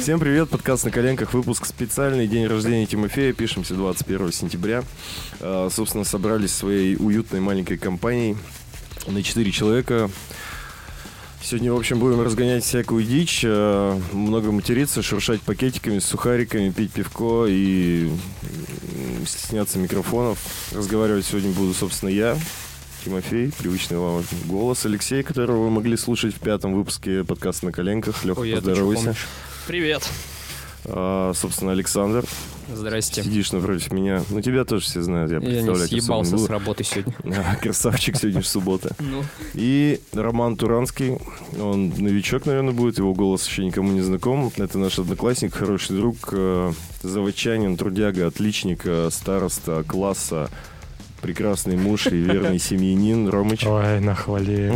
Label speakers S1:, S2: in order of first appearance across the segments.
S1: Всем привет, подкаст на коленках, выпуск специальный, день рождения Тимофея, пишемся 21 сентября. Э, Собственно, собрались своей уютной маленькой компанией на 4 человека. Сегодня, в общем, будем разгонять всякую дичь, э, много материться, шуршать пакетиками, сухариками, пить пивко и м, стесняться микрофонов. Разговаривать сегодня буду, собственно, я, Тимофей, привычный вам голос, Алексей, которого вы могли слушать в пятом выпуске подкаста «На коленках». Леха,
S2: Ой, я
S1: поздоровайся.
S3: Привет.
S1: А, собственно, Александр,
S2: Здрасте.
S1: сидишь напротив меня. Ну, тебя тоже все знают, я
S2: Я не
S1: представлять особо
S2: съебался
S1: буду.
S2: с работы сегодня.
S1: А, Красавчик, сегодня же суббота.
S3: Ну,
S1: И Роман Туранский, он новичок, наверное, будет, его голос еще никому не знаком. Это наш одноклассник, хороший друг, э, заводчанин, трудяга, отличник, э, староста класса, прекрасный муж и верный семьянин Ромыч.
S4: Ой, нахвали.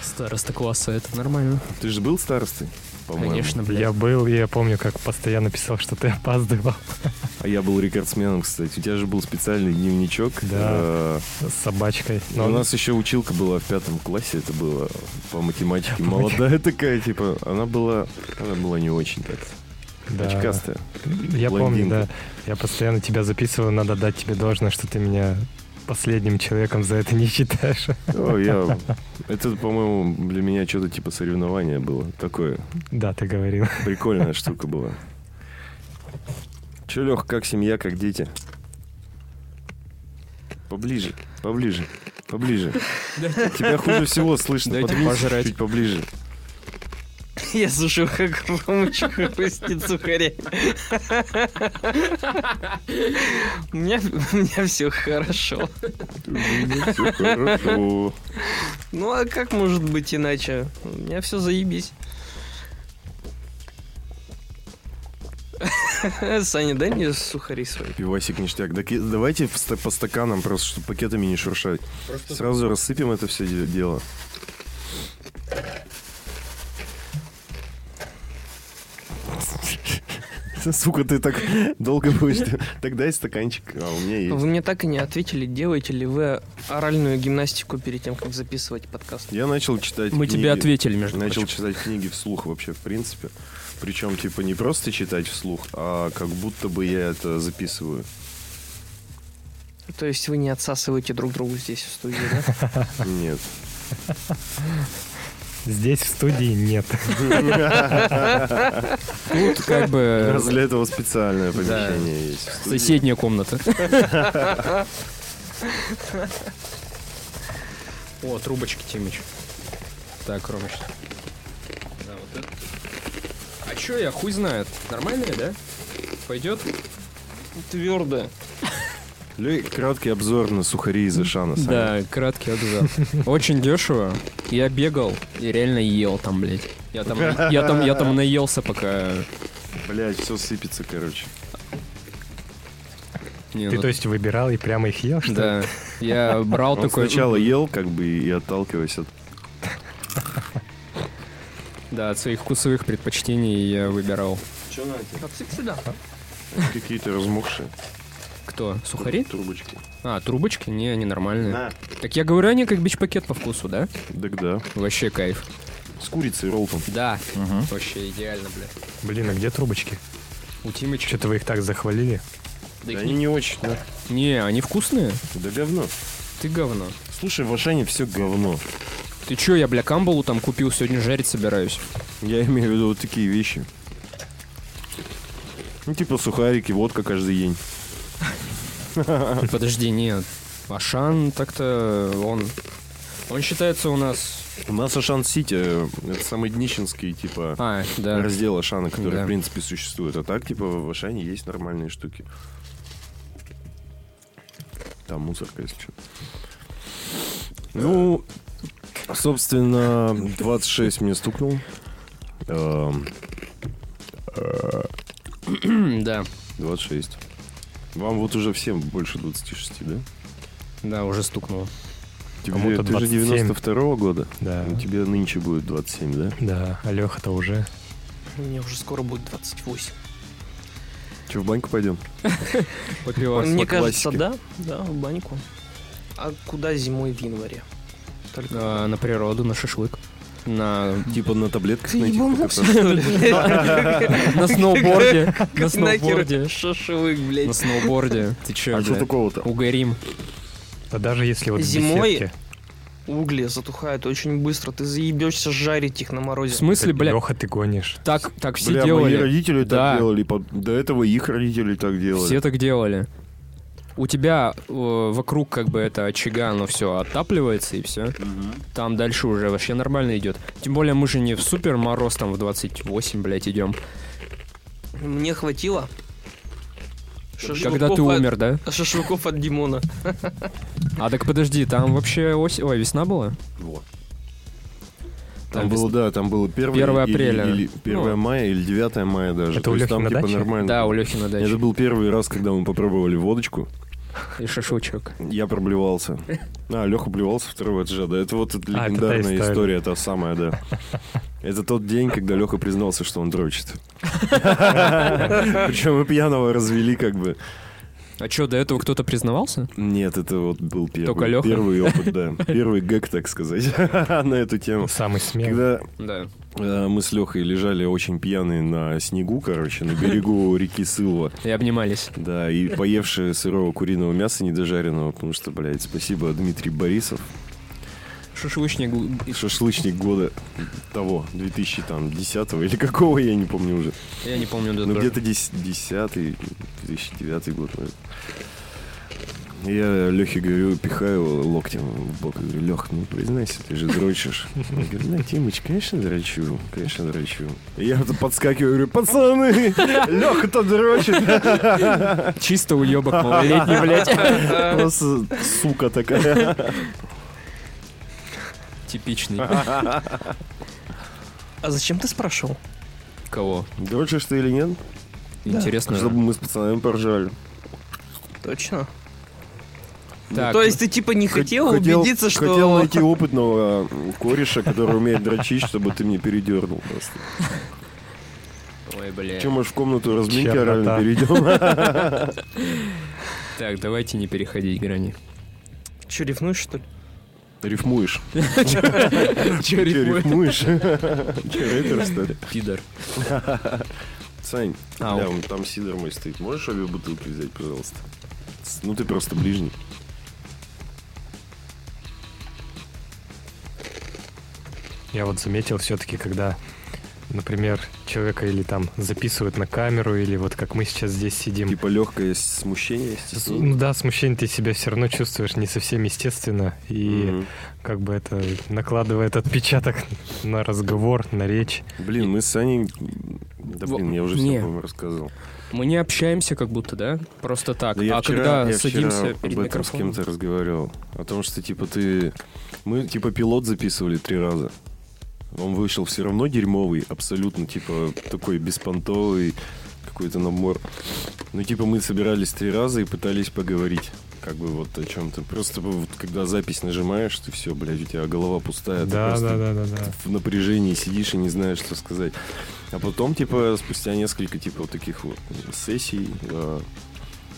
S2: Староста класса, это нормально.
S1: Ты же был старостой? по-моему?
S2: Конечно, блядь.
S4: Я был, и я помню, как постоянно писал, что ты опаздывал
S1: А я был рекордсменом, кстати. У тебя же был специальный дневничок.
S4: Да.
S1: э,
S4: с собачкой.
S1: Но
S4: Но
S1: Ну, у нас еще училка была в пятом классе, это было по математике. Молодая такая, типа, она была, она была не очень так.
S4: да,
S1: Очкастая.
S4: Я помню,
S1: блондинка.
S4: да. Я постоянно тебя записывал, надо дать тебе должное, что ты меня последним человеком за это не считаешь.
S1: О, Ну, я... Это, по-моему, для меня что-то типа соревнование было. Такое
S4: Да, ты говорил.
S1: прикольная штука была. Че, Лех, как семья, как дети? Поближе, поближе, поближе. Тебя хуже всего слышно.
S2: Дайте
S1: Подвинься
S2: пожрать.
S1: Чуть поближе.
S3: я слушаю, как Фомыч хрустит сухарей. У меня, у меня все хорошо.
S1: Всё хорошо.
S3: Ну, а как может быть иначе? У меня все заебись. Саня, дай мне сухари свои.
S1: Пивасик ништяк. Так и давайте в ста- по стаканам просто, чтобы пакетами не шуршать. Сразу рассыпем это все де- дело. Сука, ты так долго будешь. Так дай стаканчик. А, у меня есть.
S3: Вы мне так и не ответили, делаете ли вы оральную гимнастику перед тем, как записывать подкаст.
S1: Я начал читать
S2: Мы тебе
S1: книги.
S2: ответили, между
S1: Начал
S2: прочим.
S1: читать книги вслух вообще, в принципе. Причем, типа, не просто читать вслух, а как будто бы я это записываю.
S3: То есть вы не отсасываете друг другу здесь, в студии, да?
S1: Нет.
S4: Здесь в студии нет.
S2: Ну, тут как бы
S1: Раз для этого специальное помещение есть. в студии.
S2: соседняя комната. О, трубочки, Тимич. Так, Ромыч. Да, вот это. А чё я, хуй знает. Нормальная, да? Пойдет?
S3: Твердо.
S1: Лёй, Ну краткий обзор на сухари из Ишана. Саня.
S2: Да, краткий обзор. Очень дешево. Я бегал и реально ел там, блядь. Я там, я там, я там наелся, пока...
S1: Блядь, все сыпется, короче.
S2: Не,
S4: Ты,
S2: ну,
S4: то есть, выбирал и прямо их ел, что ли?
S2: Да. Я брал
S1: Он
S2: такой...
S1: сначала ел, как бы, и отталкиваясь от...
S2: Да, от своих вкусовых предпочтений я выбирал.
S1: Че
S3: Отсыпь сюда.
S1: Какие-то размокшие.
S2: Кто? Сухари? Э.
S1: Трубочки.
S2: А, трубочки? Не, они нормальные. Так я говорю, они как бич-пакет по вкусу, да?
S1: Так да.
S2: Вообще кайф.
S1: С курицей роллтом.
S2: Да. Вообще идеально, блядь.
S4: Блин, а где трубочки?
S2: У Тимыча.
S4: Что-то вы их так захвалили.
S2: Да
S1: Да
S2: их
S1: они
S2: не...
S1: не очень, да.
S2: не, они вкусные.
S1: Да говно.
S2: Ты говно.
S1: Слушай, в Ашане все говно.
S2: Ты чё, я, бля, камбалу там купил, сегодня жарить собираюсь.
S1: Я имею в виду вот такие вещи. Ну, типа сухарики, водка каждый день.
S2: Подожди, нет. Ашан так-то он... Он считается у нас...
S1: У нас Ашан-Сити, э, это самый днищенский, типа,
S2: А, да.
S1: раздел Ашана, который,
S2: Да.
S1: в принципе, существует. А так, типа, в Ашане есть нормальные штуки. Там мусорка, если что. Ну, собственно, 26 мне стукнул. Эм,
S2: да.
S1: 26. Вам вот уже всем больше 26, да?
S2: Да, уже стукнуло.
S1: Тебе,
S4: Кому-то
S1: ты же
S4: 27.
S1: 92-го года.
S4: Да.
S1: Ну, Тебе нынче будет 27, да?
S4: Да, Алёха-то уже.
S3: Мне уже скоро будет 28.
S1: Че, в баньку пойдем?
S2: Попиваю.
S3: Мне
S1: по
S3: кажется,
S1: классике.
S3: да, да, в баньку. А куда зимой в январе? Только
S2: А, на природу, на шашлык. на
S1: Типа на таблетках
S3: Ты
S1: на этих
S3: ебанулся,
S1: покататься.
S3: блядь?
S2: На сноуборде. На сноуборде.
S3: Нахер шашлык,
S2: На
S3: блядь.
S2: сноуборде. Ты че,
S1: А что
S2: блядь?
S1: такого-то?
S2: Угорим.
S4: Да даже если вот в
S3: Зимой
S4: беседке,
S3: Угли затухают очень быстро. Ты заебешься жарить их на
S2: В
S3: морозе.
S2: смысле,
S4: это
S2: бля,
S4: Лёха, ты гонишь.
S2: так, так все
S1: Бля, мои
S2: делали.
S1: родители
S2: Да.
S1: так делали, по- до этого их родители так делали.
S2: Все так делали. У тебя э, вокруг как бы это очага, оно все отапливается и все. Там дальше уже вообще нормально идет. Тем более мы же не в супер мороз там в 28, блядь, идем.
S3: Мне хватило. Шашлыков
S2: Когда ты
S3: от-
S2: умер, да?
S3: Шашлыков от Димона.
S2: А так подожди, там вообще осень... Ой, весна была?
S1: Вот.
S2: Там
S1: Там было, да, там было 1,
S2: 1 апреля.
S1: Или, или 1
S2: Ну.
S1: мая или 9 мая даже.
S4: Это
S1: То
S4: у
S1: есть
S4: Лёхи
S1: там
S4: на
S1: типа
S4: даче?
S1: нормально.
S2: Да, у Лехи на
S1: Это
S2: даче.
S1: был первый раз, когда мы попробовали водочку.
S2: И шашлычок.
S1: Я проблевался. А, Леха блевался второго этажа. Да, это вот эта
S4: А, это та
S1: легендарная история.
S4: история.
S1: та самая, да. Это тот день, когда Леха признался, что он дрочит. Причем мы пьяного развели, как бы.
S2: А что, до этого кто-то признавался?
S1: Нет, это вот был первый,
S2: Только Лёха?
S1: первый опыт, да. Первый гэг, так сказать, на эту тему.
S4: Самый смелый.
S1: Когда
S2: Да.
S1: э, мы с Лехой лежали очень пьяные на снегу, короче, на берегу реки Сылва.
S2: И обнимались.
S1: Да, и поевшие сырого куриного мяса недожаренного, потому что, блядь, спасибо, Дмитрий Борисов.
S2: Шашлычник.
S1: Шашлычник года того, 2010 или какого, я не помню уже.
S2: Я не помню. да,
S1: Ну,
S2: тоже.
S1: где-то 10-й, 2009 год, наверное. Я Лехе говорю, пихаю локтем в бок. Говорю, Лех, ну признайся, ты же дрочишь. Он говорит, да, Тимыч, конечно, дрочу, конечно, дрочу. И я тут подскакиваю, говорю, пацаны, Леха-то дрочит.
S2: Чисто уебок малолетний, блядь.
S1: Просто сука такая.
S2: Типичный.
S3: А зачем ты спрашивал?
S2: Кого?
S1: Дрочишь ты или нет?
S2: Интересно.
S1: Чтобы мы с пацанами поржали.
S3: Точно.
S2: Так,
S3: То есть ты типа не хотел, убедиться, что...
S1: Хотел найти опытного а, кореша, который умеет дрочить, чтобы ты мне передернул просто.
S2: Ой, бля.
S1: Чем можешь в комнату разминки
S4: Чернота.
S1: орально перейдем?
S2: Так, давайте не переходить грани.
S3: Че, ревнуешь, что ли?
S1: Рифмуешь.
S2: Че,
S1: Чё, рифмуешь? Че, рэпер, что ли?
S2: Пидор.
S1: Сань,
S2: Ау.
S1: бля, вон там сидор мой стоит. Можешь обе бутылки взять, пожалуйста? С- Ну ты просто ближний.
S4: Я вот заметил все-таки, когда, например, человека или там записывают на камеру, или вот как мы сейчас здесь сидим.
S1: Типа легкое смущение, типа.
S4: С-
S1: естественно.
S4: Ну да, смущение ты себя все равно чувствуешь не совсем естественно, и
S1: Мгм.
S4: как бы это накладывает отпечаток на разговор, на речь.
S1: Блин, мы с Саней... Да
S2: Во-
S1: блин, я уже
S2: не.
S1: все, по-моему, рассказал.
S2: Мы не общаемся как будто, да? Просто так.
S1: Да Ну, я
S2: а
S1: вчера-
S2: когда
S1: я вчера
S2: садимся перед
S1: об этом с
S2: микрофоном...
S1: кем-то разговаривал. О том, что типа ты... Мы типа пилот записывали три раза. Он вышел все равно дерьмовый, абсолютно типа такой беспонтовый какой-то набор. Ну типа мы собирались три раза и пытались поговорить. Как бы вот о чем-то. Просто вот когда запись нажимаешь, ты все, блядь, у тебя голова пустая. ты
S4: Да,
S1: просто
S4: да, да, да, да.
S1: в напряжении сидишь и не знаешь, что сказать. А потом, типа, спустя несколько, типа, вот таких вот сессий, э,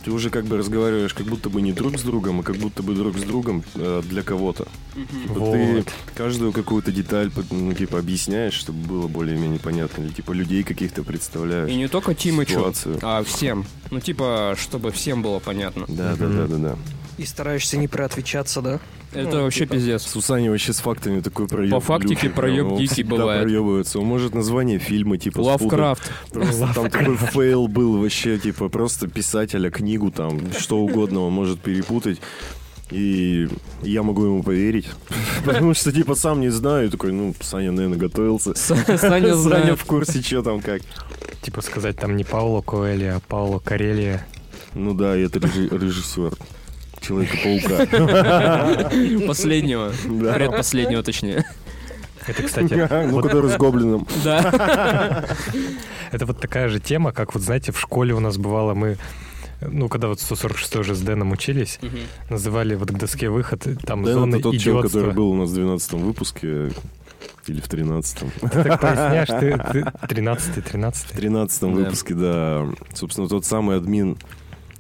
S1: ты уже как бы разговариваешь как будто бы не друг с другом, а как будто бы друг с другом э, для кого-то. Типа Ты
S4: Вот.
S1: каждую какую-то деталь, под- ну, типа, объясняешь, чтобы было более-менее понятно. Или, типа, людей каких-то
S2: И
S1: представляешь.
S2: не только Тимычу,
S1: ситуацию.
S2: а всем. Ну, типа, чтобы всем было понятно.
S1: Да, да,
S4: Мгм.
S1: да, да, да.
S3: И стараешься не проотвечаться, да?
S2: Это
S3: Ну,
S2: вообще
S3: типа.
S2: пиздец.
S1: Сусани вообще с фактами такой проеб.
S2: фактике
S1: лютый, прям.
S2: проеб
S1: Он
S2: дикий
S1: всегда
S2: бывает.
S1: проебывается. Он может название фильма, типа, спутать.
S2: Лавкрафт.
S1: Просто там такой фейл был вообще, типа, просто писателя книгу там, что угодно он может перепутать. И я могу ему поверить. Потому что, типа, сам не знаю. И такой, ну, Саня, наверное, готовился.
S2: С- Саня
S1: Саня
S2: знает.
S1: в курсе, что там как.
S4: Типа сказать там не Пауло Коэли, а Пауло Карелия.
S1: Ну да, и это режи- режиссер. Человека-паука.
S2: Последнего.
S1: Да.
S2: Предпоследнего, точнее.
S4: Это, кстати,
S1: Ну, который с гоблином.
S2: Да.
S4: это вот такая же тема, как вот, знаете, в школе у нас бывало, мы, ну, когда вот 146 уже с Дэном учились, называли вот к доске выход, э, там
S1: Да, ну,
S4: зоны
S1: это тот чел,
S4: идиотства.
S1: который был у нас в 12 выпуске. Или в 13
S4: Ты так поясняешь, ты, ты 13
S1: В
S4: 13
S1: 13
S2: Да.
S1: выпуске, да. Собственно, тот самый админ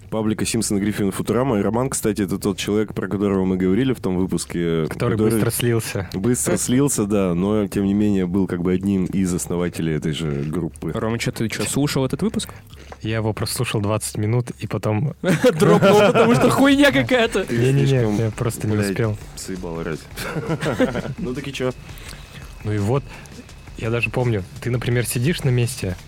S1: Паблика Симпсона, Гриффина, Футурама. И Роман, кстати, это тот человек, про которого мы говорили в том выпуске.
S4: Который быстро слился.
S1: быстро слился, да, но, тем не менее, был как бы одним из основателей этой же группы.
S2: Рома, что ты что, слушал этот выпуск?
S4: Я его прослушал 20 минут и потом...
S2: Дропнул, потому что хуйня какая-то.
S4: Не-не-не,
S1: слишком,
S4: я просто не
S1: блядь,
S4: успел.
S1: Съебал орать. Ну так и чё?
S4: Ну и вот, я даже помню, ты, например, сидишь на месте,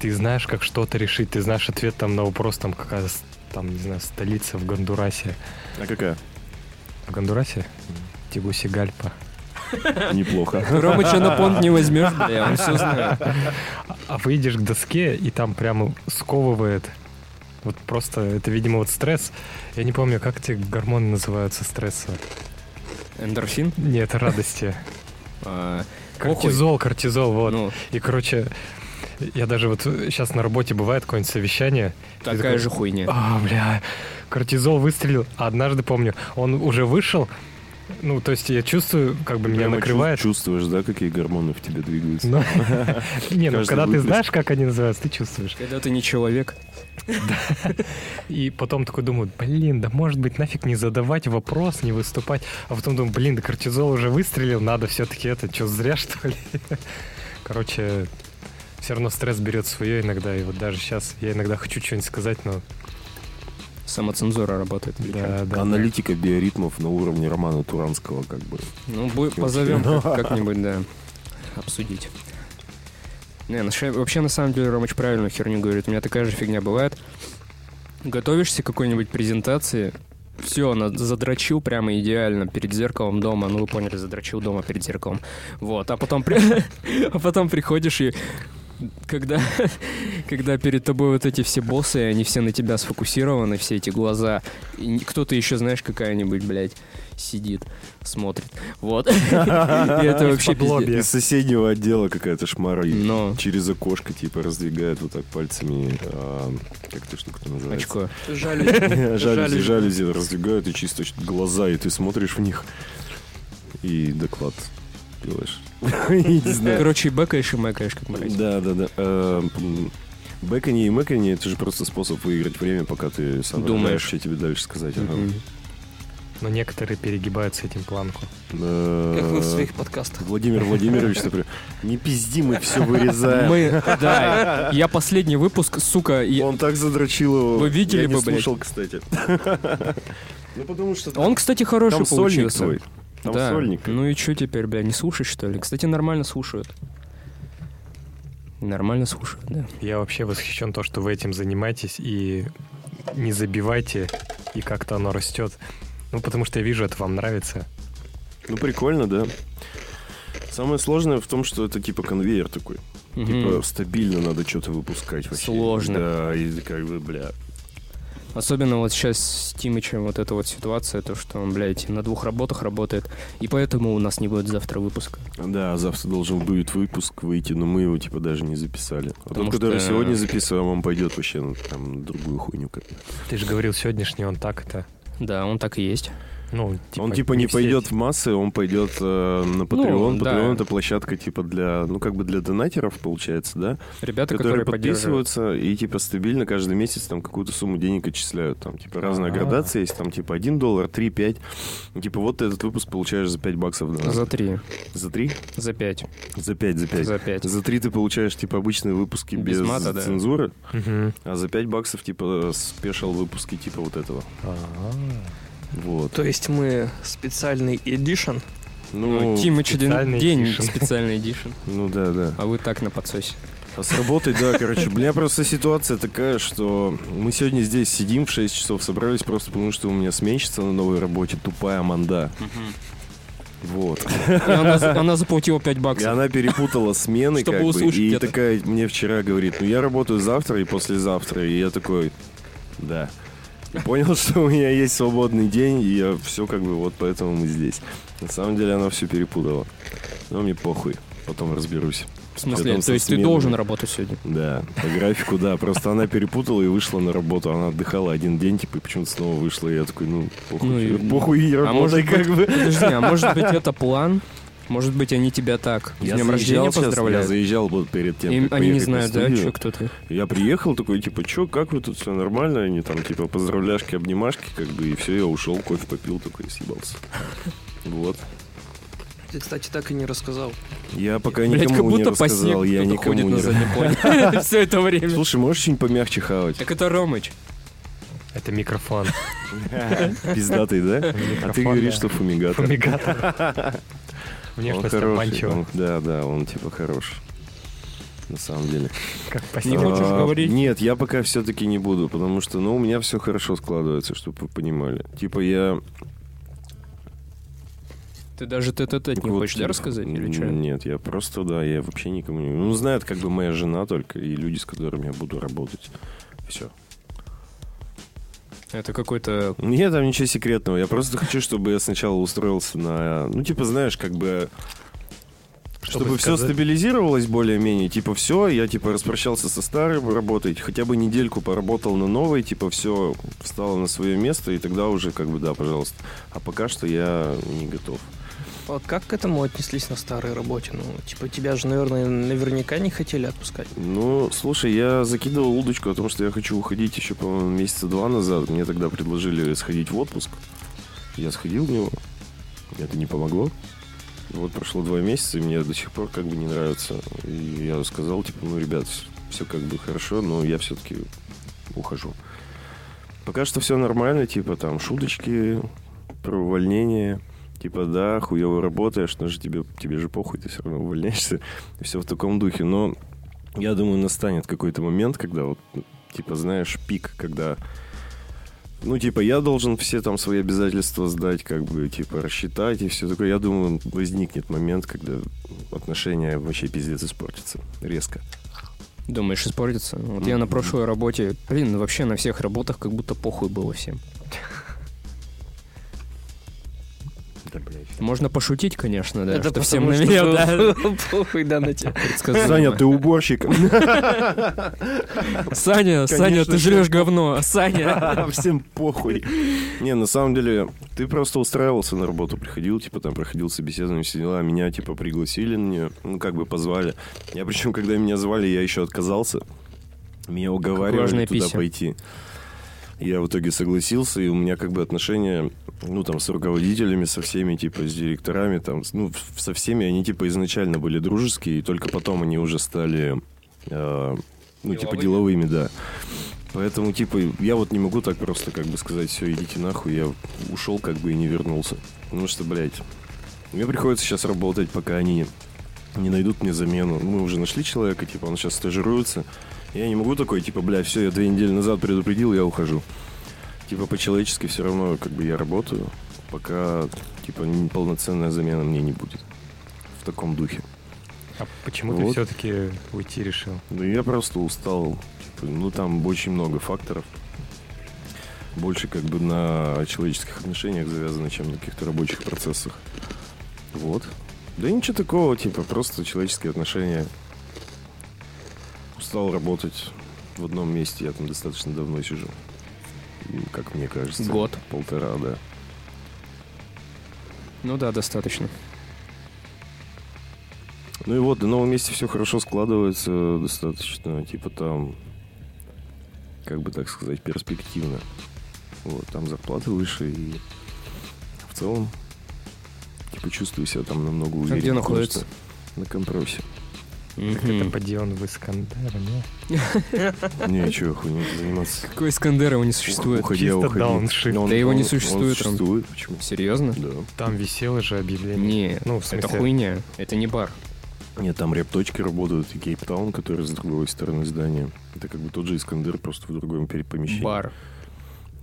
S4: ты знаешь, как что-то решить, ты знаешь ответ там на вопрос, там какая с- там, не знаю, столица в Гондурасе. А
S1: А какая?
S4: В Гондурасе? Тегусигальпа.
S1: Неплохо.
S2: Рома, что на понт не возьмешь, бля, он все знает.
S4: А выйдешь к доске, и там прямо сковывает. Вот просто, это, видимо, вот стресс. Я не помню, как эти гормоны называются стресса.
S2: Эндорфин?
S4: Нет, радости.
S2: А, похуй.
S4: Кортизол, кортизол, вот.
S2: Ну,
S4: И, короче, я даже вот сейчас на работе бывает какое-нибудь совещание. ты
S2: такая
S4: такой,
S2: же хуйня.
S4: А, бля, кортизол выстрелил. А однажды, помню, он уже вышел. Ну, то есть я чувствую, как бы меня
S1: Прямо
S4: накрывает.
S1: чу- Чувствуешь, да, какие гормоны в тебе двигаются?
S4: Но- Не, ну
S1: Каждый
S4: когда ты
S1: выплеск.
S4: знаешь, как они называются, ты чувствуешь.
S2: Когда ты не человек.
S4: И потом такой думаю, блин, да может быть нафиг не задавать вопрос, не выступать. А потом думаю, блин, да кортизол уже выстрелил, надо все-таки это, что, зря что ли? Короче, все равно стресс берет свое иногда. И вот даже сейчас я иногда хочу что-нибудь сказать, но...
S2: Самоцензура работает.
S4: Да, да.
S1: Аналитика биоритмов на уровне Романа Туранского, как бы.
S2: Ну, бу- позовем как- как-нибудь, да, обсудить. Не, ну, ше- вообще, на самом деле, Ромыч правильную херню говорит. У меня такая же фигня бывает. Готовишься к какой-нибудь презентации, все, задрочил прямо идеально перед зеркалом дома. Ну, вы поняли, задрочил дома перед зеркалом. Вот, а потом, при- а потом приходишь и когда, когда перед тобой вот эти все боссы, и они все на тебя сфокусированы, все эти глаза, и н- кто-то еще, знаешь, какая-нибудь, блядь, сидит, смотрит. Вот. И это вообще
S4: Из-под лобья.
S2: пиздец.
S1: Из соседнего отдела какая-то шмара и
S2: Но
S1: через окошко, типа, раздвигает вот так пальцами, а, как эта штука называется?
S2: очко.
S3: Жаль.
S1: Жалюзи,
S3: Жалюзи.
S1: жалюзи раздвигают, и чисто глаза, и ты смотришь в них, и доклад делаешь. Я не знаю.
S2: Короче, и бэкаешь и мэкаешь, как мразь.
S1: Да, да, да. Э, м, Бэканье и мэканье — это же просто способ выиграть время, пока ты сам
S2: Думаешь.
S1: что тебе дальше сказать. ага.
S2: Мгм.
S4: Но некоторые перегибают с этим планку.
S1: Э,
S3: Как вы в своих подкастах.
S1: Владимир Владимирович, например, не пизди, мы все вырезаем.
S2: Мы, да, я последний выпуск, сука, я-
S1: Он так задрочил его.
S2: Вы видели
S1: Я не
S2: бы, блядь?
S1: слушал, кстати. Ну, потому что...
S2: он, кстати, хороший
S1: там сольник
S2: получился.
S1: свой. Там
S2: Да.
S1: сольник.
S2: Ну и что теперь, бля, не слушать, что ли? Кстати, нормально слушают. Нормально слушают, да.
S4: Я вообще восхищен то, что вы этим занимаетесь и не забивайте, и как-то оно растет. Ну, потому что я вижу, это вам нравится.
S1: Ну, прикольно, да. Самое сложное в том, что это типа конвейер такой. Типа
S2: Мгм.
S1: стабильно надо что-то выпускать вообще.
S2: Сложно.
S1: Да, и как бы, бля.
S2: Особенно вот сейчас с Тимычем вот эта вот ситуация, то, что он, блядь, на двух работах работает, и поэтому у нас не будет завтра выпуска.
S1: Да, завтра должен будет выпуск выйти, но мы его типа даже не записали. А
S2: Потому
S1: тот, который
S2: что- э,
S1: сегодня записываем, он пойдет вообще на там, на другую хуйню. как бы.
S4: Ты же говорил, сегодняшний он так это.
S2: Да, он так и есть.
S4: Ну, типа,
S1: он типа не,
S4: все
S1: пойдет в массы, он пойдет э, на Patreon.
S2: Ну, да.
S1: Patreon это площадка типа для, ну как бы для донатеров получается, да?
S2: Ребята,
S1: которые,
S2: которые, поддерживают.
S1: подписываются и типа стабильно каждый месяц там какую-то сумму денег отчисляют. Там типа разная
S4: А.
S1: градация есть, там типа 1 доллар, 3, 5. И, типа вот ты этот выпуск получаешь за 5 баксов. донат.
S2: За три,
S1: За 3?
S2: за пять,
S1: За 5, за 5.
S2: за пять.
S1: За 3 ты получаешь типа обычные выпуски без,
S2: Без мата, да.
S1: цензуры,
S4: Мгм.
S1: а за 5 баксов типа спешил выпуски типа вот этого.
S4: А,
S1: Вот.
S3: То есть мы специальный эдишн.
S1: Ну,
S2: Ну, Тимыч один
S4: специальный
S2: день,
S4: эдишн.
S2: специальный эдишн,
S1: ну да, да.
S2: а вы так на подсосе.
S1: А с работой, да, короче, у меня просто ситуация такая, что мы сегодня здесь сидим в 6 часов, собрались просто потому, что у меня сменщица на новой работе, тупая манда. Вот.
S2: И она, за- она заплатила 5
S1: И
S2: баксов.
S1: она перепутала смены,
S2: Чтобы
S1: как бы,
S2: услышать
S1: и
S2: это.
S1: такая мне вчера говорит, ну я работаю завтра и послезавтра, и я такой, да. И понял, что у меня есть свободный день, и я все как бы вот поэтому мы здесь. На самом деле она все перепутала. Но мне похуй, потом разберусь.
S2: В смысле,
S1: потом
S2: то есть ты
S1: сменами.
S2: должен работать сегодня.
S1: Да, по графику, да. Просто она перепутала и вышла на работу. Она отдыхала один день, типа, и почему-то снова вышла. И я такой, ну, похуй,
S2: Ну и-
S1: похуй и
S2: А может
S1: работай, как бы.
S2: Подожди, а может быть это план? Может быть, они тебя так с
S1: Я
S2: днем
S1: заезжал
S2: рождения
S1: щас, я
S2: поздравляют.
S1: заезжал вот перед тем,
S2: Им-
S1: как
S2: они не
S1: поехать на
S2: знают, да,
S1: студию.
S2: что кто ты.
S1: Я приехал такой, типа, чё, как вы тут все нормально? Они там, типа, поздравляшки, обнимашки, как бы, и все, я ушел, кофе попил, такой, и съебался. Вот.
S3: Ты, кстати, так и не рассказал.
S1: Я пока
S2: Блять,
S1: никому
S2: как
S1: не
S2: будто по
S1: рассказал,
S2: снегу
S1: я
S2: кто-то
S1: никому
S2: ходит
S1: не
S2: на
S1: рассказал.
S2: заднем плане все это время.
S1: Слушай, можешь что-нибудь помягче хавать?
S2: Так это Ромыч.
S4: Это микрофон.
S1: Пиздатый, да? А ты
S4: Микрофон,
S1: говоришь,
S4: да.
S1: что фумигатор.
S4: Фумигатор.
S1: Он
S4: Внешность
S1: хороший.
S4: обманчива.
S1: он- Да, да, он, типа, хороший. На самом деле.
S4: Как
S2: Не
S4: посел.
S2: хочешь
S1: А,
S2: говорить?
S1: Нет, я пока все-таки не буду, потому что, ну, у меня все хорошо складывается, чтобы вы понимали. Типа я...
S2: Ты даже тет-тет не
S1: вот-
S2: хочешь, да, рассказать? Или что?
S1: Нет, я просто, да, я вообще никому не... Ну, знает как бы моя жена только и люди, с которыми я буду работать. Все.
S2: Это какой-то...
S1: Нет, там ничего секретного. Я просто хочу, чтобы я сначала устроился на... Ну, типа, знаешь, как бы... Чтобы, все
S4: сказать-
S1: стабилизировалось более-менее, типа все, я типа распрощался со старой работой, хотя бы недельку поработал на новой, типа все встало на свое место, и тогда уже как бы да, пожалуйста. А пока что я не готов.
S3: А как к этому отнеслись на старой работе? Ну, типа, тебя же, наверное, наверняка не хотели отпускать.
S1: Ну, слушай, я закидывал удочку о том, что я хочу уходить еще, по-моему, месяца два назад. Мне тогда предложили сходить в отпуск. Я сходил в него. Это не помогло. Вот прошло два месяца, и мне до сих пор как бы не нравится. И я сказал, типа, ну, ребят, все как бы хорошо, но я все-таки ухожу. Пока что все нормально, типа, там, шуточки про увольнение. Типа, да, хуево работаешь, но ну же тебе, тебе же похуй, ты все равно увольняешься. И все в таком духе. Но я думаю, настанет какой-то момент, когда вот, типа, знаешь, пик, когда... Ну, типа, я должен все там свои обязательства сдать, как бы, типа, рассчитать и все такое. Я думаю, возникнет момент, когда отношения вообще пиздец испортятся. Резко.
S2: Думаешь, испортится? Вот я на прошлой работе... Блин, вообще на всех работах как будто похуй было всем.
S1: Да, блядь.
S2: Можно пошутить, конечно, да. что
S3: потому
S2: всем
S3: что
S2: навеял, да.
S3: было Похуй, да, на тебя.
S2: предсказуемо.
S1: Саня, ты уборщик.
S2: Саня, Саня,
S1: Конечно,
S2: ты жрешь говно. Саня.
S1: Всем похуй. Не, на самом деле, ты просто устраивался на работу, приходил, типа, там, проходил собеседование, все дела, меня, типа, пригласили на нее, ну, как бы позвали. Я, причем, когда меня звали, я еще отказался. Меня уговаривали
S2: влажная
S1: туда
S2: пися.
S1: пойти. Я в итоге согласился, и у меня как бы отношения, ну, там, с руководителями, со всеми, типа, с директорами, там, с- ну, в- со всеми они, типа, изначально были дружеские, и только потом они уже стали, э, ну, типа, деловыми, да. Поэтому, типа, я вот не могу так просто, как бы, сказать, все, идите нахуй, я ушел, как бы, и не вернулся. Потому что, блядь, мне приходится сейчас работать, пока они не найдут мне замену. Мы уже нашли человека, типа, он сейчас стажируется. Я не могу такой, типа, блядь, все, я две недели назад предупредил, я ухожу. Типа, по-человечески все равно, как бы, я работаю, пока, типа, н- полноценная замена мне не будет. В таком духе.
S4: А почему
S1: Вот.
S4: ты все-таки уйти решил?
S1: Ну, я просто устал. Типа, ну, там очень много факторов. Больше как бы на человеческих отношениях завязано, чем на каких-то рабочих процессах. Вот. Да и ничего такого, типа, просто человеческие отношения. Устал работать в одном месте, я там достаточно давно сижу. М, Как мне кажется.
S2: Год.
S1: Полтора, да.
S2: Ну да, достаточно.
S1: Ну и вот, на новом месте все хорошо складывается достаточно, типа там, как бы так сказать, перспективно. Вот, там зарплаты выше и в целом, типа, чувствую себя там намного увереннее.
S2: А где
S1: потому
S2: находится?
S1: что На компросе.
S4: Это подион ну, в Искандер, не?
S1: Не, чего хуйня заниматься.
S2: Какой Искандер его не существует?
S1: Уходи,
S4: Чисто
S1: уходи.
S4: дауншифт.
S1: Но он-
S2: Да его не
S1: он- он
S2: существует, Ром.
S1: существует, почему?
S2: Серьезно?
S1: Да.
S4: Там висело же объявление.
S2: Не,
S4: Ну, в
S2: это
S4: смысле-
S2: хуйня. Это не бар.
S1: Нет, там репточки работают и Кейптаун, который с другой стороны здания. Это как бы тот же Искандер, просто в другом перепомещении.
S2: Бар.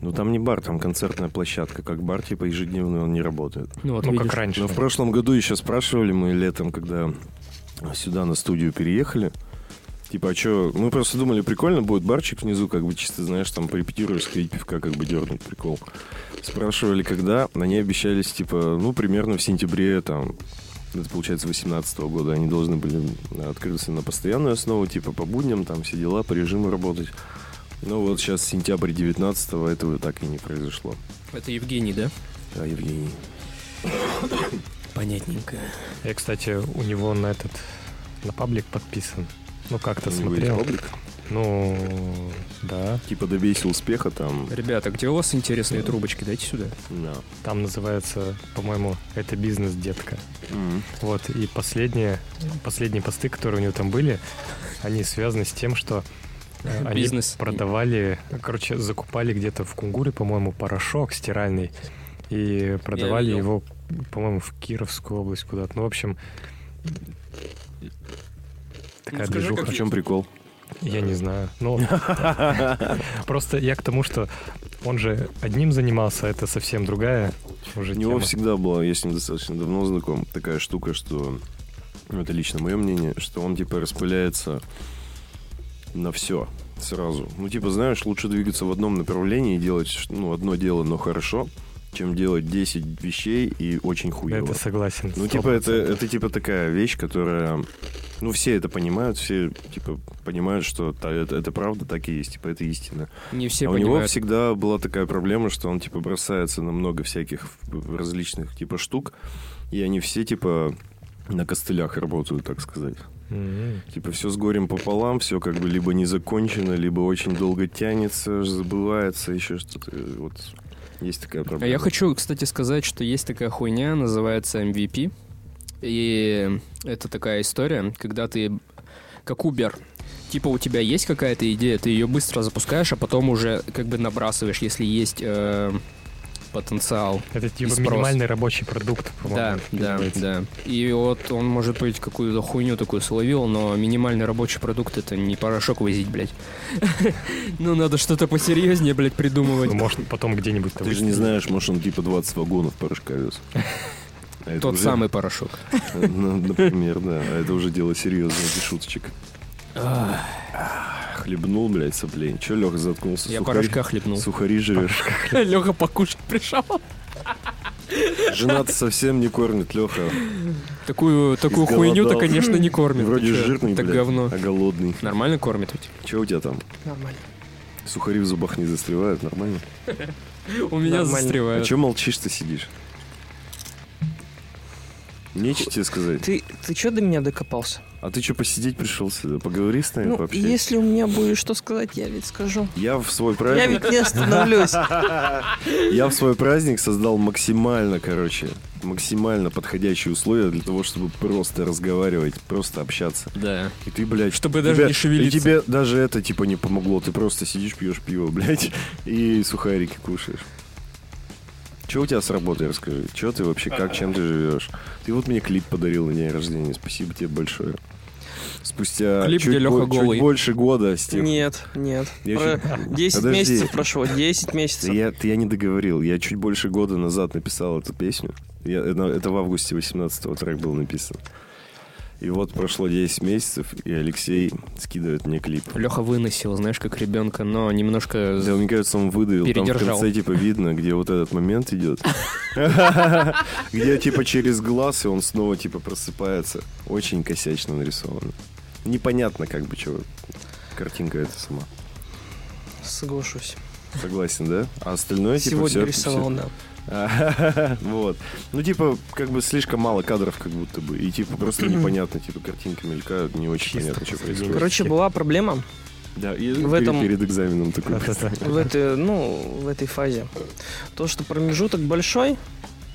S1: Ну там не бар, там концертная площадка. Как бар, типа ежедневный он не работает.
S2: Ну вот
S4: Ну,
S2: видишь.
S4: как раньше.
S1: Но в прошлом году еще спрашивали мы летом, когда сюда на студию переехали. Типа, а что? Мы просто думали, прикольно будет барчик внизу, как бы чисто, знаешь, там порепетируешь, сходить пивка, как бы дернуть, прикол. Спрашивали, когда. Они обещались, типа, ну, примерно в сентябре, там, это получается 18 года, они должны были открыться на постоянную основу, типа, по будням, там, все дела, по режиму работать. Ну вот сейчас сентябрь 19 этого так и не произошло. А
S2: Это Евгений, да?
S1: Да, Евгений.
S2: Понятненько.
S4: Я, кстати, у него на этот на паблик подписан. Ну как-то
S1: У него есть
S4: смотрел.
S1: паблик.
S4: Ну да.
S1: Типа добейся успеха там.
S2: Ребята, где у вас интересные трубочки? Дайте сюда.
S1: Да.
S4: Там называется, по-моему, это бизнес, детка.
S1: Мгм.
S4: Вот, и последние, последние посты, которые у него там были, они связаны с тем, что
S1: А,
S4: э, они
S2: Бизнес.
S4: продавали, короче, закупали где-то в Кунгуре, по-моему, порошок стиральный, и продавали
S2: видел.
S4: его, по-моему, в Кировскую область куда-то. Ну, в общем,
S1: Ну,
S4: такая
S2: скажи,
S4: движуха.
S1: В чем прикол?
S4: Я не знаю. Ну, просто я к тому, что он же одним занимался, а это совсем другая уже
S1: У него
S4: тема.
S1: всегда была, я с ним достаточно давно знаком, такая штука, что ну, это лично мое мнение, что он типа распыляется на все сразу. Ну, типа, знаешь, лучше двигаться в одном направлении и делать ш- ну, одно дело, но хорошо, чем делать 10 вещей и очень хуево.
S4: Это согласен.
S1: Ну, типа, это, это типа такая вещь, которая. Ну, все это понимают, все типа понимают, что та- это, это правда так и есть, типа это истина.
S2: Не все
S1: а у него
S2: понимают.
S1: всегда была такая проблема, что он типа бросается на много всяких в- различных типа штук, и они все типа на костылях работают, так сказать.
S4: Мгм.
S1: Типа все с горем пополам, все как бы либо не закончено, либо очень долго тянется, забывается, еще что-то. Э, Вот есть такая
S2: А
S1: проблема.
S2: Я хочу, кстати, сказать, что есть такая хуйня, называется MVP. И это такая история, когда ты как Uber. Типа у тебя есть какая-то идея, ты ее быстро запускаешь, а потом уже как бы набрасываешь, если есть э, потенциал.
S4: Это типа
S2: спрос.
S4: минимальный рабочий продукт,
S2: Да,
S4: по-моему.
S2: да,
S4: называется.
S2: да. И вот он, может быть, какую-то хуйню такую словил, но минимальный рабочий продукт это не порошок возить, блядь. Ну, надо что-то посерьезнее, блядь, придумывать.
S4: Ну, Может, потом где-нибудь
S1: Ты же не знаешь, может, он типа 20 вагонов порошка вез. А это
S2: Тот
S1: уже-
S2: самый порошок.
S1: Ну, Например, да. А это уже дело серьезное, без шуточек. Хлебнул, блядь, соплей. Че, Леха, заткнулся?
S2: Я
S1: Сухари-
S2: порошка хлебнул.
S1: Сухари жрешь.
S2: Леха покушать пришел.
S1: Жена совсем не кормит, Леха.
S2: Такую, такую
S1: Изголодался.
S2: хуйню-то, конечно, не кормит.
S1: Вроде
S2: Ты чё,
S1: жирный,
S2: Так
S1: блядь,
S2: говно.
S1: а голодный.
S2: Нормально кормит ведь?
S1: Че у тебя там?
S3: Нормально.
S1: Сухари в зубах не застревают, нормально?
S2: У меня
S3: Нормально.
S1: А
S2: застревает.
S1: че молчишь-то сидишь? Нечего тебе сказать.
S3: Ты, ты что до меня докопался?
S1: А ты что, посидеть пришел сюда? Поговори с нами
S3: ну,
S1: вообще.
S3: если у меня будет что сказать, я ведь скажу.
S1: Я в свой
S3: Я
S1: праздник...
S3: ведь не остановлюсь.
S1: Я в свой праздник создал максимально, короче, максимально подходящие условия для того, чтобы просто разговаривать, просто общаться.
S2: Да.
S1: И ты, блядь...
S2: Чтобы даже
S1: тебя-
S2: не шевелиться.
S1: И тебе даже это, типа, не помогло. Ты просто сидишь, пьешь пиво, блядь, и сухарики кушаешь. Че у тебя с работой, расскажи? Че ты вообще, как, чем ты живешь? Ты вот мне клип подарил на день рождения. Спасибо тебе большое. Спустя
S2: Клип,
S1: чуть,
S2: где Лёха
S1: бо- чуть
S2: голый.
S1: больше года с тех
S3: Нет, нет.
S1: Я
S3: Про- 10
S1: Подожди.
S3: месяцев прошло, 10
S1: Да
S3: месяцев.
S1: Я, ты- я не договорил. Я чуть больше года назад написал эту песню. Я- это, это в августе 18-го трек был написан. И вот прошло 10 месяцев, и Алексей скидывает мне клип.
S2: Леха выносил, знаешь, как ребенка, но немножко...
S1: Да, мне кажется, он выдавил. Там
S2: Передержал.
S1: в конце, типа, видно, где вот этот момент идет. Где, типа, через глаз, и он снова, типа, просыпается. Очень косячно нарисовано. Непонятно, как бы, что картинка эта сама.
S3: Соглашусь.
S1: Согласен, да? А остальное, типа,
S3: Сегодня
S1: всё-
S3: рисовал, да.
S1: А, Вот. Ну, типа, как бы слишком мало кадров, как будто бы. И типа просто непонятно, типа картинки мелькают, не очень
S4: Чисто
S1: понятно, что
S4: посреди.
S1: происходит.
S3: Короче, была проблема
S1: Да, и
S3: в
S1: перед-
S3: этом-
S1: перед экзаменом такой.
S3: в этой, ну, в этой фазе. То, что промежуток большой,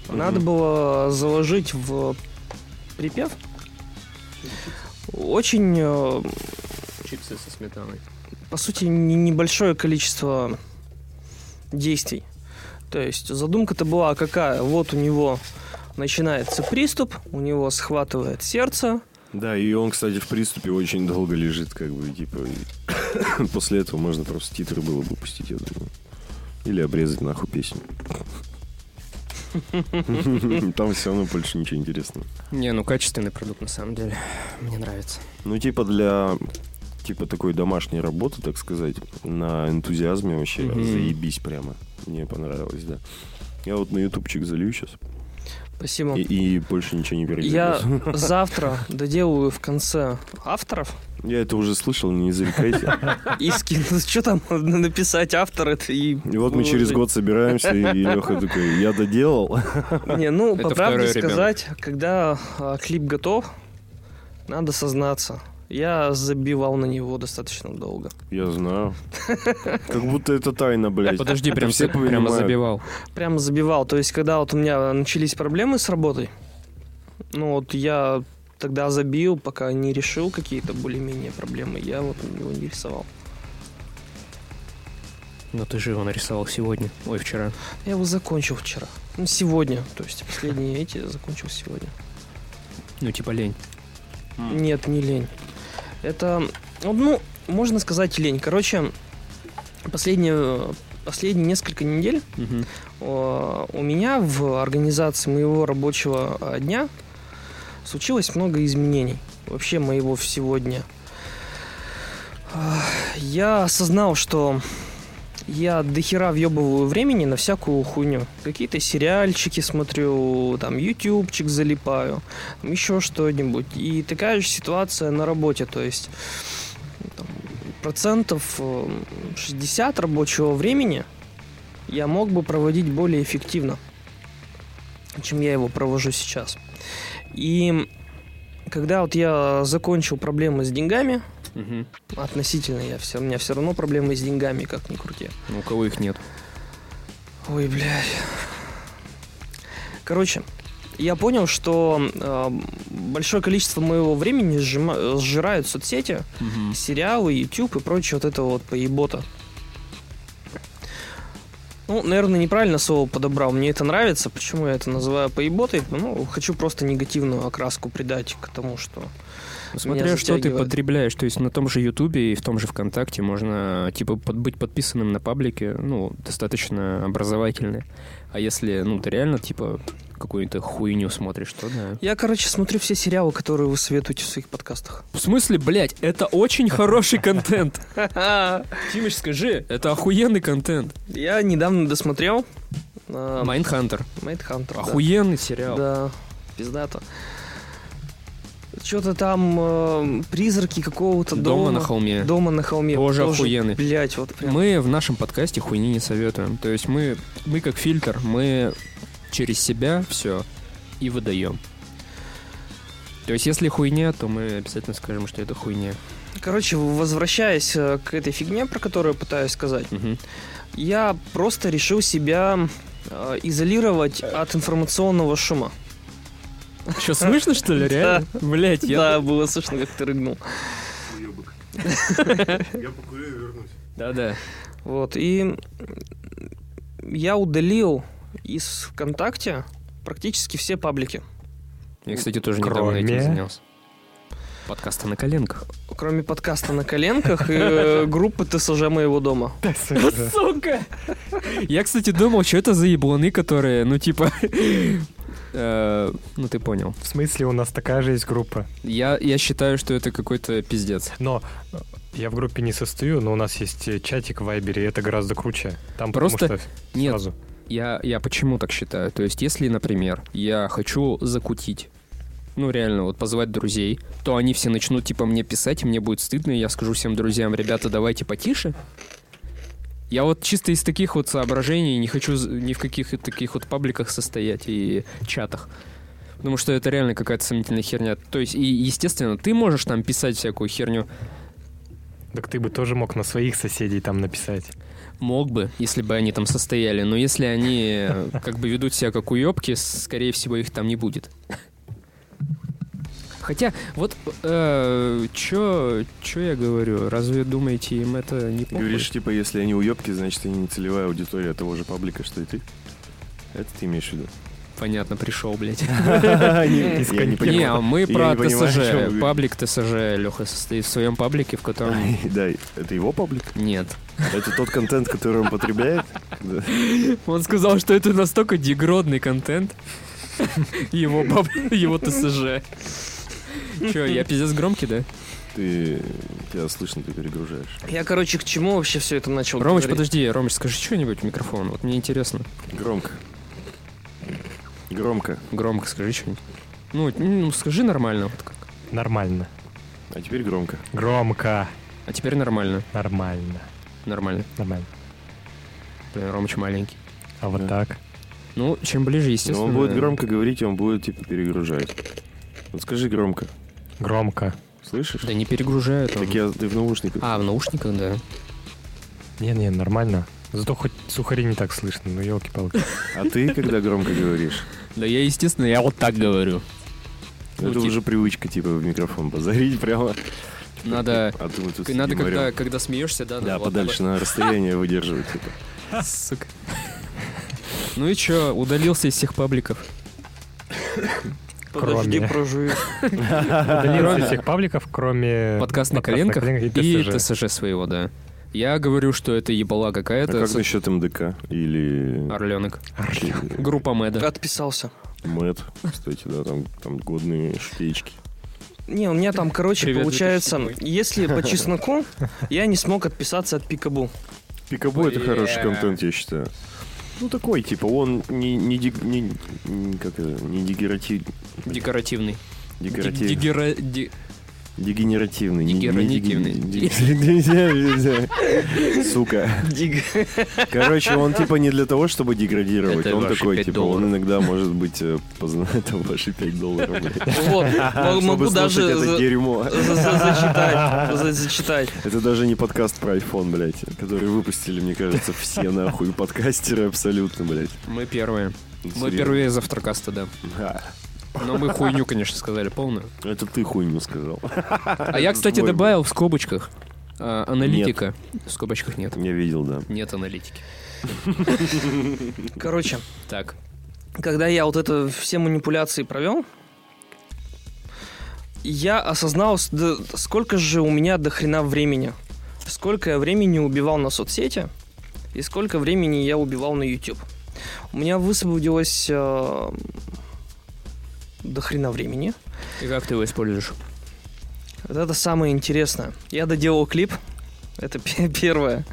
S1: Мгм.
S3: надо было заложить в припев очень э,
S2: Чипсы со сметаной.
S3: по сути, не- небольшое количество действий. То есть задумка-то была какая? Вот у него начинается приступ, у него схватывает сердце.
S1: Да, и он, кстати, в приступе очень долго лежит, как бы, типа. и После этого можно просто титры было бы пустить, я думаю. Или обрезать нахуй песню. Там все равно больше ничего интересного.
S2: Не, ну качественный продукт на самом деле. Мне нравится.
S1: Ну, типа для типа такой домашней работы, так сказать, на энтузиазме вообще
S2: Мгм.
S1: заебись прямо. Мне понравилось, да. Я вот на ютубчик залью сейчас.
S3: Спасибо.
S2: Ну,
S1: И, и больше ничего не перейду.
S3: Я завтра доделаю в конце авторов
S1: Я это уже слышал, не зарекайте.
S5: И скин. Что там надо написать автор это и...
S1: И вот мы через
S5: выложить.
S1: год собираемся, и Леха такой, я доделал.
S5: Не, ну,
S2: Это
S5: по правде
S2: второй ребенок.
S5: сказать, когда а, клип готов, надо сознаться. Я забивал на него достаточно долго.
S1: Я знаю. Как будто это тайна, блядь.
S2: Подожди,
S1: Это
S2: прям
S1: все
S2: все прямо
S1: понимают.
S2: забивал.
S5: Прям забивал. То есть, когда вот у меня начались проблемы с работой, ну вот я тогда забил, пока не решил какие-то более-менее проблемы, я вот его не рисовал.
S2: Но Ну, ты же его нарисовал сегодня. Ой, вчера.
S5: Я его закончил вчера. Ну, сегодня. То есть, последние эти я закончил сегодня.
S2: Ну, типа лень.
S5: Нет, не лень. Это, ну, ну, можно сказать лень. Короче, последние, э, последние несколько недель О, Э, У меня в организации моего рабочего э, дня случилось много изменений. Вообще моего всего дня. А, Я осознал, что я дохера въебываю времени на всякую хуйню. Какие-то сериальчики смотрю, там, ютубчик залипаю, там еще что-нибудь. И такая же ситуация на работе, то есть там, процентов э, 60 рабочего времени я мог бы проводить более эффективно, чем я его провожу сейчас. И когда вот я закончил проблемы с деньгами,
S2: Мгм.
S5: относительно я все, у меня все равно проблемы с деньгами, как ни крути.
S2: Ну, У кого их нет?
S5: Ой, блядь. Короче, я понял, что э, большое количество моего времени сжима- сжирают соцсети, сериалы, YouTube и прочее вот этого вот поебота. Ну, наверное, неправильно слово подобрал. Мне это нравится. Почему я это называю поеботой? Ну, хочу просто негативную окраску придать к тому, что...
S2: Ну, Смотря
S5: Меня
S2: что ты
S5: затягивает.
S2: потребляешь, то есть на том же Ютубе и в том же ВКонтакте можно типа под- быть подписанным на паблике, ну, достаточно образовательные. А если, ну, ты реально типа какую-то хуйню смотришь, то да.
S5: Я, короче, смотрю все сериалы, которые вы советуете в своих подкастах.
S2: В смысле, блядь, это очень хороший контент.
S5: Ха-ха.
S2: Тимыч, скажи, это охуенный контент.
S5: Я недавно досмотрел э,
S2: Майнхантер.
S5: Mindhunter, да.
S2: Охуенный сериал.
S5: Да, пиздато. Что-то там э, призраки какого-то дома.
S2: Дома на холме.
S5: Дома на холме.
S2: Тоже охуенный.
S5: Блять, вот прям.
S2: Мы в нашем подкасте хуйни не советуем. То есть мы, мы как фильтр, мы через себя все и выдаем. То есть если хуйня, то мы обязательно скажем, что это хуйня.
S5: Короче, возвращаясь э, к этой фигне, про которую я пытаюсь сказать,
S2: Мгм.
S5: я просто решил себя э, изолировать от информационного шума.
S2: Что, слышно, что ли, реально? Блять,
S5: Да,
S2: я...
S5: было слышно, как ты рыгнул.
S1: Я покурю и вернусь.
S2: Да-да.
S5: Вот, и я удалил из ВКонтакте практически все паблики,
S2: Я, кстати, тоже недавно
S4: Кроме-
S2: этим занялся. Подкасты на коленках.
S5: кроме подкаста на коленках и э, группы ТСЖ моего дома.
S2: Сука! Я, кстати, думал, что это за ебланы, которые, ну, типа... э, Ну, ты понял.
S4: В смысле, у нас такая же есть группа.
S2: Я, я считаю, что это какой-то пиздец.
S4: Но э, я в группе не состою, но у нас есть э, чатик в Вайбере, и это гораздо круче. Там потому
S2: Просто
S4: что
S2: Нет,
S4: сразу.
S2: Я, я почему так считаю? То есть, если, например, я хочу закутить, ну реально, вот позвать друзей, то они все начнут типа мне писать, и мне будет стыдно, и я скажу всем друзьям, ребята, давайте потише. Я вот чисто из таких вот соображений не хочу з- ни в каких таких вот пабликах состоять и чатах. Потому что это реально какая-то сомнительная херня. То есть, и, естественно, ты можешь там писать всякую херню.
S4: Так ты бы тоже мог на своих соседей там написать.
S2: Мог бы, если бы они там состояли. Но если они э, как бы ведут себя как уебки, скорее всего, их там не будет. Хотя, вот, э, чё, чё я говорю? Разве думаете, им это не похуй?
S1: Говоришь, типа, если они уебки, значит, они не целевая аудитория того же паблика, что и ты. Это ты имеешь в виду?
S2: Понятно, пришел, блядь.
S1: Я не
S2: Не, а
S1: понимаю.
S2: мы
S1: Я
S2: про
S1: не понимаю, о чём вы
S2: ТСЖ.
S1: говорите.
S2: Паблик ТСЖ, Леха, состоит в своем паблике, в котором...
S1: Да, это его паблик?
S2: Нет.
S1: Это тот контент, который он потребляет? Да.
S2: Он сказал, что это настолько дегродный контент. Его, паб- его ТСЖ. Че, я пиздец громкий, да?
S1: Ты... Тебя слышно, ты перегружаешь.
S5: Я, короче, к чему вообще все это начал
S2: Ромыч,
S5: говорить?
S2: подожди, Ромыч, скажи что-нибудь в микрофон. Вот мне интересно.
S1: Громко. Громко.
S2: Громко скажи что-нибудь. Ну, н- ну, скажи нормально. Вот как.
S4: Нормально.
S1: А теперь громко.
S4: Громко.
S2: А теперь нормально.
S4: Нормально.
S2: Нормально.
S4: Нормально.
S2: Блин, Ромыч маленький.
S4: А вот
S1: Да.
S4: так.
S2: Ну, чем ближе,
S1: Но
S2: естественно...
S1: он будет громко говорить, и он будет типа перегружать. Вот скажи громко.
S4: Громко.
S1: Слышишь?
S2: Да не перегружают. он.
S1: Так я ты в наушниках.
S2: А, в наушниках, да.
S4: Не-не, нормально. Зато хоть сухари не так слышно, ну елки-палки.
S1: А ты когда громко говоришь?
S2: Да я, естественно, я вот так говорю. Ну,
S1: Это
S2: типа-
S1: уже привычка, типа, в микрофон базарить прямо.
S2: Надо...
S1: А ты вот тут
S2: Надо,
S1: сидим, орём.
S2: когда, когда смеешься, да?
S1: Да,
S2: надо вот
S1: подальше, на расстояние выдерживать. типа.
S2: так вот. Сука. Ну и чё, удалился из всех пабликов.
S5: Подожди,
S4: Кроме.
S5: прожуй.
S4: Удалился из всех пабликов, кроме...
S2: Подкаст на коленках и
S4: и ТСЖ.
S2: ТСЖ своего, да. Я говорю, что это ебала
S1: А
S2: какая-то.
S1: как насчет МДК? Или...
S2: Орленок.
S4: Орлёк.
S2: Группа Мэда.
S5: Отписался.
S1: Мэт, кстати, да, там, там годные штучки.
S5: Не, у меня там, короче,
S2: Привет,
S5: получается,
S2: 2007.
S5: если по чесноку, я не смог отписаться от Пикабу.
S1: Пикабу это
S2: Бля.
S1: хороший контент, я считаю. Ну такой, типа, он не, не, дек- не, не- как это, не дегератив,
S2: Декоративный.
S1: дегератив-
S2: Дегера- де-
S1: дегенеративный. не- не
S2: Дегеративный.
S1: деге- Нельзя, нельзя. Сука. Короче, он типа не для того, чтобы деградировать.
S2: Это
S1: Он
S2: ваши
S1: такой,
S2: пять
S1: типа,
S2: долларов.
S1: он иногда может быть э, позна- Это ваши 5 долларов, блядь.
S5: Вот, мо- могу
S1: Чтобы слушать
S5: даже
S1: это
S5: за-
S1: дерьмо.
S5: за- за- зачитать. за- Зачитать.
S1: Это даже не подкаст про iPhone, блядь, который выпустили, мне кажется, все нахуй подкастеры абсолютно, блядь.
S2: Мы первые.
S1: Ну,
S2: Мы
S1: серьезно.
S2: первые из автокаста, да.
S1: Ха.
S2: Но мы хуйню, конечно, сказали полную.
S1: Это ты хуйню сказал.
S2: А я, кстати,
S1: Твой был.
S2: добавил в скобочках а, аналитика. В скобочках нет.
S1: Я видел, да.
S2: Нет аналитики.
S5: Короче,
S2: Так.
S5: когда я вот это все манипуляции провел, я осознал, с- да сколько же у меня до хрена времени. Сколько я времени убивал на соцсети и сколько времени я убивал на YouTube. У меня высвободилось э, до хрена времени.
S2: И как ты его используешь?
S5: Вот это самое интересное. Я доделал клип. Это пе- первое.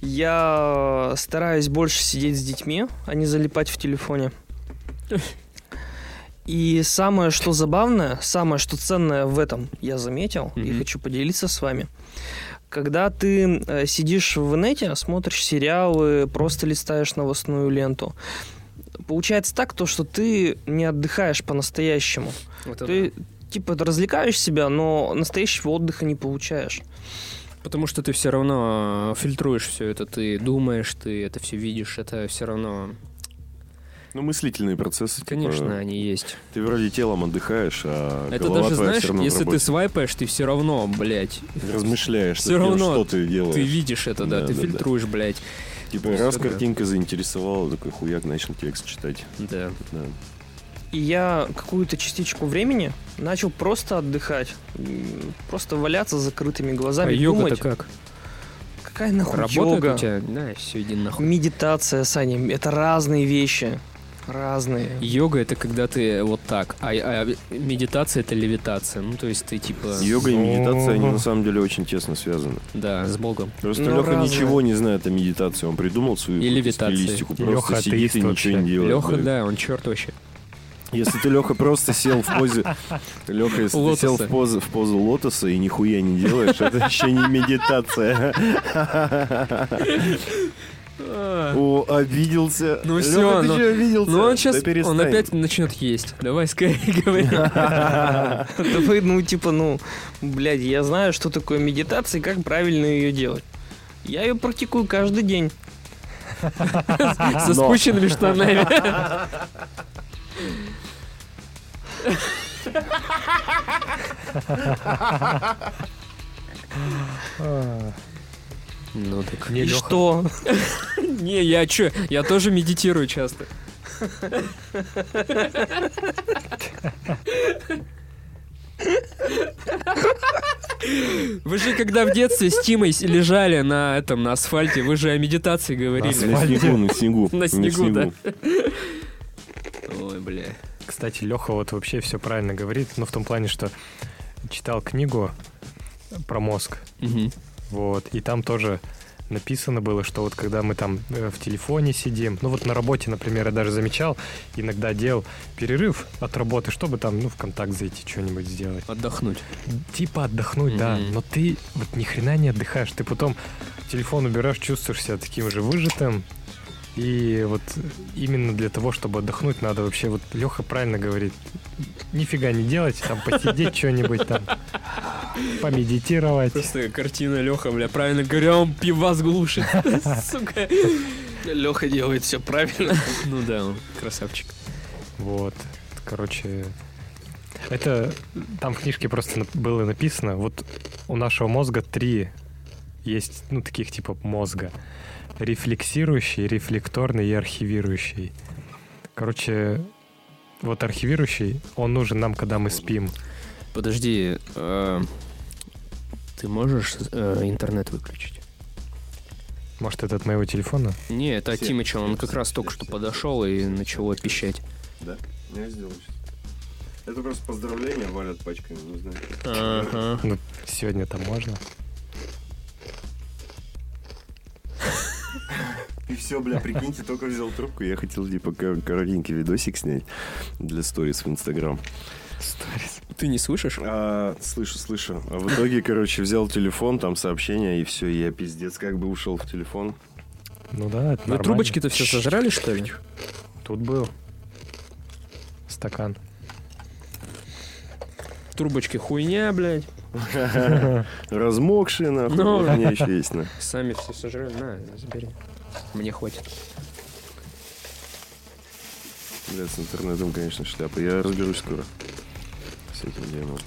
S5: Я стараюсь больше сидеть с детьми, а не залипать в телефоне. И самое, что забавное, самое, что ценное в этом я заметил и
S2: Мгм.
S5: хочу поделиться с вами. Когда ты э, сидишь в инете, смотришь сериалы, просто листаешь новостную ленту, получается так, то, что ты не отдыхаешь по-настоящему. Ты типа развлекаешь себя, но настоящего отдыха не получаешь.
S2: Потому что ты все равно э, фильтруешь все это, ты думаешь, ты это все видишь, это все равно,
S1: Ну, мыслительные процессы. типа,
S2: конечно, они есть.
S1: Ты вроде телом отдыхаешь, а
S2: Это
S1: голова
S2: даже
S1: твоя
S2: знаешь,
S1: всё равно в
S2: если ты
S1: работе.
S2: свайпаешь, ты все равно, блядь,
S1: размышляешь,
S2: всё
S1: над тем,
S2: равно
S1: что ты делаешь.
S2: ты видишь это, да,
S1: Да,
S2: ты
S1: да, да.
S2: фильтруешь, блядь.
S1: Типа, раз
S2: Да.
S1: картинка заинтересовала, такой хуяк начал текст читать.
S2: Да.
S1: Да.
S5: И я какую-то частичку времени начал просто отдыхать. М, Просто валяться с закрытыми
S2: А
S5: глазами,
S2: йога-то
S5: думать.
S2: как?
S5: Какая нахуй
S2: Работает
S5: йога?
S2: у тебя? Да, все, иди нахуй.
S5: Медитация, Саня, это разные вещи. Разные.
S2: Йога это когда ты вот так, а, а медитация это левитация. Ну, то есть ты типа,
S1: Йога и медитация, они
S4: Ого.
S1: на самом деле очень тесно связаны.
S2: да, с Богом.
S1: Просто
S5: Ну,
S1: Леха
S5: разные.
S1: ничего не знает о медитации, он придумал свою
S2: И левитации.
S1: стилистику,
S4: Лёха
S1: просто сидит
S4: атеист
S1: и
S4: вообще.
S1: ничего не делает.
S2: Леха,
S1: блядь.
S2: да, он черт вообще.
S1: Если ты, Леха, просто сел в позе... Леха, если
S2: Лотоса.
S1: ты сел в позу, в позу лотоса и нихуя не делаешь, это еще не медитация. О, обиделся.
S2: Ну
S1: Лёха,
S2: всё,
S1: ты
S2: ну-
S1: чё обиделся?
S2: Ну он сейчас,
S1: Да перестань.
S2: он опять начнет есть. Давай, скорее говори.
S5: Давай, ну, типа, ну, блядь, я знаю, что такое медитация и как правильно ее делать. Я ее практикую каждый день.
S2: Со спущенными штанами.
S4: А,
S2: Ну так.
S4: Не,
S5: и
S4: Лёха.
S5: что?
S2: Не, я чё, я тоже медитирую часто. Вы же когда в детстве с Тимой с- лежали на этом, на асфальте, вы же о медитации
S1: На
S2: говорили.
S1: снегу, на снегу.
S2: На снегу, да. Ой, бля.
S4: Кстати, Леха вот вообще все правильно говорит, но в том плане, что читал книгу про мозг,
S2: Мгм.
S4: вот, и там тоже написано было, что вот когда мы там э, в телефоне сидим, ну вот на работе, например, я даже замечал, иногда делал перерыв от работы, чтобы там, ну, в контакт зайти, что-нибудь сделать.
S2: Отдохнуть.
S4: Типа отдохнуть, да,
S2: Мгм.
S4: но ты вот ни хрена не отдыхаешь, ты потом телефон убираешь, чувствуешь себя таким же выжатым, и вот именно для того, чтобы отдохнуть, надо вообще, вот Леха правильно говорит, нифига не делать, там посидеть что-нибудь там, помедитировать.
S2: Просто картина Леха, бля, правильно говоря, он пивас глушит. Сука.
S3: Леха делает все правильно.
S2: Ну да, он красавчик.
S4: Вот, короче, это там в книжке просто нап- было написано. Вот у нашего мозга три есть, ну таких типа мозга: рефлексирующий, рефлекторный и архивирующий. Короче, вот архивирующий, он нужен нам, когда мы спим.
S2: Подожди, э, ты можешь э, интернет выключить?
S4: Может, это от моего телефона?
S2: Не, это от
S1: Все.
S2: Тимыча, он как раз только что подошел и начало пищать.
S1: Я сделал сейчас. Это просто поздравления валят пачками, не знаю.
S2: Ага.
S4: Ну, сегодня там можно.
S1: И все, бля, прикиньте, только взял трубку. Я хотел, типа, кор- коротенький видосик снять для сторис в Инстаграм.
S4: Сторис.
S2: Ты не слышишь?
S1: А, слышу, слышу. А В итоге, короче, взял телефон, там сообщение, и все, я пиздец как бы ушел в телефон.
S4: Ну да, это
S2: Вы
S4: нормально.
S2: трубочки-то все сожрали, что ли?
S4: Тут был стакан.
S2: Трубочки хуйня, блядь.
S1: Размокшие, нахуй.
S2: Ну.
S1: Вот У меня еще есть, на.
S2: Сами все сожрали. На, забери. Мне хватит.
S1: Бля, с интернетом, конечно, шляпа. Я разберусь скоро. С этим дерьмом.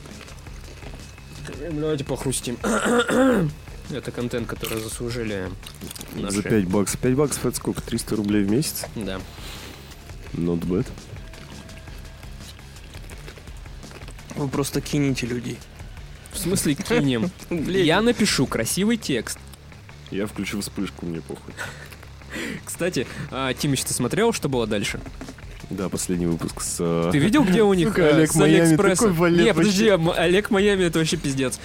S2: Давайте похрустим. Это контент, который заслужили наши.
S1: За 5 баксов. 5 баксов это сколько? 300 рублей в месяц?
S2: Да.
S1: Not bad.
S3: Вы просто кинете людей.
S2: В смысле кинем?
S3: Блин,
S2: Я напишу красивый текст.
S1: Я включу вспышку, мне похуй.
S2: Кстати, а, Тимыч, ты смотрел, что было дальше?
S1: Да, последний выпуск с... э,
S2: Ты видел, где у них
S1: Сука,
S2: э,
S1: Олег
S2: с
S1: Майами
S2: Алиэкспресса?
S1: такой валет
S2: Не, подожди, М- Олег Майами это вообще пиздец.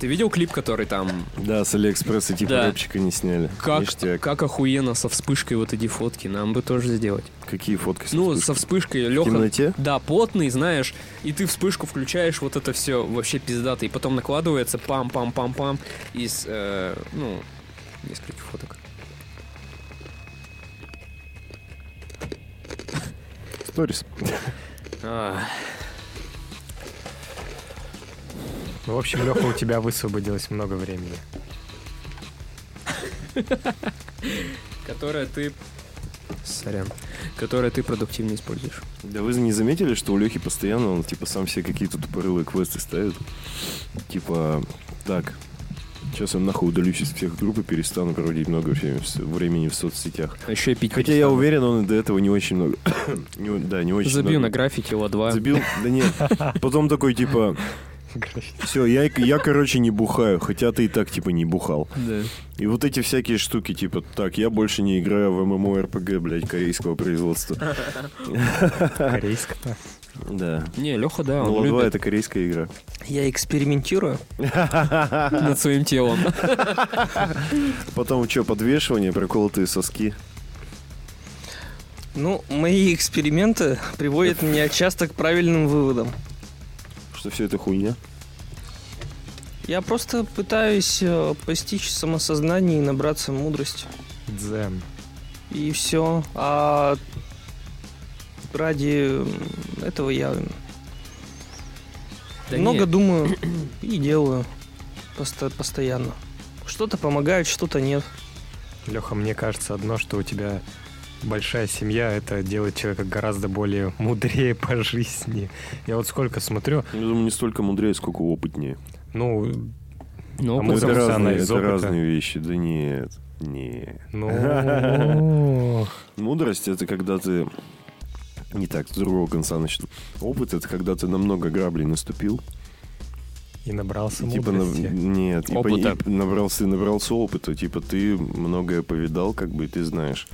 S2: Ты видел клип, который там?
S1: Да, с Алиэкспресса типа
S2: Да.
S1: рэпчика не сняли.
S2: Как,
S1: Ништяк.
S2: как охуенно со вспышкой вот эти фотки. Нам бы тоже сделать.
S1: Какие фотки? с
S2: Ну,
S1: вспышкой?
S2: со вспышкой
S1: В
S2: Леха
S1: темноте?
S2: Да, плотный, знаешь, и ты вспышку включаешь, вот это все вообще пиздато, и потом накладывается пам-пам-пам-пам из, э, ну, нескольких фоток.
S1: Сторис.
S2: А,
S4: Ну, в общем, Леха, у тебя высвободилось много времени.
S2: которое ты... Сорян. Которое ты продуктивно используешь.
S1: Да вы не заметили, что у Лехи постоянно он типа сам себе какие-то тупорылые квесты ставит? Типа, так, сейчас я нахуй удалюсь из всех групп и перестану проводить много времени в, с- времени в соцсетях.
S2: А еще и пить
S1: Хотя я
S2: перестану.
S1: уверен, он и до этого не очень много... не о- да, не очень
S2: Забью на
S1: много.
S2: граффити Ла-2.
S1: Забил? Да нет. Потом такой, типа, все, я, я, короче, не бухаю, хотя ты и так, типа, не бухал.
S2: Да.
S1: И вот эти всякие штуки, типа, так, я больше не играю в ММО-РПГ, блядь, корейского производства.
S4: Корейского.
S1: Да.
S2: Не, Леха, да,
S1: Ну,
S2: А, он
S1: Ло-2
S2: любит
S1: это корейская игра.
S3: Я экспериментирую.
S2: над своим телом.
S1: Потом что, подвешивание, проколотые соски.
S3: Ну, мои эксперименты приводят меня часто к правильным выводам.
S1: Что все это хуйня?
S3: Я просто пытаюсь э, постичь самосознание и набраться мудрости.
S4: Дзен.
S3: И все. А ради м, этого я
S2: Да
S3: много
S2: не,
S3: думаю и делаю Посто- постоянно. Что-то помогает, что-то нет.
S4: Леха, мне кажется, одно, что у тебя большая семья, это делает человека гораздо более мудрее по жизни. Я вот сколько смотрю,
S1: Я думаю, не столько мудрее, сколько опытнее.
S4: ну,
S2: Ну,
S4: А мы
S1: это
S4: Опыт пацана
S1: разные,
S4: из
S1: это
S4: опыта.
S1: разные вещи. Да нет, нет.
S4: ну,
S1: Мудрость это когда ты не так, с другого конца начну. Опыт это когда ты на много граблей наступил.
S4: и набрался
S1: И типа на-
S4: мудрости.
S1: нет, и по-
S2: Опыта.
S1: и набрался, набрался опыта. Типа ты многое повидал, как бы и ты знаешь.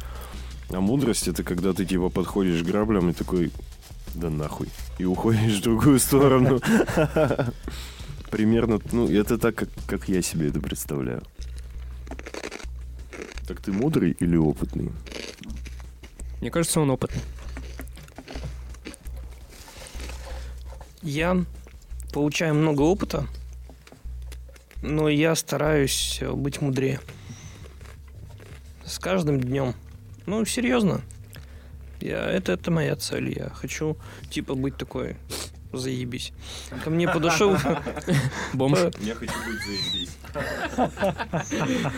S1: А мудрость это когда ты типа подходишь к граблям и такой, да нахуй, и уходишь в другую сторону. Примерно, ну, это так, как, как я себе это представляю. Так ты мудрый или опытный?
S2: Мне кажется, он опытный.
S5: Я получаю много опыта, но я стараюсь э, быть мудрее. С каждым днем. Ну, серьезно. Я, это, это моя цель. Я хочу, типа, быть такой заебись. Ко мне подошел...
S2: Бомж.
S1: Я хочу быть заебись.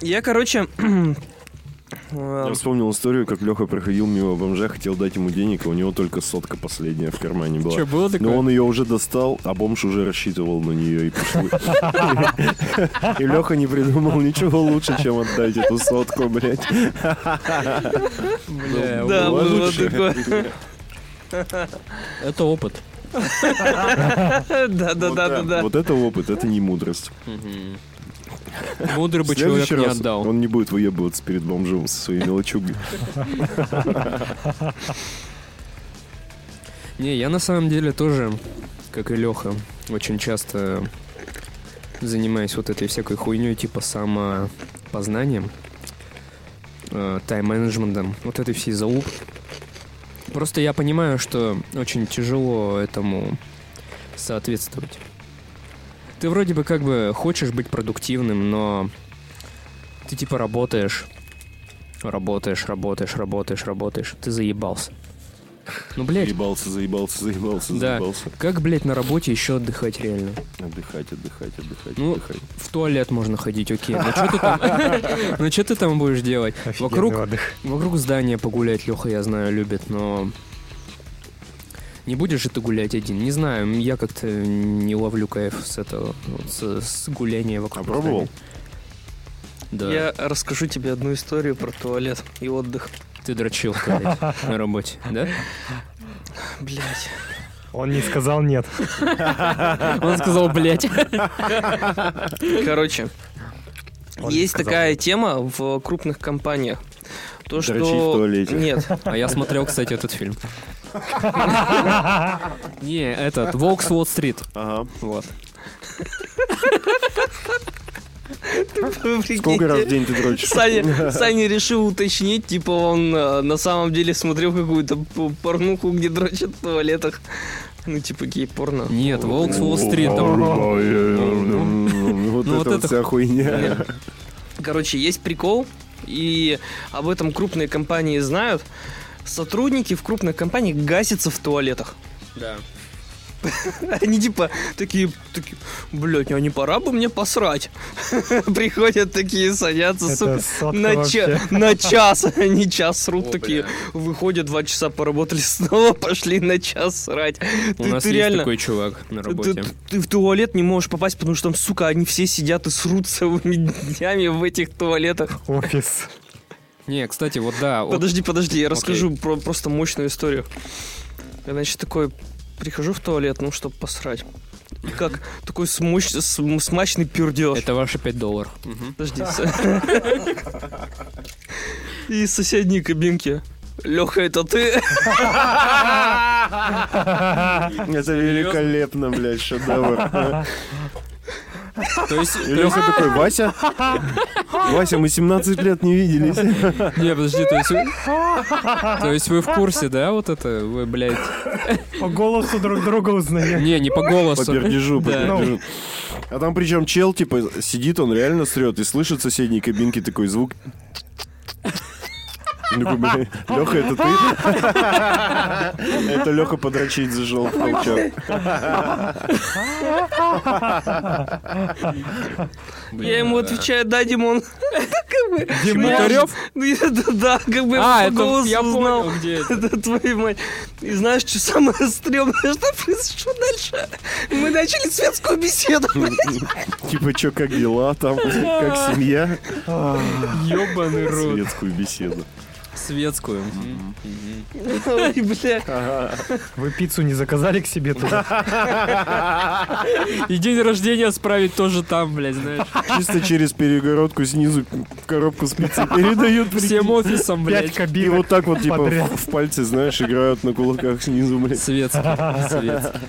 S5: Я, короче...
S1: Я
S5: э,
S1: вспомнил историю, как Леха проходил мимо бомжа, хотел дать ему денег, а у него только сотка последняя в кармане была.
S2: Че, было такое?
S1: Но Ну, он ее уже достал, а бомж уже рассчитывал на нее и пошли. И Леха не придумал ничего лучше, чем отдать эту сотку, блядь.
S2: Бля,
S5: Да,
S1: было
S5: было
S1: лучше.
S5: такое.
S2: Это опыт.
S1: Вот
S5: Да-да-да-да-да.
S1: Вот это опыт, это не мудрость.
S2: Мудрый бы
S1: В
S2: человек
S1: следующий
S2: не
S1: раз
S2: отдал.
S1: Он не будет выебываться перед бомжом со своей мелочугой.
S2: Не, я на самом деле тоже, как и Леха, очень часто занимаюсь вот этой всякой хуйней, типа самопознанием, э, тайм-менеджментом, вот этой всей залуп. Просто я понимаю, что очень тяжело этому соответствовать. Ты вроде бы как бы хочешь быть продуктивным, но ты типа работаешь, работаешь, работаешь, работаешь, работаешь, ты заебался. Ну, блядь,
S1: Заебался, заебался, заебался,
S2: Да.
S1: заебался.
S2: Как, блядь, на работе еще отдыхать реально?
S1: Отдыхать, отдыхать, отдыхать,
S2: Ну,
S1: отдыхать.
S2: В туалет можно ходить, окей. Ну что ты там? Ну что ты там будешь делать?
S4: Офигенный
S2: Вокруг,
S4: отдых.
S2: вокруг здания погулять, Леха, я знаю, любит, но... Не будешь же ты гулять один? Не знаю, м, я как-то не ловлю кайф с этого, вот с, с гуляния вокруг.
S1: А пробовал?
S2: здания. Да.
S5: Я расскажу тебе одну историю про туалет и отдых.
S2: Ты дрочил в туалете на работе, да?
S5: Блять.
S4: Он не сказал нет.
S2: Он сказал, блядь.
S5: Короче,
S4: Он не
S5: есть
S4: сказал.
S5: такая тема в крупных компаниях. То, что...
S1: Дрочить в туалете.
S5: Нет,
S2: А я смотрел, кстати, этот фильм. Не, этот, Волкс Уолл-стрит.
S1: Ага.
S2: Вот.
S1: Сколько раз в день ты дрочишь?
S5: Саня, Саня решил уточнить, типа он э, на самом деле смотрел какую-то п- порнуху, где дрочат в туалетах. Ну, типа гей-порно.
S2: Нет, Волкс Уолл-стрит. там-
S1: Вот
S2: Ну, вот
S1: это вот
S2: это
S1: вся хуйня.
S5: Короче, есть прикол, и об этом крупные компании знают. Сотрудники в крупных компаниях гасятся в туалетах.
S2: Да.
S5: Они типа такие, такие, блядь, а не пора бы мне посрать? Приходят такие, садятся,
S4: Это
S5: Ну, сука,
S4: сотка
S5: на, ча-
S4: вообще.
S5: на час, они час срут
S2: О,
S5: такие,
S2: бля.
S5: выходят, два часа поработали, снова пошли на час срать.
S2: У
S5: Ты-
S2: нас
S5: ты
S2: есть
S5: реально-
S2: такой чувак на
S5: Ты,
S2: работе.
S5: ты в туалет не можешь попасть, потому что там, сука, они все сидят и срут целыми днями в этих туалетах.
S4: Офис.
S2: Не, кстати, вот да, вот
S5: Подожди, подожди, я расскажу про просто мощную историю. Я, значит, такой прихожу в туалет, ну, чтобы посрать. И как такой смощ... см- смачный пердеж.
S2: это ваши 5 долларов. Мгм.
S5: Подожди. с- И из соседней кабинки. Леха, это ты?
S1: Это великолепно, блядь, шедевр.
S2: То есть,
S1: И Леха такой, Вася? Вася, мы 17 лет не виделись.
S2: не, подожди, то есть, вы- то есть вы в курсе, да, вот это, вы, блядь,
S4: По голосу друг друга узнаем.
S2: не, не по
S1: По
S2: голосу.
S1: пердежу, по
S2: Да.
S1: пердежу. А там причем чел, типа, сидит, он реально срет, и слышит в соседней кабинке такой звук. Леха, это ты? Это Леха подрочить зашел в толчок.
S5: Я ему отвечаю, да, Димон. Как бы-
S2: Димутарев?
S5: Ну, я- да, Да, как бы
S2: А,
S5: я по
S2: это
S5: голосу
S2: я
S5: узнал.
S2: понял, где это.
S5: Это твою мать. И знаешь, что самое стрёмное, что произошло дальше? Мы начали светскую беседу.
S1: Типа, чё, как дела там? Как семья?
S2: Ёбаный рот.
S1: Светскую беседу.
S2: Светскую. Мгм. Мгм.
S5: Ой, бля.
S4: Вы пиццу не заказали к себе туда?
S2: И день рождения справить тоже там, блядь, знаешь.
S1: Чисто через перегородку снизу коробку с пиццей передают. прикинь.
S2: Всем офисом,
S4: Пять
S2: блядь.
S1: И
S4: кабинок.
S1: вот так вот, типа,
S4: подряд.
S1: в в пальцы, знаешь, играют на кулаках снизу, блядь.
S2: Светский, светский.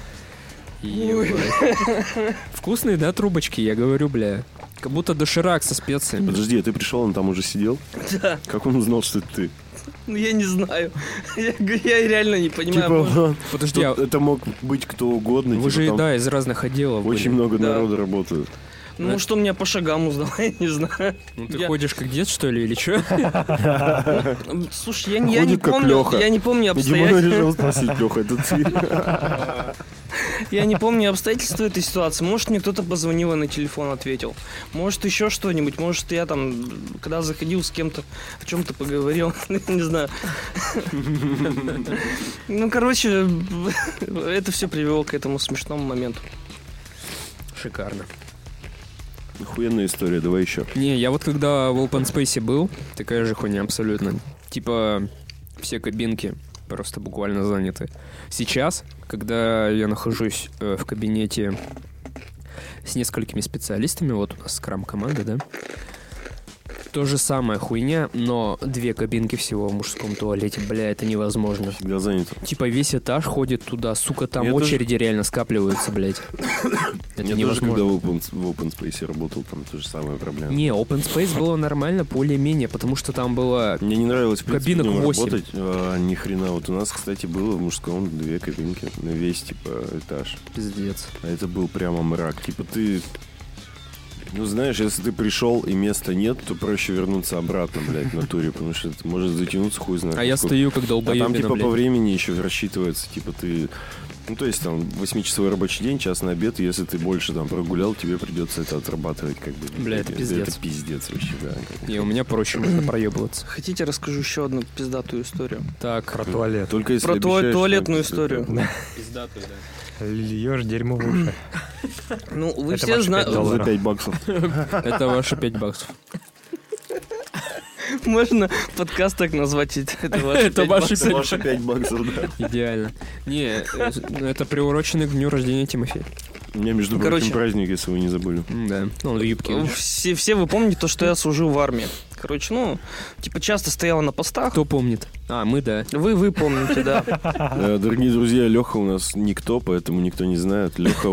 S2: Ебать. Вкусные, да, трубочки, я говорю, бля. Как будто доширак со специями.
S1: Подожди, а ты пришел, он там уже сидел?
S5: Да,
S1: Как он узнал, что это ты?
S5: ну я не знаю. Я, говорю, я реально не понимаю.
S1: Типа,
S5: может-
S1: он-
S2: Подожди,
S1: тут
S2: а
S1: это мог быть кто угодно.
S2: вы
S1: типа,
S2: же,
S1: там
S2: да, из разных отделов
S1: Очень
S2: были.
S1: много
S5: Да.
S1: народу работают.
S5: Ну, может, он меня по шагам узнал, я не знаю.
S2: Ну ты
S5: Я-
S2: ходишь как дед, что ли, или что?
S5: Слушай, я, не- я не
S1: Ходит как
S5: помню,
S1: Лёха.
S5: я не помню
S1: Дима
S5: обстоятельства.
S1: решил спросить, Леха, это ты?
S5: Я не помню обстоятельства этой ситуации. Может, мне кто-то позвонил и на телефон ответил. Может, еще что-нибудь. Может, я там, когда заходил с кем-то, о чем-то поговорил. Не знаю. Ну, короче, это все привело к этому смешному моменту.
S2: Шикарно.
S1: Охуенная история, давай еще.
S2: Не, я вот когда в Open Space был, такая же хуйня абсолютно. Типа все кабинки просто буквально заняты. Сейчас, когда я нахожусь э, в кабинете с несколькими специалистами, вот у нас скрам-команда, да, то же самое хуйня, но две кабинки всего в мужском туалете, бля, это невозможно.
S1: Всегда занято.
S2: Типа весь этаж ходит туда, сука, там
S1: Я тоже-
S2: очереди реально скапливаются, блядь. Это
S1: Я тоже,
S2: невозможно.
S1: когда в Open, в open Space работал, там тоже самая проблема.
S2: Не, Open Space было нормально, более-менее, потому что там было...
S1: Мне не нравилось, в принципе,
S2: Кабинок
S1: в нем
S2: восемь.
S1: работать. А, ни хрена. Вот у нас, кстати, было в мужском две кабинки на весь, типа, этаж.
S2: Пиздец.
S1: А это был прямо мрак. Типа ты... Ну, знаешь, если ты пришел и места нет, то проще вернуться обратно, блядь, в натуре, потому что это может затянуться хуй знает.
S2: А я
S1: сколько.
S2: стою как
S1: А там,
S2: долбоебина,
S1: типа, по
S2: блядь.
S1: времени еще рассчитывается, типа, ты... Ну, то есть, там, 8-часовой рабочий день, час на обед, и если ты больше там прогулял, тебе придется это отрабатывать, как бы.
S2: Бля, это пиздец.
S1: Это пиздец вообще, да.
S2: Не, у меня проще можно проебываться.
S5: Хотите, расскажу еще одну пиздатую историю.
S2: Так,
S4: Про туалет.
S1: Только если
S5: Про туа-
S1: обещаешь,
S5: туалетную
S1: что это-
S5: историю.
S4: Льешь дерьмо в уши.
S5: Ну, вы
S4: Это
S5: все
S4: ваши
S5: знаете...
S4: пять долларов.
S1: За 5 баксов.
S2: это ваши 5 баксов.
S5: Можно подкаст так назвать? Это ваши
S2: Это ваши
S5: пять баксов.
S2: пять-
S1: Ваши 5 баксов, да.
S2: Идеально. Не, э, это приурочено к дню рождения Тимофея.
S1: У меня, между прочим,
S5: Короче.
S1: праздник, если вы не забыли.
S2: Да, он в юбке. видишь.
S5: Все, все вы помните то, что я служил в армии. Короче, ну, типа часто стояла на постах.
S2: Кто помнит? А, мы, да.
S5: Вы, вы помните, да.
S1: Э, Дорогие друзья, Леха у нас никто, поэтому никто не знает. Леха,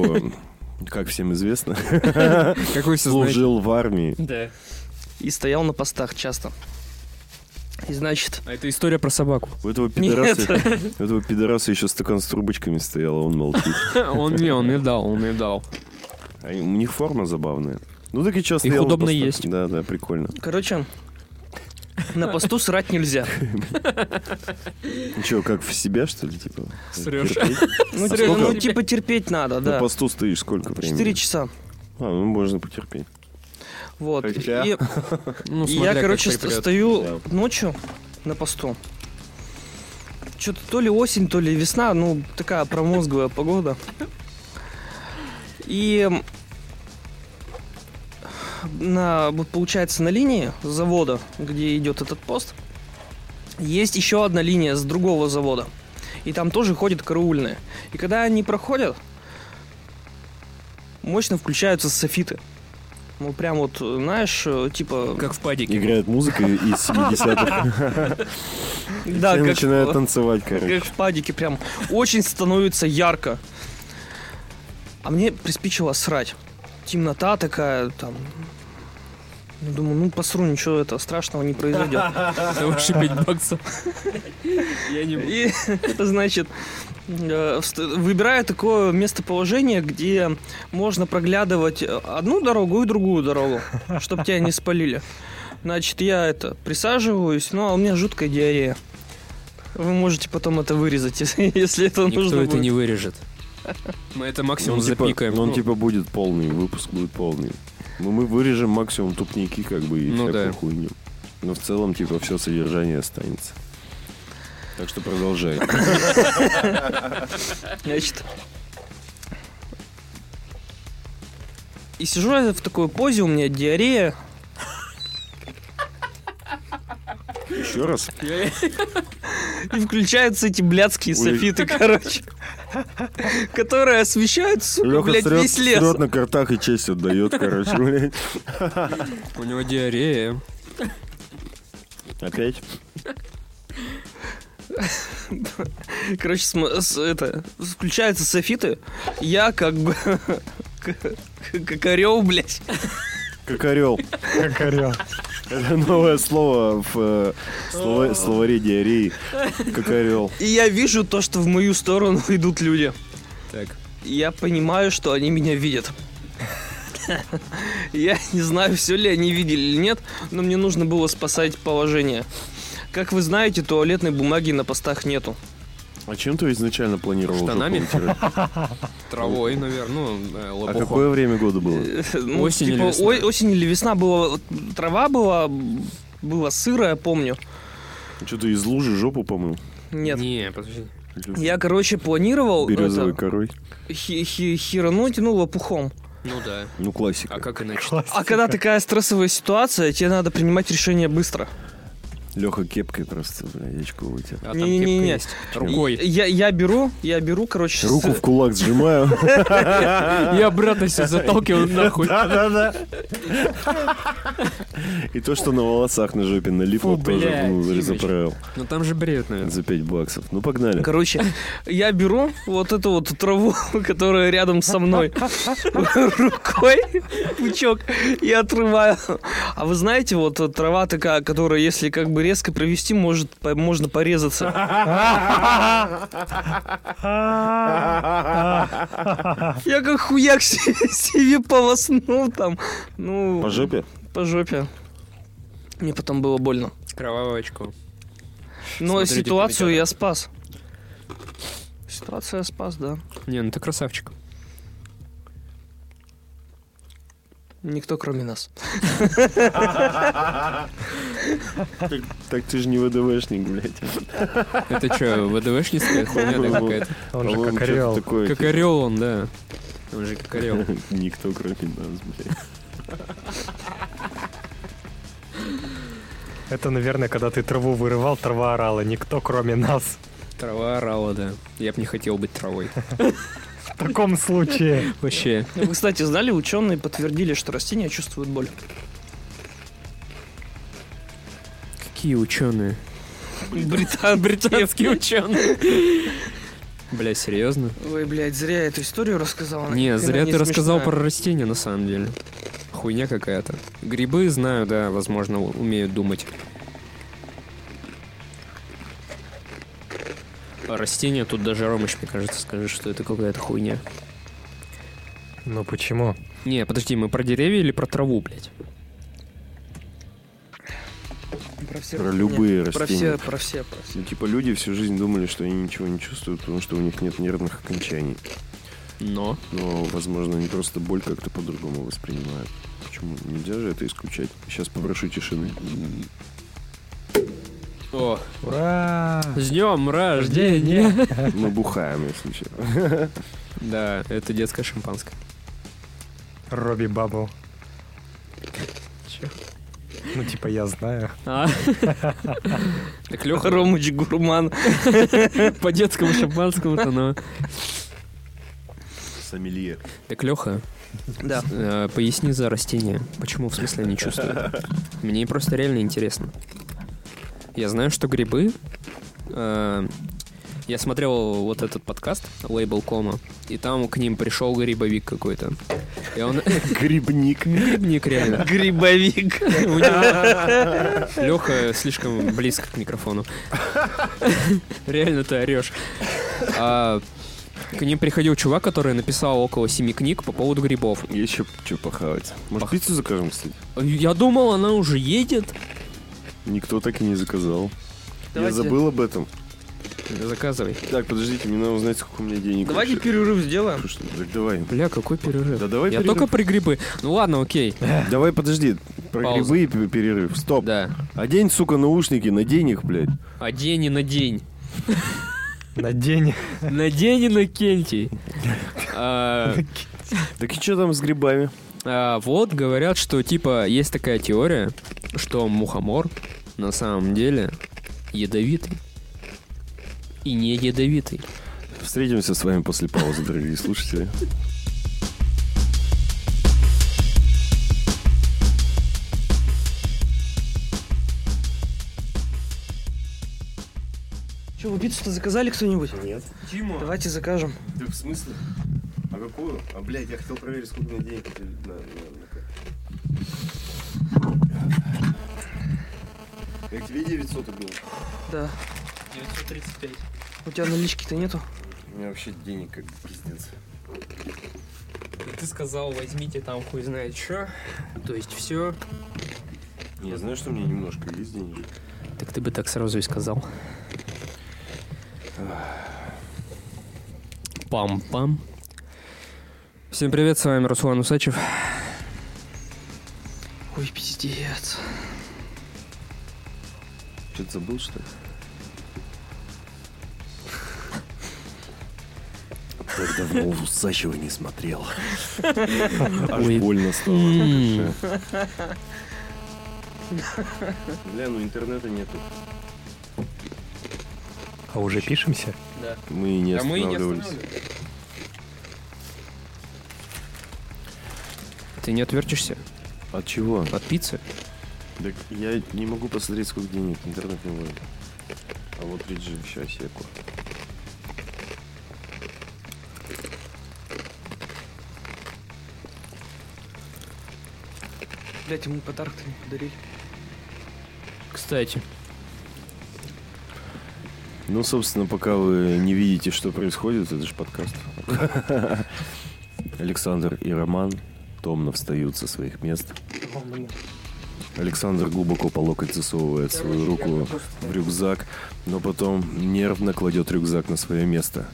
S1: как всем известно,
S2: Как вы все знаете.
S1: служил в армии.
S2: Да.
S5: И стоял на постах часто. И значит...
S2: А это история про собаку.
S1: У этого пидораса,
S5: Нет,
S1: у этого пидораса еще стакан с трубочками стоял, а он молчит.
S2: Он мне, он мне дал, он мне дал.
S1: А У них форма забавная. Ну так и часто.
S2: Их
S1: я вот
S2: удобно
S1: просто-
S2: есть.
S1: Да, да, прикольно.
S5: короче, на посту срать нельзя.
S1: Ну Че, как в себя, что ли, типа?
S2: Срёшь.
S1: Терпеть?
S5: Ну,
S1: А
S5: типа,
S1: сколько?
S5: ну, типа терпеть надо,
S1: На
S5: да.
S1: посту стоишь сколько времени?
S5: Четыре часа.
S1: А, ну можно потерпеть.
S5: Вот.
S1: Хотя.
S5: И-
S2: Ну,
S5: И
S2: смотря
S5: я,
S2: как
S5: короче, ст-
S2: припрёт.
S1: Да.
S5: стою ночью на посту. Что-то то ли осень, то ли весна, ну, такая промозглая погода. И м, на, вот получается, на линии завода, где идет этот пост, есть еще одна линия с другого завода. И там тоже ходят караульные. И когда они проходят, мощно включаются софиты. Ну, прям вот, знаешь, э, типа...
S2: Как в падике.
S1: Играет музыка из 70-х.
S5: Да,
S1: Все
S5: как-
S1: начинают танцевать, короче.
S5: Как в падике прям очень становится ярко. А мне приспичило срать. Темнота такая, там... Ну, думаю, ну посру, ничего это страшного не произойдет.
S2: Это ваши 5 баксов. Я не буду.
S5: И, значит, э, вст- выбираю такое местоположение, где можно проглядывать э, одну дорогу и другую дорогу, чтобы тебя не спалили. Значит, я это присаживаюсь, ну а у меня жуткая диарея. Вы можете потом это вырезать, если, если это нужно
S2: Никто это
S5: будет.
S2: не вырежет. Мы это максимум
S1: Он типа-
S2: запикаем.
S1: Он
S2: Ну,
S1: типа будет полный, выпуск будет полный. Ну, мы вырежем максимум тупники, как бы, и
S2: Ну да.
S1: всякую хуйню. Но в целом, типа, все содержание останется. Так что продолжай.
S5: Значит. И сижу я в такой позе, у меня диарея.
S1: Еще раз.
S5: И включаются эти блядские
S1: Ой.
S5: софиты, короче. Которые освещают, сука,
S1: Леха
S5: блядь,
S1: срет,
S5: весь лес.
S1: срет на картах и честь отдает, короче, блядь.
S2: У него диарея.
S1: Опять?
S5: Короче, см- с- это, включаются софиты. Я как бы... к- Как орел, блядь.
S1: Как орел.
S4: Как орел.
S1: Это новое слово в э, слово- словаре диареи. Как орел.
S5: И я вижу то, что в мою сторону идут люди.
S2: Так.
S5: Я понимаю, что они меня видят. Я не знаю, все ли они видели или нет, но мне нужно было спасать положение. Как вы знаете, туалетной бумаги на постах нету.
S1: А чем ты изначально планировал?
S2: Штанами?
S1: жопу вытирать?
S2: Травой, наверное, ну, э,
S1: А
S2: лопухом.
S1: какое время года было?
S5: Ну,
S2: Осень или
S5: типа,
S2: весна?
S5: ой- осень или весна была, трава была, было сыро, я помню.
S1: Что ты из лужи жопу помыл?
S5: Нет.
S2: Не, подожди.
S5: Я, короче, планировал
S1: Березовой
S5: это,
S1: корой.
S5: хи- хи- херануть, ну, лопухом.
S2: Ну да.
S1: Ну, классика.
S2: А как иначе?
S5: А когда такая стрессовая ситуация, тебе надо принимать решение быстро.
S1: Леха кепкой просто, блядь, очко вытер.
S2: А там
S5: Не-не-не.
S2: кепка есть. Рукой.
S5: Я, я беру, я беру, короче, с-
S1: Руку в кулак сжимаю.
S2: Я обратно все заталкиваю нахуй.
S1: Да-да-да. И то, что на волосах на жопе налипло,
S2: Фу,
S1: тоже
S2: блядь,
S1: ну,
S2: Димыч.
S1: заправил
S2: Ну там же бреют, наверное.
S1: за 5 баксов. Ну, погнали.
S5: Короче, я беру вот эту вот траву, которая рядом со мной, рукой, пучок, и отрываю. А вы знаете, вот э, трава такая, которая, если как бы резко провести, может, по- можно порезаться. Я как хуяк се- себе полоснул там. Ну,
S1: По жопе?
S5: по жопе. Мне потом было больно.
S2: Кровавое очко.
S5: Но
S2: Смотрите
S5: ситуацию
S2: комедианта.
S5: я спас. Ситуацию я спас, да.
S2: Не, ну ты красавчик.
S5: Никто кроме нас.
S1: Так, так ты же не ВДВшник, блядь.
S2: Это что, ВДВшницкая хуйня да, какая-то?
S4: Он же
S1: По-моему,
S4: как
S1: чё-то
S4: орел.
S1: такое, типа,
S2: Как орел он, да. Он же как орел.
S1: Никто, кроме нас, блядь.
S4: Это, наверное, когда ты траву вырывал, трава орала. Никто, кроме нас.
S2: Трава орала, да. Я бы не хотел быть травой.
S4: В таком случае.
S2: Вообще.
S5: Вы, кстати, знали, ученые подтвердили, что растения чувствуют боль.
S2: Какие ученые?
S5: Британ, британские.
S2: ученые. Бля, серьезно?
S5: Ой, блядь, зря я эту историю рассказал. она
S2: Не,
S5: ни хрена
S2: зря ты рассказал
S5: смешная.
S2: про растения, на самом деле. Хуйня какая-то. Грибы знаю, да, возможно, у- умеют думать. А растения тут даже Ромыч, мне кажется, скажет, что это какая-то хуйня.
S4: Ну почему?
S2: Не, подожди, мы про деревья или про траву, блядь?
S5: Про все
S1: Про
S5: растения.
S1: любые
S5: Про
S1: растения.
S5: все, про все, про все.
S1: Ну, типа, люди всю жизнь думали, что они ничего не чувствуют, потому что у них нет нервных окончаний.
S2: Но.
S1: Но, возможно, они просто боль как-то по-другому воспринимают. Почему? Нельзя же это исключать. Сейчас попрошу тишины.
S2: О,
S4: Ура!
S2: с днем рождения!
S1: Мы бухаем, если честно.
S2: Да, это детское шампанское.
S4: Робби Бабл. Ну, типа, я знаю.
S2: А? Так Леха
S5: Ромыч Гурман.
S2: по детскому шампанскому-то, но...
S1: Сомелье.
S2: Так Леха,
S5: Да.
S2: Э, Поясни за растения. Почему, в смысле, не чувствую? Мне просто реально интересно. Я знаю, что грибы... э, Я смотрел вот этот подкаст, лейбл Кома, и там к ним пришел грибовик какой-то. И он...
S1: Грибник.
S2: Грибник реально.
S5: Грибовик.
S2: Леха слишком близко к микрофону. Реально ты орешь. А, К ним приходил чувак, который написал около семи книг по поводу грибов.
S1: Есть еще что похавать. Может,
S2: Пох-
S1: пиццу закажем, кстати?
S2: Я думал, она уже едет.
S1: Никто так и не заказал.
S5: Давайте-
S1: Я забыл об этом.
S2: Заказывай.
S1: Так, подождите, мне надо узнать, сколько у меня денег.
S5: Давайте
S1: вообще.
S5: перерыв сделаем.
S1: Ну что, Так давай.
S2: Бля, какой перерыв.
S1: Да давай
S2: Я
S1: перерыв.
S2: только при грибы. Ну ладно, окей.
S1: Давай, подожди. Про
S2: Пауза.
S1: грибы и пе- перерыв. Стоп.
S2: Да.
S1: Одень, сука, наушники, надень их, блядь.
S2: А день и на день.
S4: На день.
S2: На день и на Кенти. А,
S1: Так и что там с грибами?
S2: а, Вот говорят, что типа есть такая теория, что мухомор на самом деле ядовитый. И не ядовитый.
S1: Встретимся с вами после паузы, дорогие слушатели.
S5: Че, вы пиццу-то заказали кто-нибудь?
S1: Типа,
S5: Нет. Давайте закажем.
S1: Да в смысле? А какую? А, блядь, я хотел проверить, сколько у меня денег. Я к тебе 900 был.
S5: Да.
S2: 935.
S5: У тебя налички-то нету?
S1: У меня вообще денег как пиздец.
S6: Ты сказал, возьмите там хуй знает что. То есть все.
S1: Не, знаешь, что у меня немножко есть денежек?
S6: Так ты бы так сразу и сказал. Пам-пам. Всем привет, с вами Руслан Усачев.
S5: Ой, пиздец.
S1: Что-то забыл, что ли? Как давно Усачева не смотрел. Аж
S6: Ой.
S1: больно стало.
S6: М.
S1: Бля, ну интернета нету.
S4: А уже пишемся?
S1: Мы и не
S6: А мы и не
S1: останавливались.
S6: останавливались. Ты не отвертишься
S1: От чего?
S6: от пиццы?
S1: Так я не могу посмотреть, сколько денег интернет не ловит. А вот 3G, сейчас секу.
S5: Блять, ему подарок-то не подарили.
S6: Кстати,
S1: Ну, собственно, пока вы не видите, что происходит, это же подкаст. Александр и Роман томно встают со своих мест. Александр глубоко по локоть засовывает свою руку в рюкзак, но потом нервно кладет рюкзак на свое место.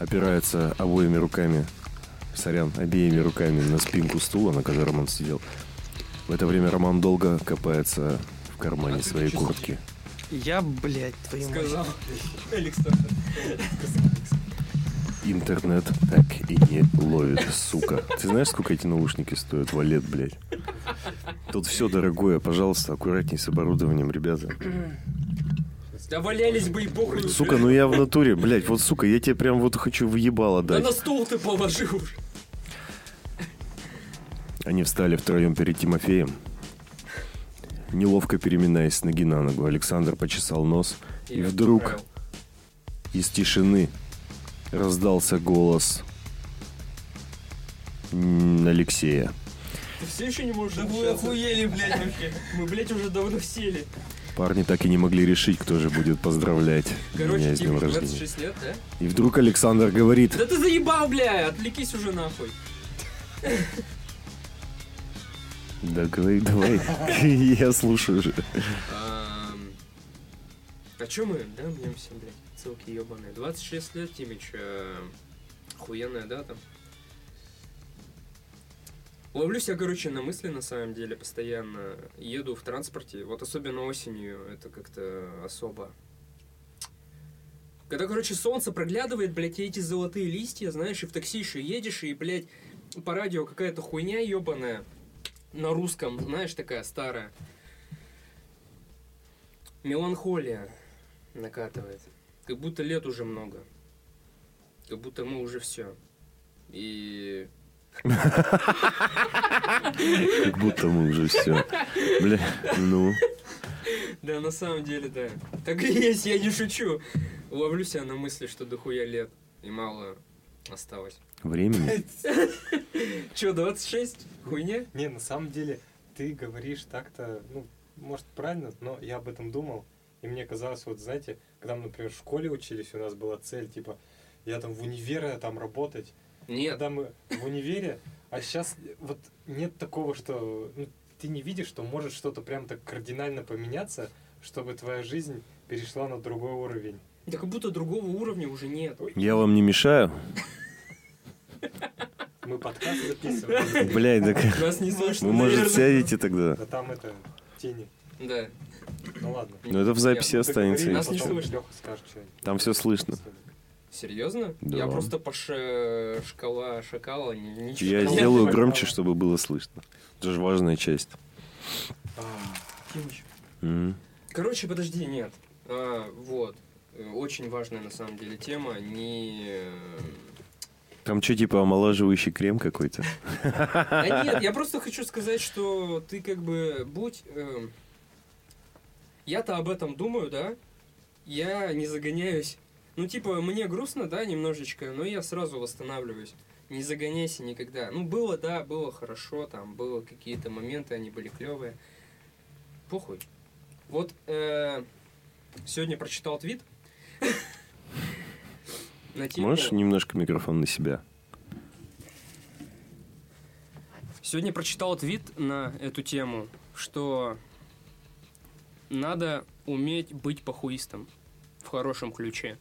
S1: Опирается обоими руками, сорян, обеими руками на спинку стула, на котором он сидел. В это время Роман долго копается в кармане своей куртки.
S5: Я, блять, твою мать.
S1: Интернет так и не ловит, сука. Ты знаешь, сколько эти наушники стоят? Валет, блядь. Тут все дорогое, пожалуйста, аккуратней с оборудованием, ребята.
S6: Да валялись бы и похуй.
S1: Сука, ну я в натуре, блядь, вот сука, я тебе прям вот хочу въебало дать.
S6: стол ты положил.
S1: Они встали втроем перед Тимофеем. Неловко переминаясь с ноги на ногу, Александр почесал нос, и вдруг из тишины раздался голос м, Алексея.
S2: Ты все еще не можешь Да вы охуели, блядь, вообще. Мы, блядь, уже давно сели.
S1: Парни так и не могли решить, кто же будет поздравлять меня
S2: Короче, типа,
S1: с днем
S2: Тим,
S1: рождения.
S2: 26 лет, да?
S1: И вдруг Александр говорит,
S2: Да ты заебал, бля, отвлекись уже нахуй.
S1: да говори, давай, я слушаю же.
S2: Ам, А чё мы, да, мнемся, блядь, ссылки ебаные. 26 лет, Тимич, эм, охуенная дата. Ловлю себя, короче, на мысли, на самом деле, постоянно. Еду в транспорте, вот особенно осенью, это как-то особо. Когда, короче, солнце проглядывает, блядь, и эти золотые листья, знаешь, и в такси еще едешь, и, блядь, по радио какая-то хуйня ебаная на русском, знаешь, такая старая. Меланхолия накатывает. Как будто лет уже много. Как будто мы уже все. И...
S1: Как будто мы уже все. Бля, ну,
S2: Да, на самом деле, да. Так и есть, я не шучу. Ловлю себя на мысли, что дохуя лет. И мало осталось.
S1: времени.
S2: Че, 26? Хуйня?
S4: Не, на самом деле, ты говоришь так-то, ну, может, правильно, но я об этом думал. И мне казалось, вот знаете, когда мы, например, в школе учились, у нас была цель, типа, я там в универе там работать.
S2: Нет.
S4: Когда мы в универе, а сейчас вот нет такого, что ну, ты не видишь, что может что-то прям так кардинально поменяться, чтобы твоя жизнь перешла на другой уровень.
S2: Да как будто другого уровня уже нет.
S1: Я вам не мешаю?
S4: Мы подкаст записываем,
S1: Блядь, так
S2: Нас не слышно,
S1: вы, может,
S2: наверно.
S1: сядете тогда?
S4: а там это тени.
S2: Да.
S4: Ну ладно.
S1: Но это в записи останется.
S2: Нас
S1: если
S2: не
S1: что.
S2: слышно.
S4: Леха скажет что-нибудь.
S1: Там все слышно.
S2: Серьезно?
S1: Да.
S2: Я просто по ше- шкала шакала н- ничего.
S1: Я
S4: Нет,
S1: сделаю
S4: не
S1: громче,
S4: понимаю.
S1: чтобы было слышно. Это же важная часть.
S4: А,
S2: Тимыч,
S1: М.
S2: Короче, подожди, нет. А, вот. Э, Очень важная на самом деле тема. Не. э,
S1: Там что, типа омолаживающий крем какой-то?
S2: Да нет, я просто хочу сказать, что ты как бы будь. эм, Я-то об этом думаю, да? Я не загоняюсь. Ну, типа, мне грустно, да, немножечко, но я сразу восстанавливаюсь. Не загоняйся никогда. Ну, было, да, было хорошо, там, было какие-то моменты, они были клевые. Похуй. Вот э, сегодня прочитал твит. На тему-
S1: Можешь немножко микрофон на себя?
S2: Сегодня прочитал твит на эту тему, что надо уметь быть похуистом в хорошем ключе.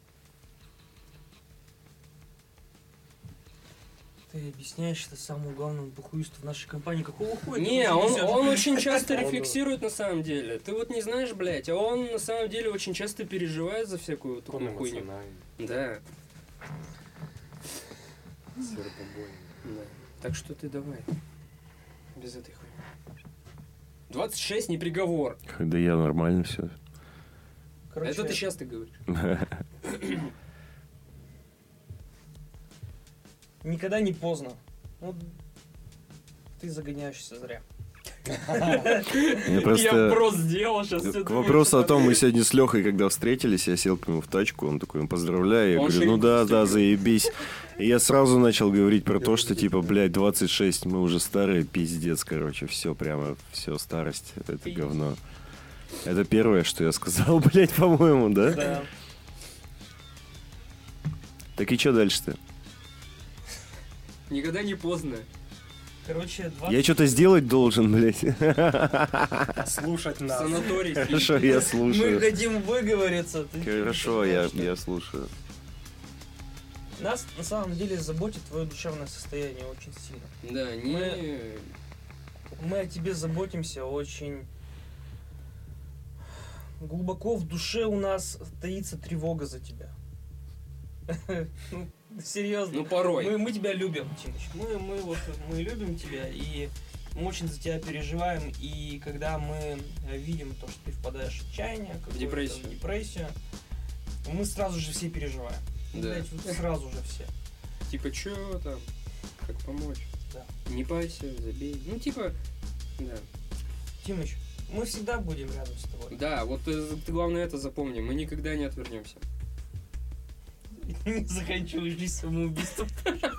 S5: Ты объясняешь это самому главному похуисту в нашей компании. Какого хуя? ты
S2: Не,
S5: уже
S2: он,
S5: несёшь?
S2: он очень часто
S5: Он
S2: рефлексирует на самом деле. Ты вот не знаешь, блядь, а он на самом деле очень часто переживает за всякую вот такую хуйню. Да, да. Так что ты давай. Без этой хуйни. 26 не приговор.
S1: Да я нормально все.
S5: Короче,
S2: Это ты сейчас ты говоришь.
S5: Никогда не поздно. Ну, ты загоняешься зря.
S1: Я просто...
S2: сделал сейчас.
S1: К вопросу о том, мы сегодня с Лехой, когда встретились, я сел к нему в тачку, он такой, поздравляю, я
S2: Он
S1: говорю,
S2: шериф
S1: ну да,
S2: действительно.
S1: да, заебись. И я сразу начал говорить про то, что типа, блядь, 26, мы уже старые, пиздец, короче, все прямо, все, старость, это говно. Это первое, что я сказал, блядь, по-моему, да?
S5: Да.
S1: Так и что дальше-то?
S2: Никогда не поздно.
S5: Короче, два...
S1: Я что-то сделать должен, блядь.
S4: Слушать
S2: В
S4: нас.
S2: санаторий.
S1: Хорошо, я
S5: Мы
S1: слушаю.
S5: дадим выговориться. Ты-
S1: Хорошо,
S5: ты
S1: я,
S5: знаешь,
S1: я слушаю.
S5: что- Нас на самом деле заботит твое душевное состояние очень сильно.
S2: Да, не...
S5: Мы- Мы о тебе заботимся очень... Глубоко в душе у нас таится тревога за тебя. Ну, серьезно.
S2: Ну, порой.
S5: Мы, мы тебя любим, Тимыч. Мы, мы, вот, мы любим тебя, и мы очень за тебя переживаем. И когда мы э, видим то, что ты впадаешь в отчаяние, какую-то
S2: депрессию.
S5: депрессию, мы сразу же все переживаем.
S2: Да.
S5: Блядь, вот сразу же все.
S2: Типа, чё там? Как помочь?
S5: Да.
S2: Не пайся, забей. Ну, типа, да.
S5: Тимыч, мы всегда будем рядом с тобой.
S2: Да, вот э, ты главное это запомни, мы никогда не отвернемся.
S5: Не захочу жизнь самоубийством.
S1: Бля,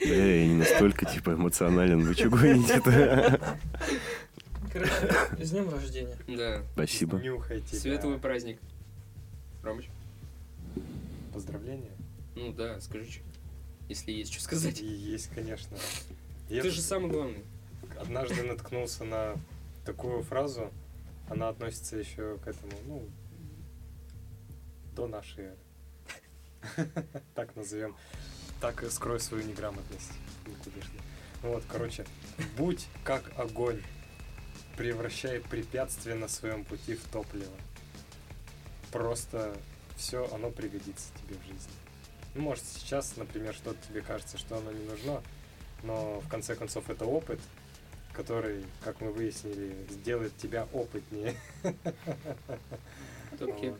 S1: Э, я не настолько типа эмоционален, вы чё гоните-то?
S5: Короче, с днем рождения.
S2: Да.
S1: Спасибо.
S4: Нюхайте.
S2: Светлый праздник. Ромыч?
S4: Поздравления.
S2: Ну да, скажи чё. Если есть что сказать.
S4: И есть, конечно. Я
S2: Ты же самый главный.
S4: однажды наткнулся на такую фразу. Она относится еще к этому, ну, до нашей эры. Так назовем. Так и скрой свою неграмотность. никудышную. Вот, короче, будь как огонь, превращай препятствия на своем пути в топливо. Просто все оно пригодится тебе в жизни. Ну, Может, сейчас, например, что-то тебе кажется, что оно не нужно, но в конце концов это опыт, который, как мы выяснили, сделает тебя опытнее. Ну,
S2: Топки.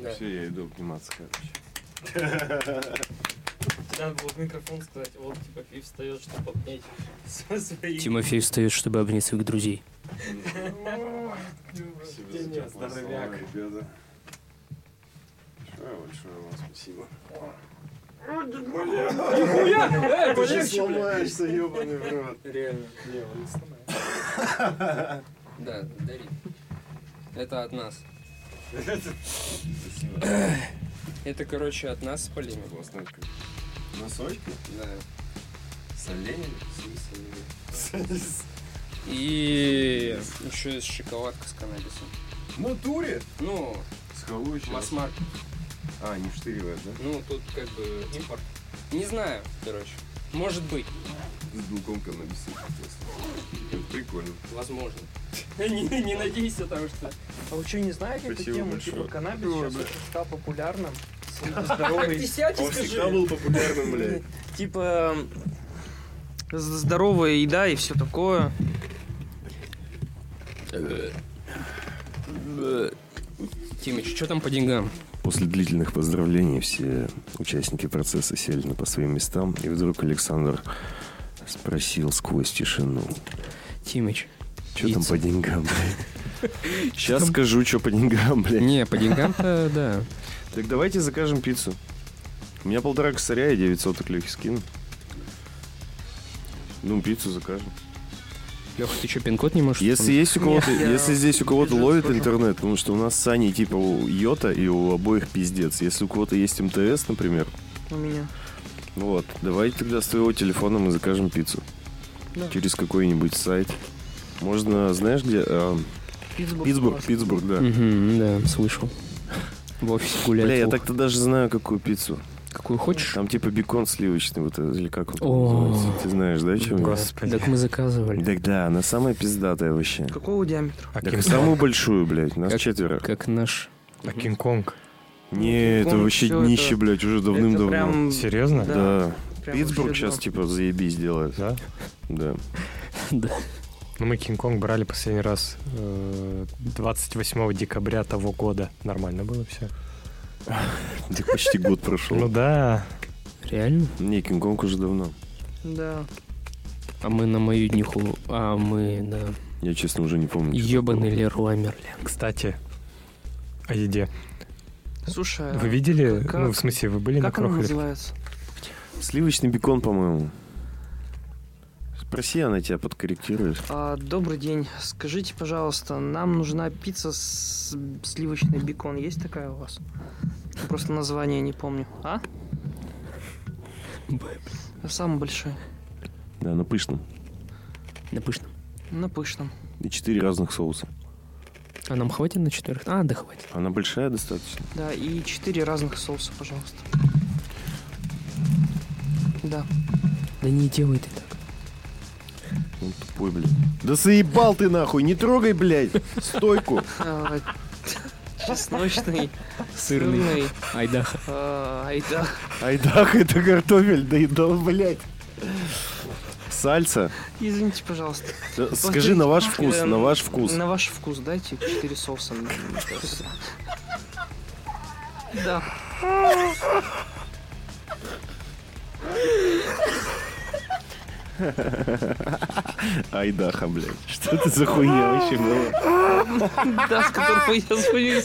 S2: Да.
S1: Все, я иду обниматься, короче.
S5: Надо было в микрофон а сказать, вот Тимофей встает, чтобы обнять со- свои-
S7: Тимофей встает, чтобы обнять своих друзей.
S4: Рождения, здоровяк.
S1: ребята. Большое, большое вам спасибо.
S2: Э,
S1: Ты же
S2: полегче, бля.
S1: сломаешься, ебаный в рот.
S2: Реально. Да, дари. Это от нас. Это, короче, от нас полимер.
S1: Носочки?
S2: Да.
S1: С оленями?
S2: И еще есть шоколадка с каннабисом.
S1: В натуре?
S2: Ну,
S1: С халучей.
S2: масс-маркет.
S1: А, не штыривает, да?
S2: Ну, тут как бы импорт. Не знаю, короче. Может быть,
S1: С белком каннабиса. Прикольно.
S2: возможно. Не, не надейся, потому что...
S5: А вы что, не знаете эту
S1: Спасибо
S5: тему?
S1: большое.
S5: Типа каннабис
S1: Ой,
S5: сейчас
S1: бля.
S5: очень стал популярным.
S2: Как ты
S5: Здоровый.
S2: сядь и
S1: Он всегда
S2: скажи.
S1: был популярным, блядь.
S5: Типа м, з- здоровая еда и все такое.
S2: Тимыч, что там по деньгам?
S1: После длительных поздравлений все участники процесса сели на- по своим местам, и вдруг Александр спросил сквозь тишину.
S7: Тимыч.
S1: Что там
S7: Яйцо.
S1: по деньгам, блядь? Сейчас скажу, что по деньгам, блядь.
S7: Не, по деньгам-то, да.
S1: Так давайте закажем пиццу. У меня полтора косаря и 900 соток Лехи скину. Ну, пиццу закажем.
S2: Леха, ты что, пин-код не можешь?
S1: Если есть у кого-то,
S5: Нет, я
S1: если здесь у кого-то
S5: бежал,
S1: ловит
S5: слушал.
S1: интернет, потому что у нас с Аней типа у Йота и у обоих пиздец. Если у кого-то есть МТС, например, ну
S5: У меня.
S1: вот, давайте тогда с твоего телефона мы закажем пиццу.
S5: Да.
S1: Через какой-нибудь сайт. Можно, знаешь где? А,
S5: Питтсбург.
S1: Питтсбург, Питтсбург, да.
S2: Угу, да, слышал. В офисе гулять.
S1: Бля, я
S2: Ух,
S1: так-то даже знаю, какую пиццу.
S2: Какую хочешь?
S1: Там типа бекон сливочный, вот это, или как он там
S2: О.
S1: называется. Ты знаешь, да, чем?
S4: Господи.
S2: Так мы заказывали.
S1: Так да, она самая пиздатая вообще.
S5: Какого диаметра?
S4: А
S1: Так
S4: Кинг-Конг?
S1: самую большую, блядь, нас
S2: Как-
S1: четверо.
S2: Как наш...
S4: А Кинг-Конг?
S1: Не, это
S5: Помню,
S1: вообще
S5: всё
S1: днище,
S5: это-
S1: блядь, уже давным-давно.
S5: Это прям...
S4: Серьезно?
S5: Да.
S1: Да.
S5: прям
S1: Питтсбург
S5: вообще
S1: сейчас
S5: дно.
S1: типа заебись делает.
S4: Да?
S1: Да.
S4: Ну, мы Кинг-Конг брали последний раз э, 28 декабря того года. Нормально было все.
S1: Ты почти год
S4: Ну
S1: прошел.
S4: да.
S2: Реально?
S1: Не, Кинг-Конг уже давно. типа.
S5: Да.
S2: А мы на мою днюху... А мы на...
S1: Я, честно, уже не помню. что
S2: Ёбаный
S1: было.
S2: Леруа Мерлен.
S4: Кстати, о еде.
S5: Слушай, а
S4: Вы видели?
S5: как-
S4: Ну, в смысле, вы были на
S5: как она
S4: Прохоре?
S5: называется?
S1: Сливочный бекон, по-моему. Спроси, она тебя подкорректирует.
S5: А, добрый день. Скажите, пожалуйста, нам нужна пицца с сливочный бекон. Есть такая у вас? Просто название не помню. А? Самый большой.
S1: Да, на пышном.
S2: На пышном.
S5: На пышном.
S1: И четыре разных соуса.
S2: А нам хватит на четверых? А, да хватит.
S1: Она большая достаточно.
S5: Да, и четыре разных соуса, пожалуйста. Да.
S2: Да не делай ты так.
S1: Он Ну, тупой, блядь. Да заебал ты нахуй, не трогай, блядь, стойку.
S5: А, Чесночный,
S2: Сырный.
S5: сырный,
S2: Айдаха.
S5: а, айда,
S1: Айдах, это картофель, доедал, блядь. Сальца.
S5: извините, пожалуйста, Эм,
S1: Да, Скажи на ваш вкус, на ваш вкус.
S5: на ваш вкус дайте четыре соуса. мне кажется. Да,
S1: Айдаха, блядь. Что это за хуйня вообще была?
S5: да, с которого я звоню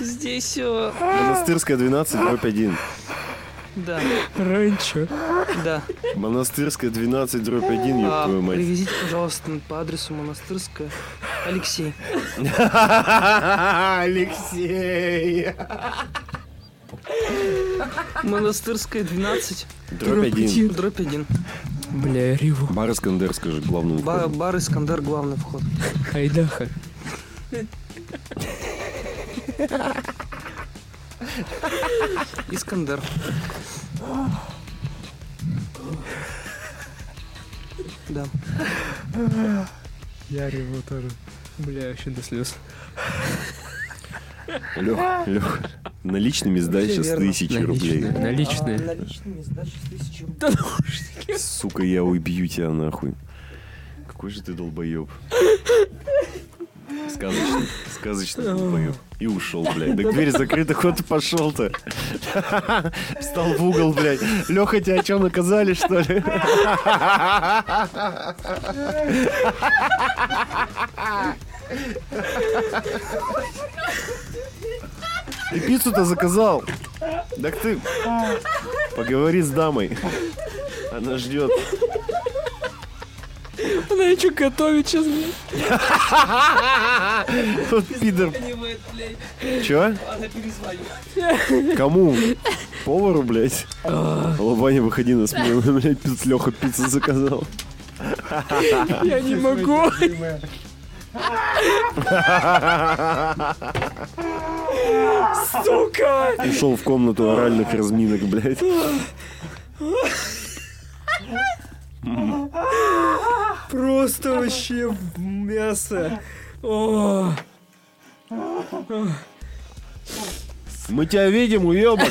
S5: здесь, э,
S1: Монастырская 12, дробь 1.
S5: да,
S2: Раньше.
S5: да.
S1: Монастырская 12, дробь 1, ёб
S5: А,
S1: твою мать.
S5: Привезите, пожалуйста, по адресу Монастырская, Алексей.
S1: Алексей!
S5: Монастырская 12,
S1: Дробь 1.
S5: дробь 1.
S2: Бля, я реву.
S1: Бар Искандер, скажи, главному.
S5: Ба-
S1: входу.
S5: Бар Искандер, главный вход.
S2: Айдаха.
S5: Искандер. Да.
S4: Я реву тоже.
S2: Бля, вообще до слез.
S1: Лёх, Лёх, наличными сдай
S5: Вообще
S1: сейчас
S5: верно.
S1: тысячи рублей.
S2: Наличные.
S5: Наличными сдачи тысячи рублей.
S1: Сука, я убью тебя нахуй. Какой же ты долбоеб. Сказочный, сказочный долбоеб. И ушел, блядь. Так дверь закрыта, куда ты пошел-то? Встал в угол, блядь. Леха, тебя что, наказали, что ли? Ты пиццу-то заказал. Так ты поговори с дамой. Она ждет.
S2: Она еще готовит сейчас.
S1: Тот пидор. Чё? Кому? Повару, блядь? Лобаня, выходи на смену. Блядь, пиц, Леха пиццу заказал.
S2: Я не могу. Сука!
S1: Ушел в комнату оральных разминок, блядь.
S2: Просто вообще в мясо. О,
S1: Мы тебя видим, уебок.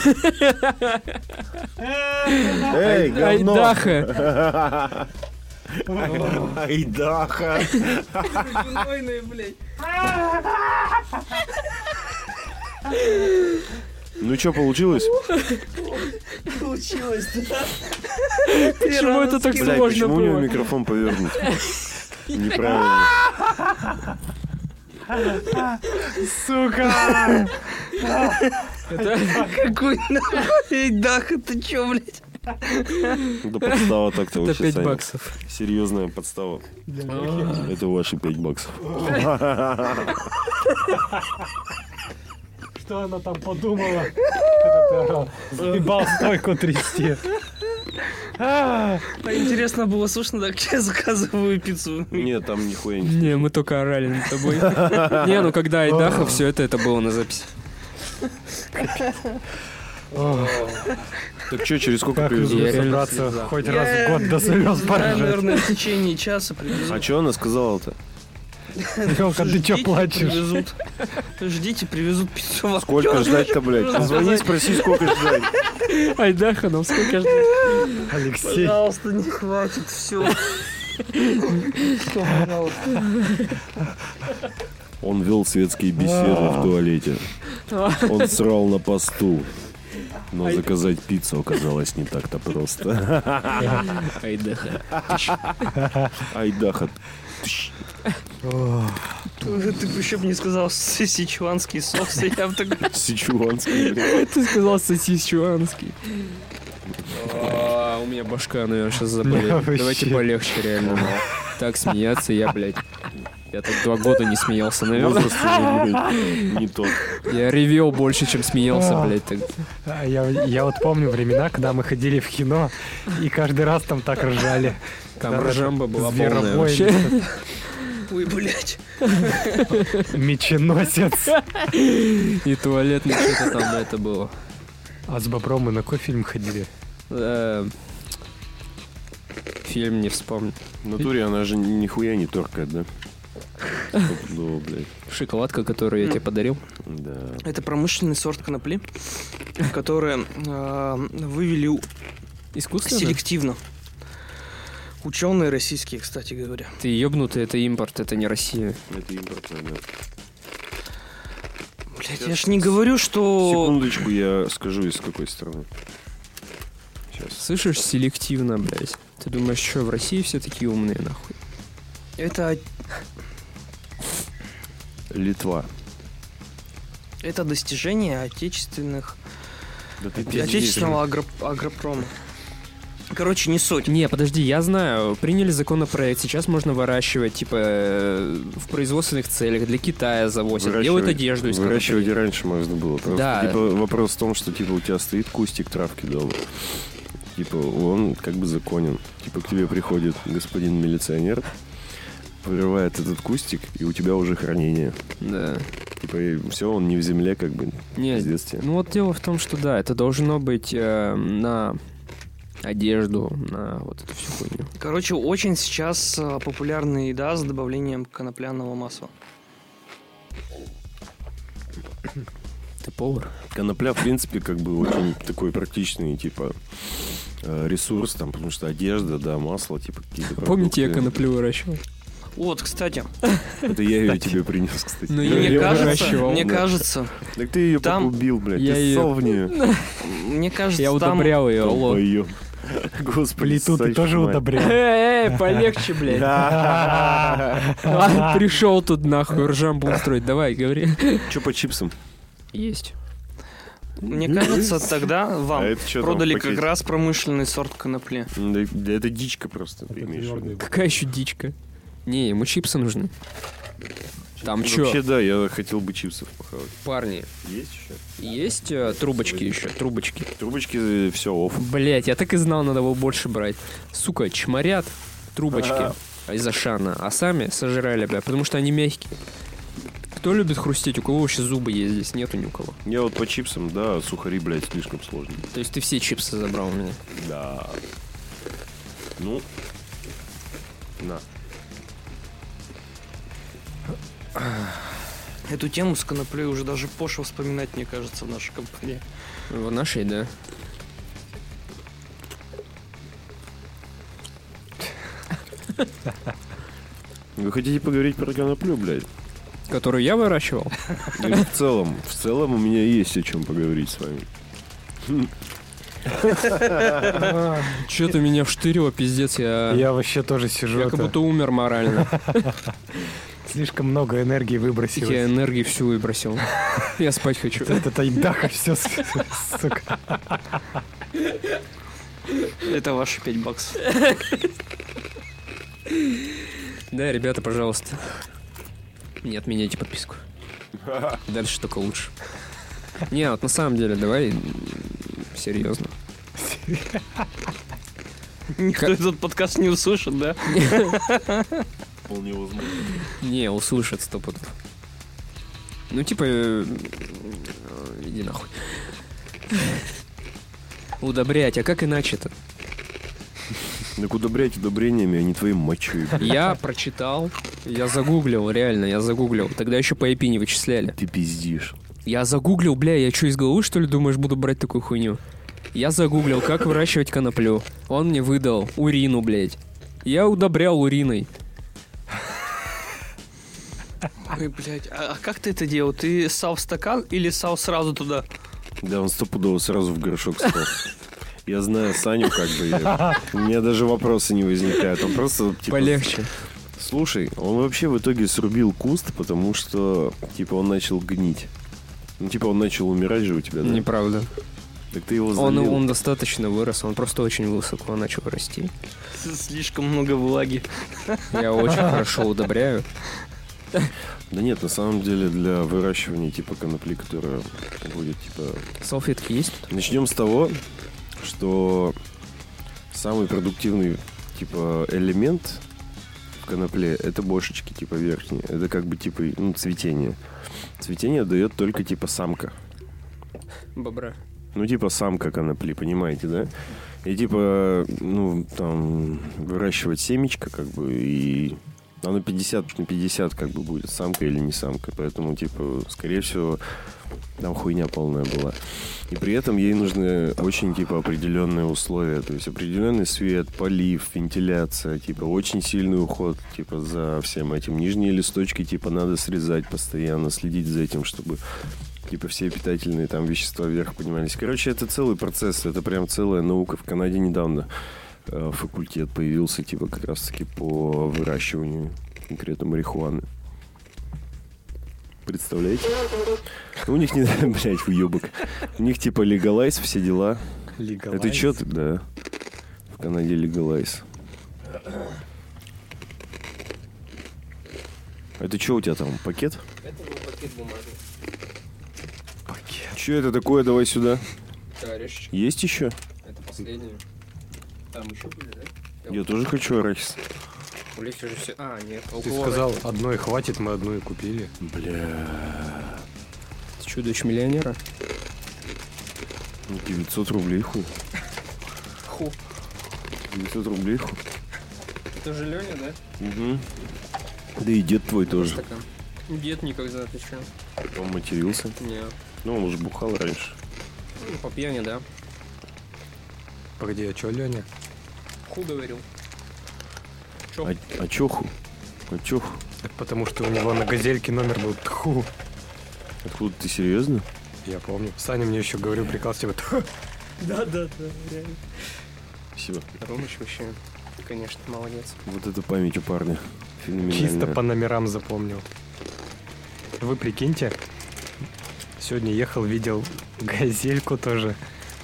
S1: Эй, говно.
S2: Айдаха!
S1: Айдаха. Ну что, получилось?
S5: Получилось, да?
S2: Почему это так
S1: Блядь,
S2: сложно
S1: почему у него
S2: было?
S1: микрофон повернут? Неправильно.
S5: Какой нахуй дах, это чё, блядь?
S1: Да подстава так-то
S2: Это
S1: вообще,
S2: 5
S1: Саня.
S2: баксов.
S1: Серьезная подстава. Это ваши 5 баксов.
S4: Что она там подумала? Когда ты орал? Заебал стойку трясти. А,
S3: А интересно было слышно, да, как я заказываю пиццу.
S1: Нет, там нихуя не...
S2: Не, мы только орали над тобой. Не, ну когда Айдаха, все это, это было на записи.
S1: Так что, через сколько
S4: Как люблю
S2: Я
S1: привезут?
S2: реально
S4: собраться
S2: слеза.
S4: хоть
S3: Я-
S4: раз в год до слез поржать.
S3: Наверное, в течение часа
S1: А
S3: привезут.
S1: что она сказала-то?
S4: Лёха, А ты чё
S3: Ждите,
S4: плачешь?
S3: Привезут. Ждите, привезут пиццу. в
S1: Сколько
S3: окно.
S1: ждать-то, блядь?
S3: Нужно
S1: Позвони,
S3: сказать,
S1: спроси, сколько ждать.
S2: Айдаха, нам сколько ждать?
S4: Алексей.
S3: Пожалуйста, не хватит, все.
S1: Он вел светские беседы в туалете. Он срал на посту. Но заказать пиццу оказалось не так-то просто.
S2: Айдаха.
S1: Айдаха.
S3: Ты бы еще бы не сказал сычуанский соус, я бы так...
S1: Сичуанский. блядь.
S2: Ты сказал сосисчуанский. А, У меня башка, наверное, сейчас
S4: Бля,
S2: заболела.
S4: вообще.
S2: Давайте полегче, реально. Так смеяться я, блядь. Я так два года не смеялся, наверное.
S1: Возраст уже, блядь, не тот.
S2: Я ревел больше, чем смеялся,
S4: А.
S2: блядь. так.
S4: А, Я, я вот помню времена, когда мы ходили в кино, и каждый раз там так ржали.
S2: Там
S4: Когда
S2: ржамба была полная
S4: зверобой,
S2: вообще.
S3: Ой, блядь.
S4: меченосец.
S2: И туалетный что-то там это было.
S4: А с бобром мы на какой фильм ходили?
S2: Э, Фильм не вспомню.
S1: В натуре она же нихуя не торкает, да? Стопудово, блядь.
S2: Шоколадка, которую я тебе подарил.
S1: Да.
S3: Это промышленный сорт конопли, которые э, вывели у-
S2: Искусственно?
S3: селективно. Ученые российские, кстати говоря.
S2: Ты ебнутый, это импорт, это не Россия.
S1: Это импортное, да.
S3: Блядь, я ж не говорю, что...
S1: Секундочку, я скажу, из какой страны. Сейчас.
S2: Слышишь, селективно, блядь. Ты думаешь, что в России все такие умные, нахуй?
S3: Это,
S1: Литва.
S3: это достижение отечественных...
S1: Да ты
S3: отечественного агро- агропрома. Короче, не суть.
S2: Не, подожди, я знаю, приняли законопроект, сейчас можно выращивать, типа, э, в производственных целях, для Китая завозят, делают одежду из
S1: Выращивать и раньше можно было. Просто,
S2: Да.
S1: Типа, вопрос в том, что типа у тебя стоит кустик травки дома. Типа он как бы законен. Типа к тебе приходит господин милиционер, вырывает этот кустик, и у тебя уже хранение.
S2: картофеля. Да.
S1: Типа все, он не в земле, как бы,
S2: Не,
S1: с детства.
S2: ну вот дело в том, что да, это должно быть э, на одежду, на вот эту всю хуйню.
S3: Короче, очень сейчас э, популярная еда с добавлением конопляного масла.
S2: Ты повар?
S1: Конопля, в принципе, как бы очень такой практичный, типа, э, ресурс, там, потому что одежда, да, масло, типа, какие-то
S2: Помните, я
S1: продукты.
S2: коноплю выращивал?
S3: Вот, кстати,
S1: Это я ее тебе принес, кстати.
S2: Ну,
S1: Да,
S2: я
S3: мне
S1: я
S3: кажется,
S1: выращивал,
S3: мне
S1: да.
S3: кажется,
S1: Так ты ее
S3: Там
S1: погубил, блядь.
S2: я
S1: ты
S2: её-
S1: ссал в нее.
S3: мне кажется,
S2: Я
S3: там...
S2: удобрял ее, алло.
S1: Господи,
S4: Плиту ты
S1: Сань,
S4: тоже
S1: мать.
S4: удобрял.
S2: Эй, полегче, блядь. А, Пришел тут нахуй ржамбу устроить. Давай, говори.
S1: Че по чипсам?
S2: Есть.
S3: Мне кажется, тогда вам
S1: А это чё там в
S3: продали как
S1: пакете?
S3: раз промышленный сорт конопли.
S1: Да да это дичка просто, ты имеешь в виду.
S2: Какая еще дичка? Не, ему чипсы нужны. Там чё,
S1: Ну, Вообще, да, я хотел бы чипсов похавать.
S2: парни,
S1: Есть еще?
S2: есть э, трубочки еще, трубочки?
S1: Трубочки, все, оф.
S2: Блять, я так и знал, надо было больше брать. Сука, чморят трубочки из Ашана, а сами сожрали, бля, потому что они мягкие. Кто любит хрустеть? У кого вообще зубы есть здесь? Нету ни у кого.
S1: Я вот по чипсам, да, сухари, блядь, слишком сложно.
S2: То есть ты все чипсы забрал у меня.
S1: Да. Ну. На.
S3: Эту тему с коноплей уже даже пошло вспоминать, мне кажется, в нашей компании.
S2: В нашей, да.
S1: Вы хотите поговорить про коноплю, блядь?
S2: Которую я выращивал.
S1: Или в целом, в целом у меня есть о чем поговорить с вами.
S2: Че ты меня вштырило, пиздец, я...
S4: А. Я вообще тоже сижу.
S2: Я
S4: это,
S2: как будто умер морально.
S4: Слишком много энергии
S2: Я
S4: выбросилось.
S2: энергии всю выбросил. Я спать хочу.
S4: Этот айдаха все, сука.
S3: Это ваши 5 баксов.
S2: Да, ребята, пожалуйста, не отменяйте подписку. Дальше только лучше. Не, вот на самом деле, давай м, серьезно.
S3: Никто
S2: Как-
S3: этот подкаст не услышит, да?
S1: Вполне возможно.
S2: Не, услышат сто пудов. Ну, типа, э, э, иди нахуй. Удобрять, а как иначе-то?
S1: Так удобрять удобрениями, а не твоим мочой. блядь.
S2: Я прочитал, я загуглил, реально, я загуглил. Тогда еще по IP не вычисляли.
S1: Ты пиздишь.
S2: Я загуглил, бля, я что, из головы, что ли, думаешь, буду брать такую хуйню? Я загуглил, как выращивать коноплю. Он мне выдал урину, блядь. Я удобрял уриной.
S3: Ой, блядь, а а как ты это делал? Ты сал в стакан или сал сразу туда?
S1: Да, он стопудово сразу в горшок стал. Я знаю Саню, как бы. я- У меня даже вопросы не возникают. Он просто типа,
S2: Полегче.
S1: Слушай, он вообще в итоге срубил куст, потому что, типа, он начал гнить. Ну, типа, он начал умирать же у тебя, да?
S2: Неправда.
S1: Так ты его
S2: Он,
S1: залил.
S2: он достаточно вырос, он просто очень высоко начал расти.
S3: Слишком много влаги.
S2: Я очень хорошо удобряю.
S1: Да нет, на самом деле для выращивания, типа, конопли, которая будет, типа...
S2: Салфетки есть?
S1: Начнем с того, что самый продуктивный, типа, элемент в конопле — это бошечки, типа, верхние. Это как бы, типа, ну, цветение. Цветение дает только, типа, самка.
S2: Бобра.
S1: Ну, типа самка конопли, понимаете, да? И типа, ну, там, выращивать семечко, как бы, и оно 50 на 50, как бы, будет, самка или не самка. Поэтому, типа, скорее всего, там хуйня полная была. И при этом ей нужны очень, типа, определенные условия. То есть определенный свет, полив, вентиляция, типа, очень сильный уход, типа, за всем этим. Нижние листочки, типа, надо срезать постоянно, следить за этим, чтобы типа все питательные там вещества вверх поднимались. Короче, это целый процесс, это прям целая наука. В Канаде недавно э, факультет появился, типа как раз-таки по выращиванию конкретно марихуаны. Представляете? Ну, У них не... Блять, уебок. У них типа легалайз, все дела. Это чё ты? Да. В Канаде легалайз. Это что у тебя там, пакет?
S8: Это был пакет бумажный.
S1: Че это такое? Давай сюда.
S8: Да, орешечки.
S1: Есть еще?
S8: Это последнее. Там еще были, да?
S1: Я тоже хочу арахис.
S2: У Лехи же все... А, нет.
S4: Ты сказал, одной хватит, мы одной купили.
S1: Бля.
S2: Чудо миллионера.
S1: 900 ну, рублей хуй.
S8: Ху.
S1: 900 рублей хуй.
S8: Это же Леня, да?
S1: Угу. Да и дед твой тоже.
S8: Стакан. Дед никогда, ты чё?
S1: Он матерился.
S8: Не.
S1: Ну, он уже бухал раньше.
S8: Ну, по пьяни, да.
S4: Погоди, а чё, Леня?
S8: Ху говорил.
S1: А, а чё хуй? А чё хуй?
S4: Так потому что у него на газельке номер был тху.
S1: Откуда ты серьезно?
S4: Я помню. Саня мне еще говорил приказ, типа, «Тьфу».
S8: Да, да, да, реально.
S1: Спасибо.
S8: Ромыч вообще, конечно, молодец.
S1: Вот это память у парня. Феноменальная.
S4: чисто по номерам запомнил. Вы прикиньте, сегодня ехал, видел газельку тоже.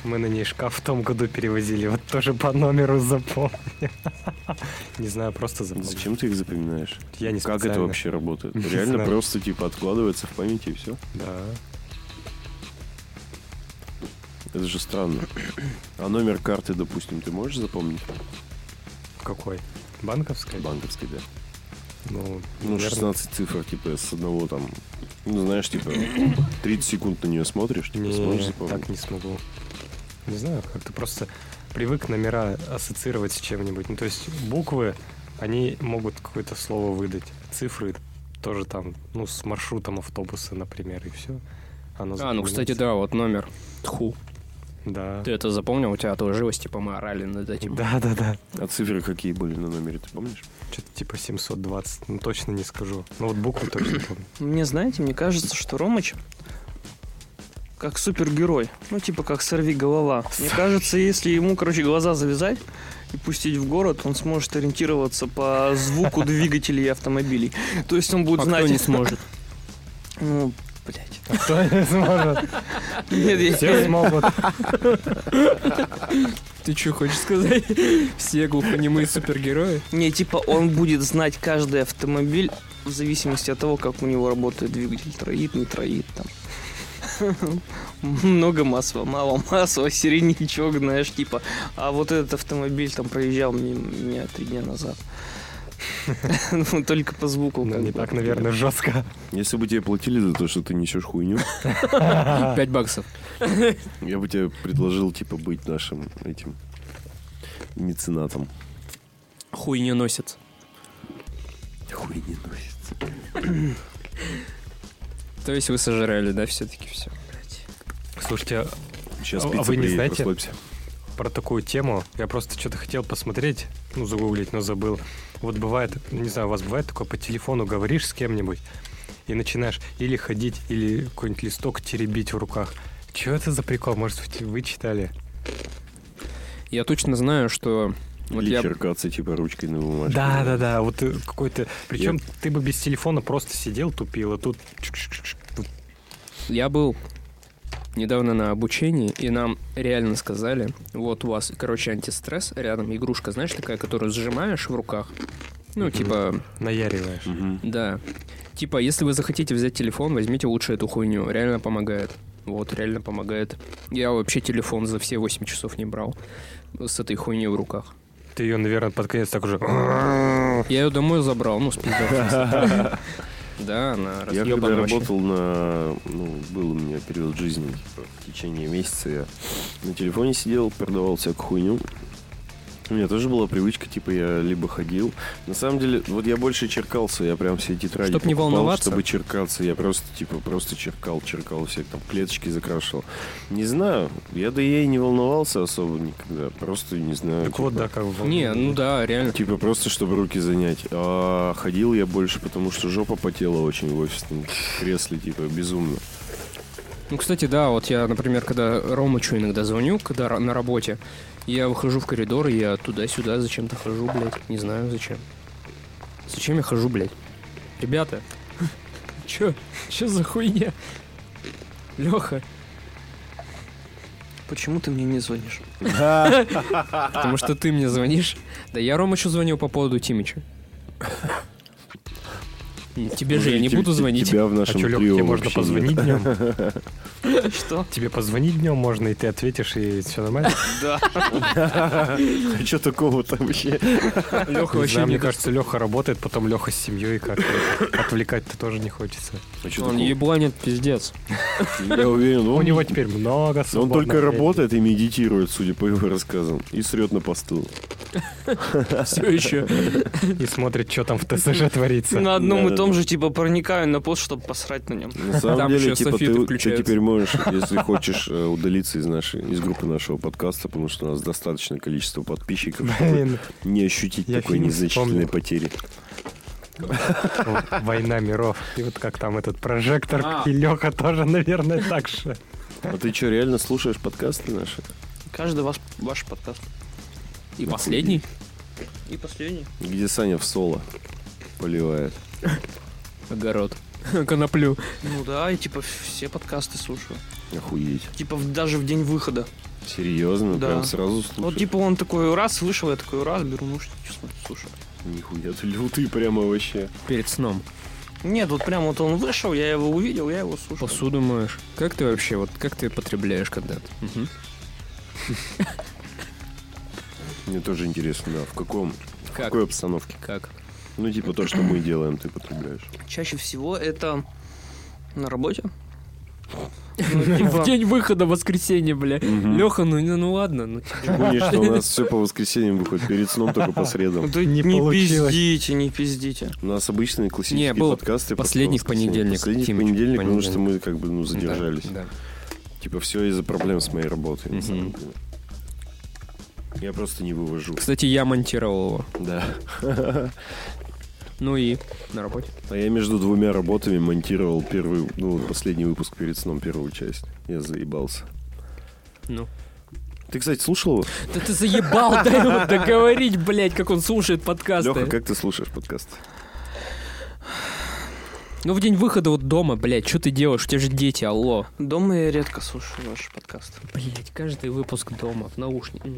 S4: Мы на ней шкаф в том году перевозили. Вот тоже по номеру запомнил. Не знаю, просто запомнил.
S1: Зачем ты их запоминаешь?
S4: Я не
S1: Как это
S4: специально.
S1: вообще работает? Ну,
S4: Не
S1: Реально
S4: знаю.
S1: просто типа откладывается в памяти и все?
S4: Да.
S1: Это же странно. А номер карты, допустим, ты можешь запомнить?
S4: Какой? Банковской?
S1: Банковской, да.
S4: Ну,
S1: Ну,
S4: наверное.
S1: 16 цифр, типа, с одного там, ну, знаешь, типа, 30 секунд на нее смотришь, типа,
S4: Не,
S1: сможешь запомнить.
S4: так не смогу. Не знаю, как-то просто привык номера ассоциировать с чем-нибудь. Ну, то есть буквы, они могут какое-то слово выдать. Цифры тоже там, ну, с маршрутом автобуса, например, и все.
S2: А, ну, кстати, да, вот номер. Тху.
S4: Да.
S2: Ты это запомнил? У тебя отложилось, типа, мы орали над этим.
S4: Да, да, да.
S1: А цифры какие были на номере, ты помнишь?
S4: Что-то типа 720. Ну, точно не скажу. Ну, вот буквы точно помню.
S3: Мне, знаете, мне кажется, что Ромыч как супергерой. Ну, типа как сорви голова. Мне кажется, если ему, короче, глаза завязать и пустить в город, он сможет ориентироваться по звуку двигателей автомобилей. То есть он будет
S2: А
S3: знать...
S2: кто не сможет?
S3: Ну, блядь.
S4: А Кто не сможет?
S3: Нет, я-
S4: Все смогут.
S2: Ты что хочешь сказать? Все глухонемые супергерои?
S3: Не, типа он будет знать каждый автомобиль в зависимости от того, как у него работает двигатель, троит, не троит там. Много масла, мало масла, сиреничок, знаешь, типа. А вот этот автомобиль там проезжал мимо меня три дня назад. Ну, только по звуку.
S4: Ну,
S3: как
S4: не
S3: бы.
S4: так, наверное, жестко.
S1: Если бы тебе платили за то, что ты несешь хуйню,
S2: Пять баксов.
S1: я бы тебе предложил, типа, быть нашим этим меценатом.
S2: Хуй не носит.
S1: Хуй не носится.
S2: То есть вы сожрали, да, все-таки все?
S4: Слушайте,
S1: Сейчас
S4: А- а
S1: пицца
S4: вы не
S1: приедет,
S4: знаете?
S1: расслабься.
S4: про такую тему. Я просто что-то хотел посмотреть, ну, загуглить, но забыл. Вот бывает, не знаю, у вас бывает такое, по телефону говоришь с кем-нибудь и начинаешь или ходить, или какой-нибудь листок теребить в руках. Чего это за прикол? Может, быть, вы читали?
S2: Я точно знаю, что... Вот
S1: Или
S2: я...
S1: черкаться, типа, ручкой на бумажке.
S4: Да, да, да, вот э, какой-то... Причем ты бы без телефона просто сидел, тупил, а тут... чик-чик-чик-чик, тут
S2: Я был недавно на обучении, и нам реально сказали, вот у вас, короче, антистресс, рядом игрушка, знаешь, такая, которую сжимаешь в руках, ну,
S4: Мгм.
S2: типа,
S4: Наяриваешь.
S1: Мгм.
S2: да, типа, если вы захотите взять телефон, возьмите лучше эту хуйню, реально помогает. Вот, реально помогает. Я вообще телефон за все 8 часов не брал с этой хуйней в руках.
S4: Ты ее, наверное, под конец так уже...
S2: Я ее домой забрал, ну, спиздил. честно. Да, она
S1: Я когда
S2: разъебана вообще.
S1: работал на... Ну, был у меня период жизни, типа, в течение месяца я на телефоне сидел, продавал всякую хуйню. У меня тоже была привычка, типа, я либо ходил. На самом деле, вот я больше черкался, я прям все тетради
S2: Чтоб не
S1: покупал,
S2: волноваться?
S1: Чтобы черкаться, я просто, типа, просто черкал, черкал, все там клеточки закрашивал. Не знаю, я да я и не волновался особо никогда, просто не знаю.
S2: Ну,
S4: Так вот,
S1: типа,
S4: да, как бы...
S2: Не, ну да, реально.
S1: Типа просто, чтобы руки занять. А ходил я больше, потому что жопа потела очень в офисном кресле, типа, безумно.
S2: Ну, кстати, да, вот я, например, когда Ромычу иногда звоню, когда ра- на работе, я выхожу в коридор, и я туда-сюда зачем-то хожу, блядь. Не знаю зачем. Зачем я хожу, блядь? Ребята, чё? Чё за хуйня? Леха,
S3: Почему ты мне не звонишь?
S2: потому что ты мне звонишь. Да я Ромычу звонил по поводу Тимича. Тебе же я не
S1: Те-
S2: буду
S1: те-
S2: звонить.
S1: Тебя в
S4: А
S1: нашем
S4: что, Лёг,
S1: трио
S4: тебе можно
S1: вообще
S4: позвонить
S1: нет.
S4: днем?
S3: Что?
S4: Тебе позвонить днем можно, и ты ответишь, и все нормально?
S3: Да.
S1: А что такого-то вообще?
S2: Леха
S4: Не
S2: вообще
S4: знаю,
S2: не
S4: мне кажется, Леха работает, потом Леха с семьей как отвлекать-то тоже не хочется.
S1: А чё
S2: Он
S1: такого?
S2: ебланит, пиздец.
S1: Я уверен,
S4: У
S1: Ну, он...
S4: него теперь много
S1: Он
S4: свободного
S1: только
S4: времени.
S1: работает и медитирует, судя по его рассказам. И срет на посту.
S2: Все еще.
S4: И смотрит, что там в ТСЖ
S1: Ну.
S4: творится.
S3: На одном и
S1: Да-да-да.
S3: том же, типа, проникаю на пост, чтобы посрать на нем.
S1: На самом
S2: Там
S1: деле,
S2: ещё
S1: типа,
S2: софиты
S1: ты, ты
S2: включаются.
S1: теперь можешь, если хочешь, э, удалиться из нашей, из группы нашего подкаста, потому что у нас достаточное количество подписчиков, чтобы
S4: Блин,
S1: не ощутить
S4: Я
S1: такой
S4: фильм
S1: незначительной
S4: вспомнил.
S1: потери.
S4: война миров. И вот как там этот прожектор,
S2: А.
S4: и Леха тоже, наверное, так же.
S1: А ты что, реально слушаешь подкасты наши?
S3: Каждый ваш, ваш подкаст.
S2: И последний.
S3: И последний.
S1: Где Саня в соло поливает.
S2: Огород. Коноплю.
S3: Ну да, и типа все подкасты слушаю.
S1: Охуеть.
S3: Типа в- даже в день выхода.
S1: Серьезно?
S3: Да.
S1: Прям сразу слушаешь?
S3: Вот типа он такой раз вышел, я такой раз беру ну, наушники, смотрю, слушаю.
S1: Нихуя, ты лютый прямо вообще.
S2: Перед сном.
S3: Нет, вот прям вот он вышел, я его увидел, я его слушаю.
S2: Посуду моешь. Как ты вообще, вот как ты потребляешь контент? Мгм.
S1: Мне тоже интересно, да, в каком, в
S2: Как?
S1: какой обстановке?
S2: Как?
S1: Ну, типа то, что мы делаем, ты потребляешь.
S3: Чаще всего это на работе.
S2: В день выхода воскресенье, бля. Леха, ну, ну, ну ладно. ну.
S1: Помнишь, что у нас все по воскресеньям выходит, перед сном только по средам.
S3: Да
S4: Не
S3: Ну, не,
S4: получилось.
S3: пиздите, не пиздите.
S1: У нас обычные классические
S2: Не, был
S1: подкасты.
S2: последний
S1: потом воскресенье.
S2: в понедельник,
S1: Последний в
S2: Тимыч,
S1: понедельник,
S2: в
S1: потому что мы как бы, ну, задержались.
S2: Да,
S1: Типа все из-за проблем с моей работой, на
S2: Мгм.
S1: самом деле. Я просто не вывожу.
S2: да. Кстати, я монтировал его.
S1: Да.
S2: Ну и на работе.
S1: А я между двумя работами монтировал первый, ну, вот последний выпуск перед сном, первую часть. Я заебался.
S2: Ну.
S1: Ты, кстати, слушал его?
S2: Да ты заебал, дай его договорить, блядь, как он слушает подкасты.
S1: Леха, как ты слушаешь подкаст?
S2: Ну, в день выхода вот дома, блядь, что ты делаешь? У тебя же дети, алло.
S3: Дома я редко слушаю ваш подкаст.
S2: Блядь, каждый выпуск дома, в наушниках.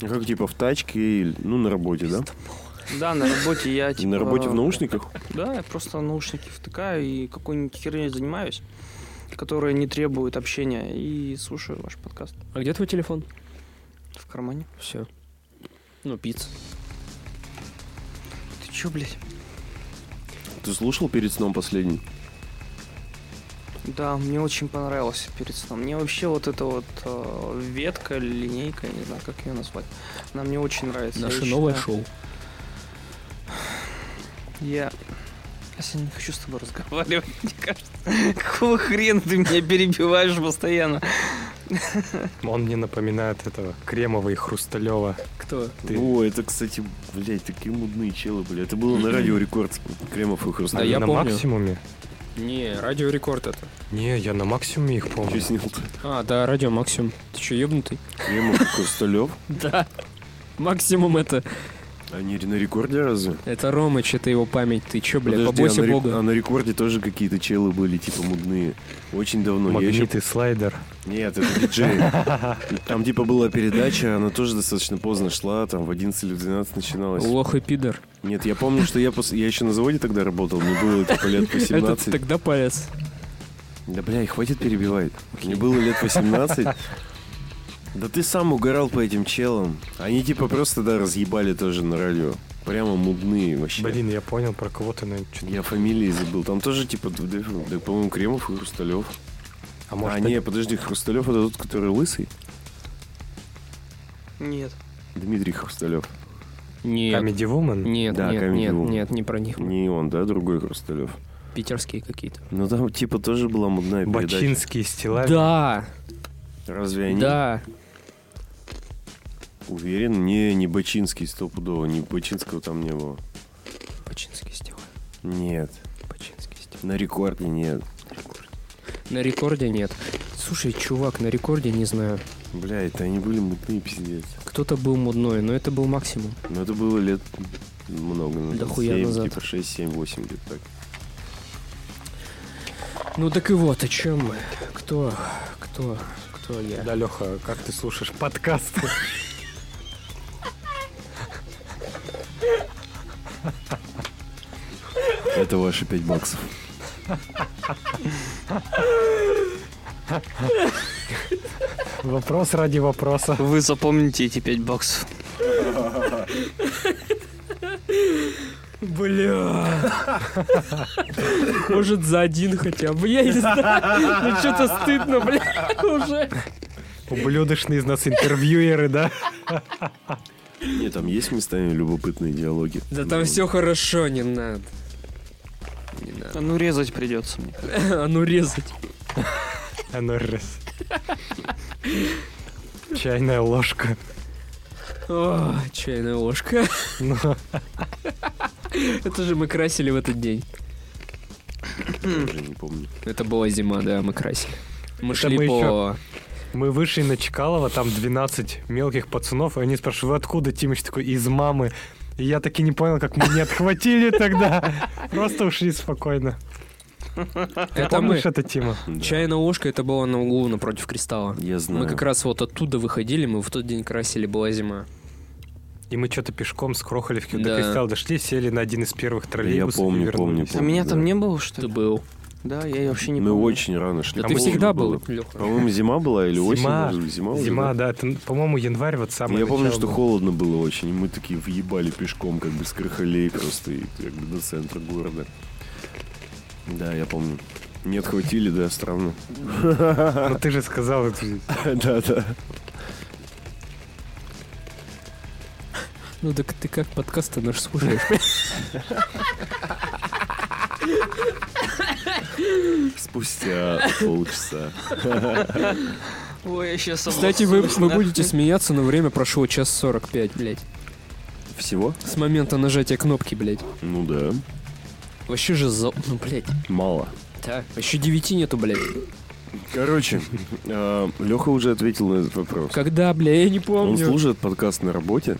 S1: Ну, Как типа в тачке, или- ну, на работе, да?
S3: Да, на работе я
S1: И
S3: типа...
S1: на работе в наушниках?
S3: Да, я просто наушники втыкаю и какой-нибудь херней занимаюсь, которая не требует общения, и слушаю ваш подкаст
S2: А где твой телефон?
S3: в кармане.
S2: Все. Ну, пицца.
S3: Ты чё, блядь?
S1: Ты слушал перед сном последний?
S3: Да, мне очень понравился перед сном. Мне вообще вот эта вот э, ветка, линейка, я не знаю, как ее назвать, она мне очень нравится. Я
S2: Наше
S3: её
S2: новое
S3: считаю-
S2: шоу.
S3: Я... Я сегодня не хочу с тобой разговаривать, мне кажется. Какого хрена ты меня перебиваешь постоянно?
S4: Он мне напоминает этого Кремова и Хрусталева.
S2: Кто?
S4: Ты-
S1: О, это, кстати, блядь, такие мудные челы, были. Это было на радио рекорд Кремов и Хрусталев.
S2: А я
S4: на
S2: помню.
S4: максимуме?
S2: Не, радио рекорд это.
S4: Не, я на максимуме их
S1: Чё
S4: помню.
S1: снял-то?
S2: А, да, радио максимум. Ты че, ебнутый?
S1: Кремов и Хрусталев?
S2: Да. Максимум это.
S1: Они на рекорде разве?
S2: Это Ромыч, это его память. Ты че, бля,
S1: Подожди,
S2: побойся
S1: а на рек-
S2: бога.
S1: А на рекорде тоже какие-то челы были, типа, мудные. Очень давно. ну, Я ещё-
S4: Магнит и слайдер.
S1: Нет, это диджей. Там, типа, была передача, она тоже достаточно поздно шла, там в 11 или в 12 начиналась.
S2: Лох и пидор.
S1: Нет, я помню, что я, пос- я еще на заводе тогда работал, мне было, типа, лет по
S2: Это
S1: 17.
S2: тогда палец.
S1: Да, бля, и хватит перебивать. Мне было лет 18. Да ты сам угорал по этим челам. Они типа просто, да, разъебали тоже на радио. Прямо мудные вообще.
S4: Блин, я понял про кого ты, но чё-
S1: Я фамилии забыл. Там тоже типа, д- д- да, по-моему, Кремов и Хрусталев.
S4: А
S1: А,
S4: может,
S1: не, подожди, Хрусталев это тот, который лысый?
S3: Нет.
S1: Дмитрий Хрусталев.
S2: Нет.
S4: Comedy Woman?
S2: Нет,
S1: Да,
S2: нет,
S1: Comedy
S2: нет,
S1: Woman.
S2: нет, не про них.
S1: Не он, да, другой Хрусталев.
S2: Питерские какие-то.
S1: Ну там типа тоже была мудная передача.
S4: Бачинский стила.
S2: Да,
S1: Разве они?
S2: да.
S1: Уверен, не, не Бачинский стопудово, не Бачинского там не было.
S2: Починский стиль.
S1: Нет,
S2: Починский стиль.
S1: на рекорде нет.
S2: На рекорде нет. Слушай, чувак, на рекорде не знаю.
S1: Бля, это они были мутные пиздец.
S2: Кто-то был мудной, но это был максимум.
S1: Ну это было лет много назад.
S2: Да хуя
S1: Семь,
S2: назад.
S1: Типа 6, 7, 8 где-то так.
S2: Ну так и вот, о чем мы? Кто? Кто? Кто я?
S4: Да, Леха, как ты слушаешь подкасты?
S1: Это ваши 5 баксов.
S4: Вопрос ради вопроса.
S3: Вы запомните эти 5 баксов.
S2: Бля. Может, за один хотя бы. Я не знаю. Ну что-то стыдно, бля, уже.
S4: Ублюдочные из нас интервьюеры, да?
S1: Не, там есть местами любопытные диалоги. Ну,
S2: Да там все хорошо, не надо. Не надо.
S3: Ну, резать придется мне.
S2: А ну резать.
S4: А ну раз. Чайная ложка.
S2: О, чайная ложка.
S4: Ну,
S2: Это же мы красили в этот день.
S1: Я уже не помню.
S2: Это была зима, да, мы красили. Мы
S4: Это
S2: шли
S4: мы
S2: по...
S4: Мы вышли на Чкалова, там 12 мелких пацанов, и они спрашивают, вы откуда, Тимыч? Такой, из мамы. И я таки не понял, как мы не отхватили тогда. Просто ушли спокойно. Ты
S2: Это мы.
S4: помнишь это, Тима?
S1: Да.
S2: Чайная ложка, это была на углу напротив кристалла.
S1: Я знаю.
S2: Мы как раз вот оттуда выходили, мы в тот день красили, была зима.
S4: И мы что-то пешком скрохали в
S2: Да.
S4: Кюдокристалл, дошли, сели на один из первых троллейбусов
S1: помню,
S4: и вернулись.
S3: А
S1: помню,
S3: меня
S1: да.
S3: там не было, что
S2: Ты
S3: ли?
S2: был.
S3: Да, я её вообще не
S1: Мы
S3: помню.
S1: очень рано шли.
S2: Да
S4: А
S2: ты
S4: мы-
S2: всегда
S1: было.
S2: был, Леха.
S1: По-моему, зима была или осень?
S4: Зима.
S1: может быть, Зима. уже, да?
S4: Зима, да, это, по-моему, январь вот самый
S1: Я помню,
S4: начало
S1: что
S4: было.
S1: холодно было очень, и мы такие въебали пешком, как бы с крахолей просто и как бы до центра города. Да, я помню. Не отхватили, да, странно.
S4: Но Ну, ты же сказал, это-
S1: Да, да.
S2: Ну так ты как подкаст-то наш слушаешь?
S1: Спустя полчаса.
S3: Ой, я сейчас...
S2: Кстати, вы, вы будете смеяться, но время прошло час 45, блядь.
S1: Всего?
S2: С момента нажатия кнопки, блядь.
S1: Ну да.
S2: Вообще же за... Ну, блядь.
S1: Мало.
S2: Да. Еще девяти нету, блядь.
S1: Короче, Леха уже ответил на этот вопрос.
S2: Когда, бля, я не
S1: Он
S2: помню.
S1: слушает подкаст на работе,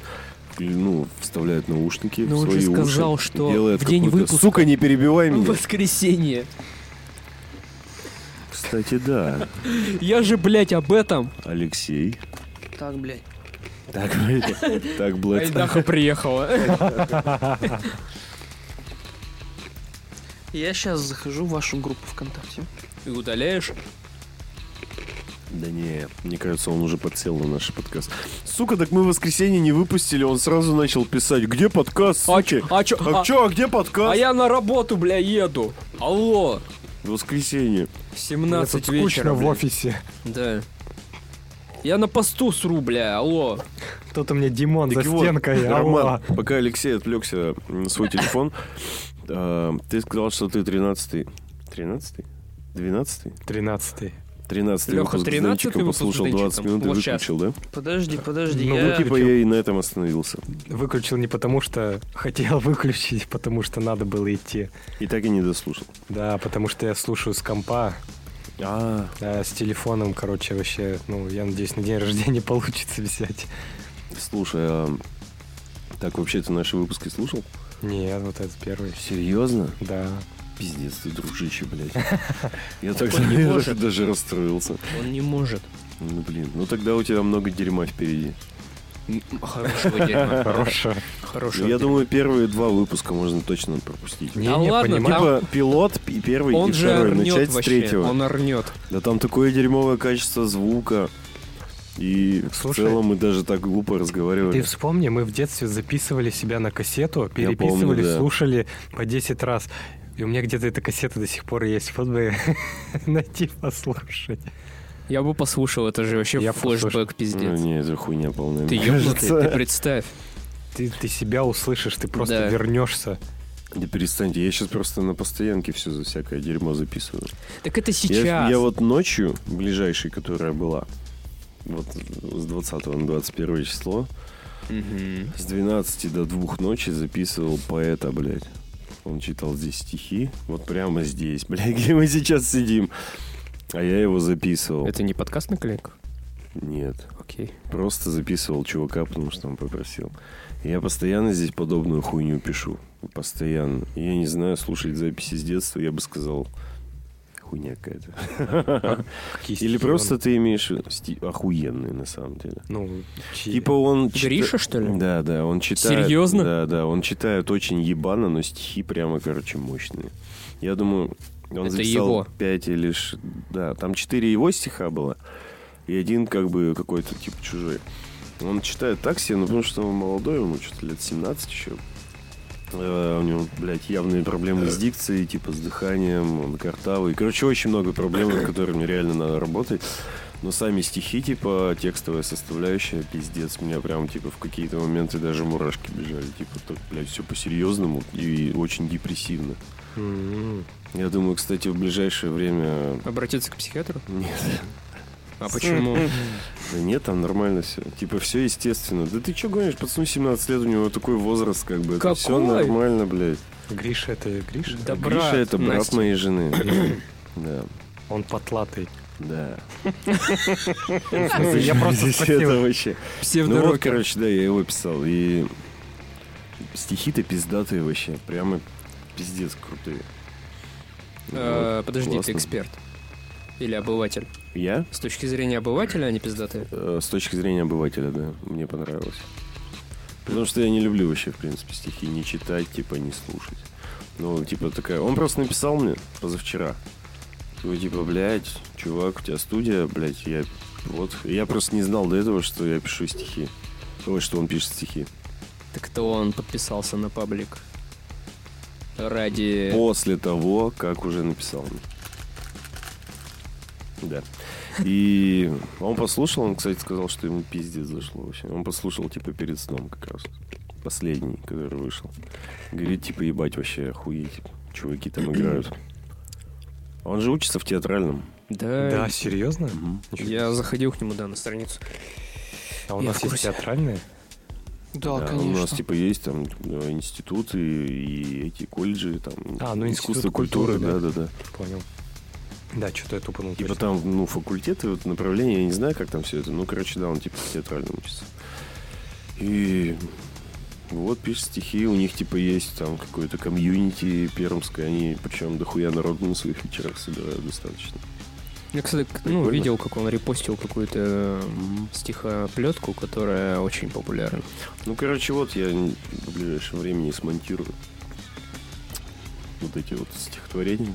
S1: ну, вставляет наушники
S2: Но
S1: в
S2: Ну, он
S1: свои
S2: же
S1: уши
S2: сказал,
S1: и
S2: что
S1: делает
S2: в день
S1: какую-то-
S2: выпуска. Ну,
S1: Сука, не перебивай
S2: В
S1: меня.
S2: воскресенье.
S1: Кстати, да,
S2: Я же, блядь, об этом.
S1: Алексей.
S3: Так, блядь.
S1: Так, блядь, так, блядь.
S2: Айдаха приехала.
S3: Я сейчас захожу в вашу группу ВКонтакте.
S2: И удаляешь?
S1: Да не, мне кажется, он уже подсел на наш подкаст. Сука, так мы в воскресенье не выпустили, он сразу начал писать, где подкаст,
S2: А
S1: суки?
S2: чё? А чё?
S1: А,
S2: А-
S1: чё, а где подкаст?
S2: А я на работу, бля, еду. Алло.
S1: В воскресенье.
S4: Мне
S2: 17
S4: тут
S2: вечера,
S4: скучно в
S2: блядь.
S4: офисе.
S2: Да. Я на посту сру, бля, алло.
S4: Тут у меня Димон за
S1: Так вот,
S4: стенкой.
S1: Роман,
S4: алло.
S1: пока Алексей отвлекся на свой телефон, э, ты сказал, что ты 13-й. 13-й? 12-й?
S4: Тринадцатый.
S1: 13-й
S2: Лёха,
S1: выпуск
S2: 13-й
S1: Денчика
S2: выпуск
S1: послушал
S2: Денчика.
S1: 20 минут и
S2: Вот щас.
S1: выключил, да?
S3: Подожди, подожди,
S4: Ну,
S3: я...
S4: вот
S1: Ну, типа я и на этом остановился.
S4: Выключил не потому, что хотел выключить, потому что надо было идти.
S1: И так и не дослушал.
S4: Да, потому что я слушаю с компа,
S1: А,
S4: а с телефоном, короче, вообще, ну, я надеюсь, на день рождения получится взять.
S1: слушай, а так вообще ты наши выпуски слушал?
S4: Нет, вот этот первый.
S1: Серьезно?
S4: Да.
S1: Пиздец, ты дружище, блядь. Я так я так даже расстроился.
S2: Он не может.
S1: Ну блин, ну тогда у тебя много дерьма впереди.
S2: М, Хорошего дерьма.
S4: Хорошо.
S2: Хорошего.
S1: Я думаю, первые два выпуска можно точно пропустить.
S4: Не,
S2: Да
S4: не,
S2: ладно,
S4: понимаю.
S1: Типа пилот и первый и
S2: Он же
S1: Типа, второй, начать
S2: орнет
S1: с
S2: вообще.
S1: третьего.
S2: Он орнет.
S1: Да там такое дерьмовое качество звука. И
S4: Слушай,
S1: в целом мы даже так глупо разговаривали.
S4: Ты вспомни, мы в детстве записывали себя на кассету,
S1: помню,
S4: переписывали,
S1: да.
S4: слушали по 10 раз. И у меня где-то эта кассета до сих пор есть. Вот бы найти, послушать.
S2: Я бы послушал, это же вообще
S4: Я
S2: флешбэк,
S1: Ну,
S2: пиздец.
S1: не, это хуйня полная.
S2: Ты
S1: мне
S2: ёбнутый,
S1: Ну, кажется.
S2: ты представь.
S4: Ты, ты себя услышишь, ты просто
S2: Да.
S4: вернешься.
S1: Да перестаньте, я сейчас просто на постоянке все за всякое дерьмо записываю.
S2: Так это
S1: Я,
S2: сейчас.
S1: я вот ночью, ближайшей, которая была, вот с 20 на 21 число,
S2: Мгм.
S1: с 12 до 2 ночи записывал поэта, блядь. Он читал здесь стихи, вот прямо здесь, блядь, где мы сейчас сидим. А я его записывал.
S2: Это не подкаст на коленках?
S1: Нет,
S2: Окей.
S1: просто записывал чувака, потому что он попросил. Я постоянно здесь подобную хуйню пишу. Постоянно. Я не знаю, слушать записи с детства, я бы сказал, хуйня какая-то.
S4: Какие
S1: Или
S4: стихи
S1: просто
S4: он-
S1: ты имеешь в виду сти- охуенные на самом деле.
S4: Ну, чьи-
S1: Типа он чита-
S2: Гриша, что ли?
S1: Да, да, он читает.
S2: Серьезно?
S1: Да, да, он читает очень ебано, но стихи прямо, короче, мощные. Я думаю, он
S2: Это
S1: записал
S2: его.
S1: 5 или ш- Да, там четыре его стиха было, и один как бы какой-то типа чужой. Он читает так себе, ну потому что он молодой, ему что-то лет 17 еще. Э, У него, блядь, явные проблемы с дикцией, типа с дыханием, он картавый. Короче, очень много проблем, над которыми реально надо работать. Но сами стихи, типа, текстовая составляющая, пиздец, меня прям, типа, в какие-то моменты даже мурашки бежали. Типа, так, блядь, все по-серьезному и очень депрессивно.
S4: М-м.
S1: Я думаю, кстати, в ближайшее время...
S2: Обратиться к психиатру?
S1: Нет,
S2: А почему?
S1: да нет, там нормально все. Типа, все естественно. Да ты что гонишь, пацану 17 лет, у него такой возраст, как бы. Это все
S2: Какой?
S1: нормально, блядь.
S4: Гриша это Гриша?
S2: Да,
S1: Гриша
S2: брат,
S1: это брат
S2: Настя.
S1: моей жены. Да,
S4: Он потлатый.
S1: да.
S2: А,
S4: Я просто
S1: Здесь
S4: спросил.
S1: это вообще... Ну вот,
S2: Псевдорокер.
S1: короче, да, я его писал. И стихи-то пиздатые вообще. Прямо пиздец крутые.
S2: Э, Подожди, ты
S1: классно.
S2: эксперт. Или обыватель.
S1: Я?
S2: С точки зрения обывателя а они пиздатые.
S1: Э, С точки зрения обывателя, да, мне понравилось. Потому что я не люблю вообще, в принципе, стихи не читать, типа, не слушать. Ну, типа, такая... Он просто написал мне позавчера. Типа, типа, блядь, чувак, у тебя студия, блядь, я... Вот. Я просто не знал до этого, что я пишу стихи. Ой, что он пишет стихи.
S2: Так то он подписался на паблик. Ради...
S1: после того, как уже написал мне. Да. И он послушал, он, кстати, сказал, что ему пиздец зашло вообще. Он послушал, типа, перед сном как раз. Последний, который вышел. Говорит, типа, ебать, вообще охуеть. Чуваки там играют. А Он же учится в театральном.
S4: Да,
S2: Да,
S4: серьезно?
S2: Э, я заходил к нему, да, на страницу.
S4: А у
S2: Я
S4: нас
S2: в
S4: есть
S2: курсе.
S4: театральные?
S3: Да,
S1: Да, У
S3: конечно.
S1: нас, типа, есть там э, институты и эти колледжи, там,
S4: А, ну,
S1: искусство,
S4: институты
S1: культуры,
S4: культуры, да.
S1: да, да, да.
S4: Понял. Да, что-то я тупанул.
S1: Типа там,
S4: точно.
S1: ну, факультеты, вот направления, я не знаю, как там все это. Ну, короче, да, он типа в театральном учится. И Вот пишут стихи, у них типа есть там какое-то комьюнити пермское, они причем дохуя народу на своих вечерах собирают достаточно.
S2: Я, кстати, к- ну,
S1: Прикольно.
S2: видел, как он репостил какую-то э, стихоплетку, которая очень популярна.
S1: Ну, короче, вот я н- в ближайшем времени смонтирую вот эти вот стихотворения.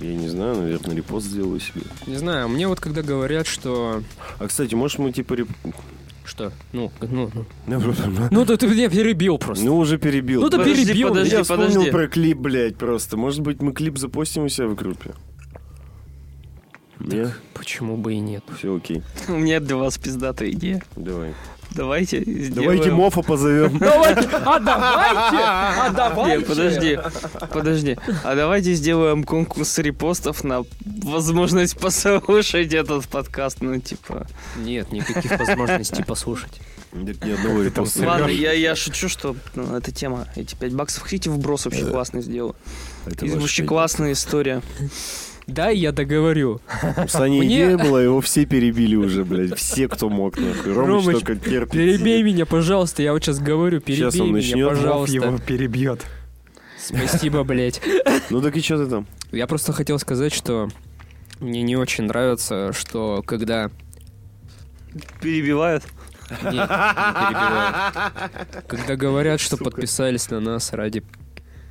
S1: Я не знаю, наверное, репост сделаю себе.
S2: Не знаю, мне вот когда говорят, что...
S1: А, кстати, может мы типа... реп-
S2: Что? Ну, ну, ну.
S1: Ну,
S2: Ну, ты, ты меня перебил просто.
S1: уже перебил.
S2: Ну, да
S1: Подожди,
S2: перебил,
S1: подожди,
S3: подожди,
S1: Я вспомнил
S3: подожди.
S1: про клип, блядь, просто. Может быть, мы клип запостим у себя в группе? Нет?
S2: Почему бы и нет?
S1: Все окей.
S3: У меня для вас пиздатая идея.
S1: Давай.
S3: Давайте сделаем...
S1: Давайте Мофа позовем.
S2: Давайте, а давайте, а давайте.
S3: Не, подожди, подожди. А давайте сделаем конкурс репостов на возможность послушать этот подкаст. Ну, типа...
S2: Нет, никаких возможностей послушать.
S1: Нет ни одного репоста.
S3: Ладно, я, я шучу, что ну, эта тема. Эти 5 баксов. Хотите вброс вообще
S1: Да.
S3: классный сделаю.
S1: Это
S3: И
S1: ваш
S3: вообще
S1: пень.
S3: классная история.
S2: Да, я договорю.
S1: У Сани
S2: Мне-
S1: идея была, его все перебили уже, блядь. Все, кто мог, нахуй. Ромыч
S2: Ромыч,
S1: только терпит.
S2: Перебей меня, пожалуйста, я вот сейчас говорю, перебей
S1: Щас он
S2: меня,
S1: начнёт, Вов
S2: пожалуйста.
S4: его перебьет.
S2: Спасибо, блять.
S1: Ну так и что ты там?
S2: Я просто хотел сказать, что мне не очень нравится, что когда...
S3: Перебивают.
S2: Нет, не перебиваю. Когда говорят, что подписались на нас ради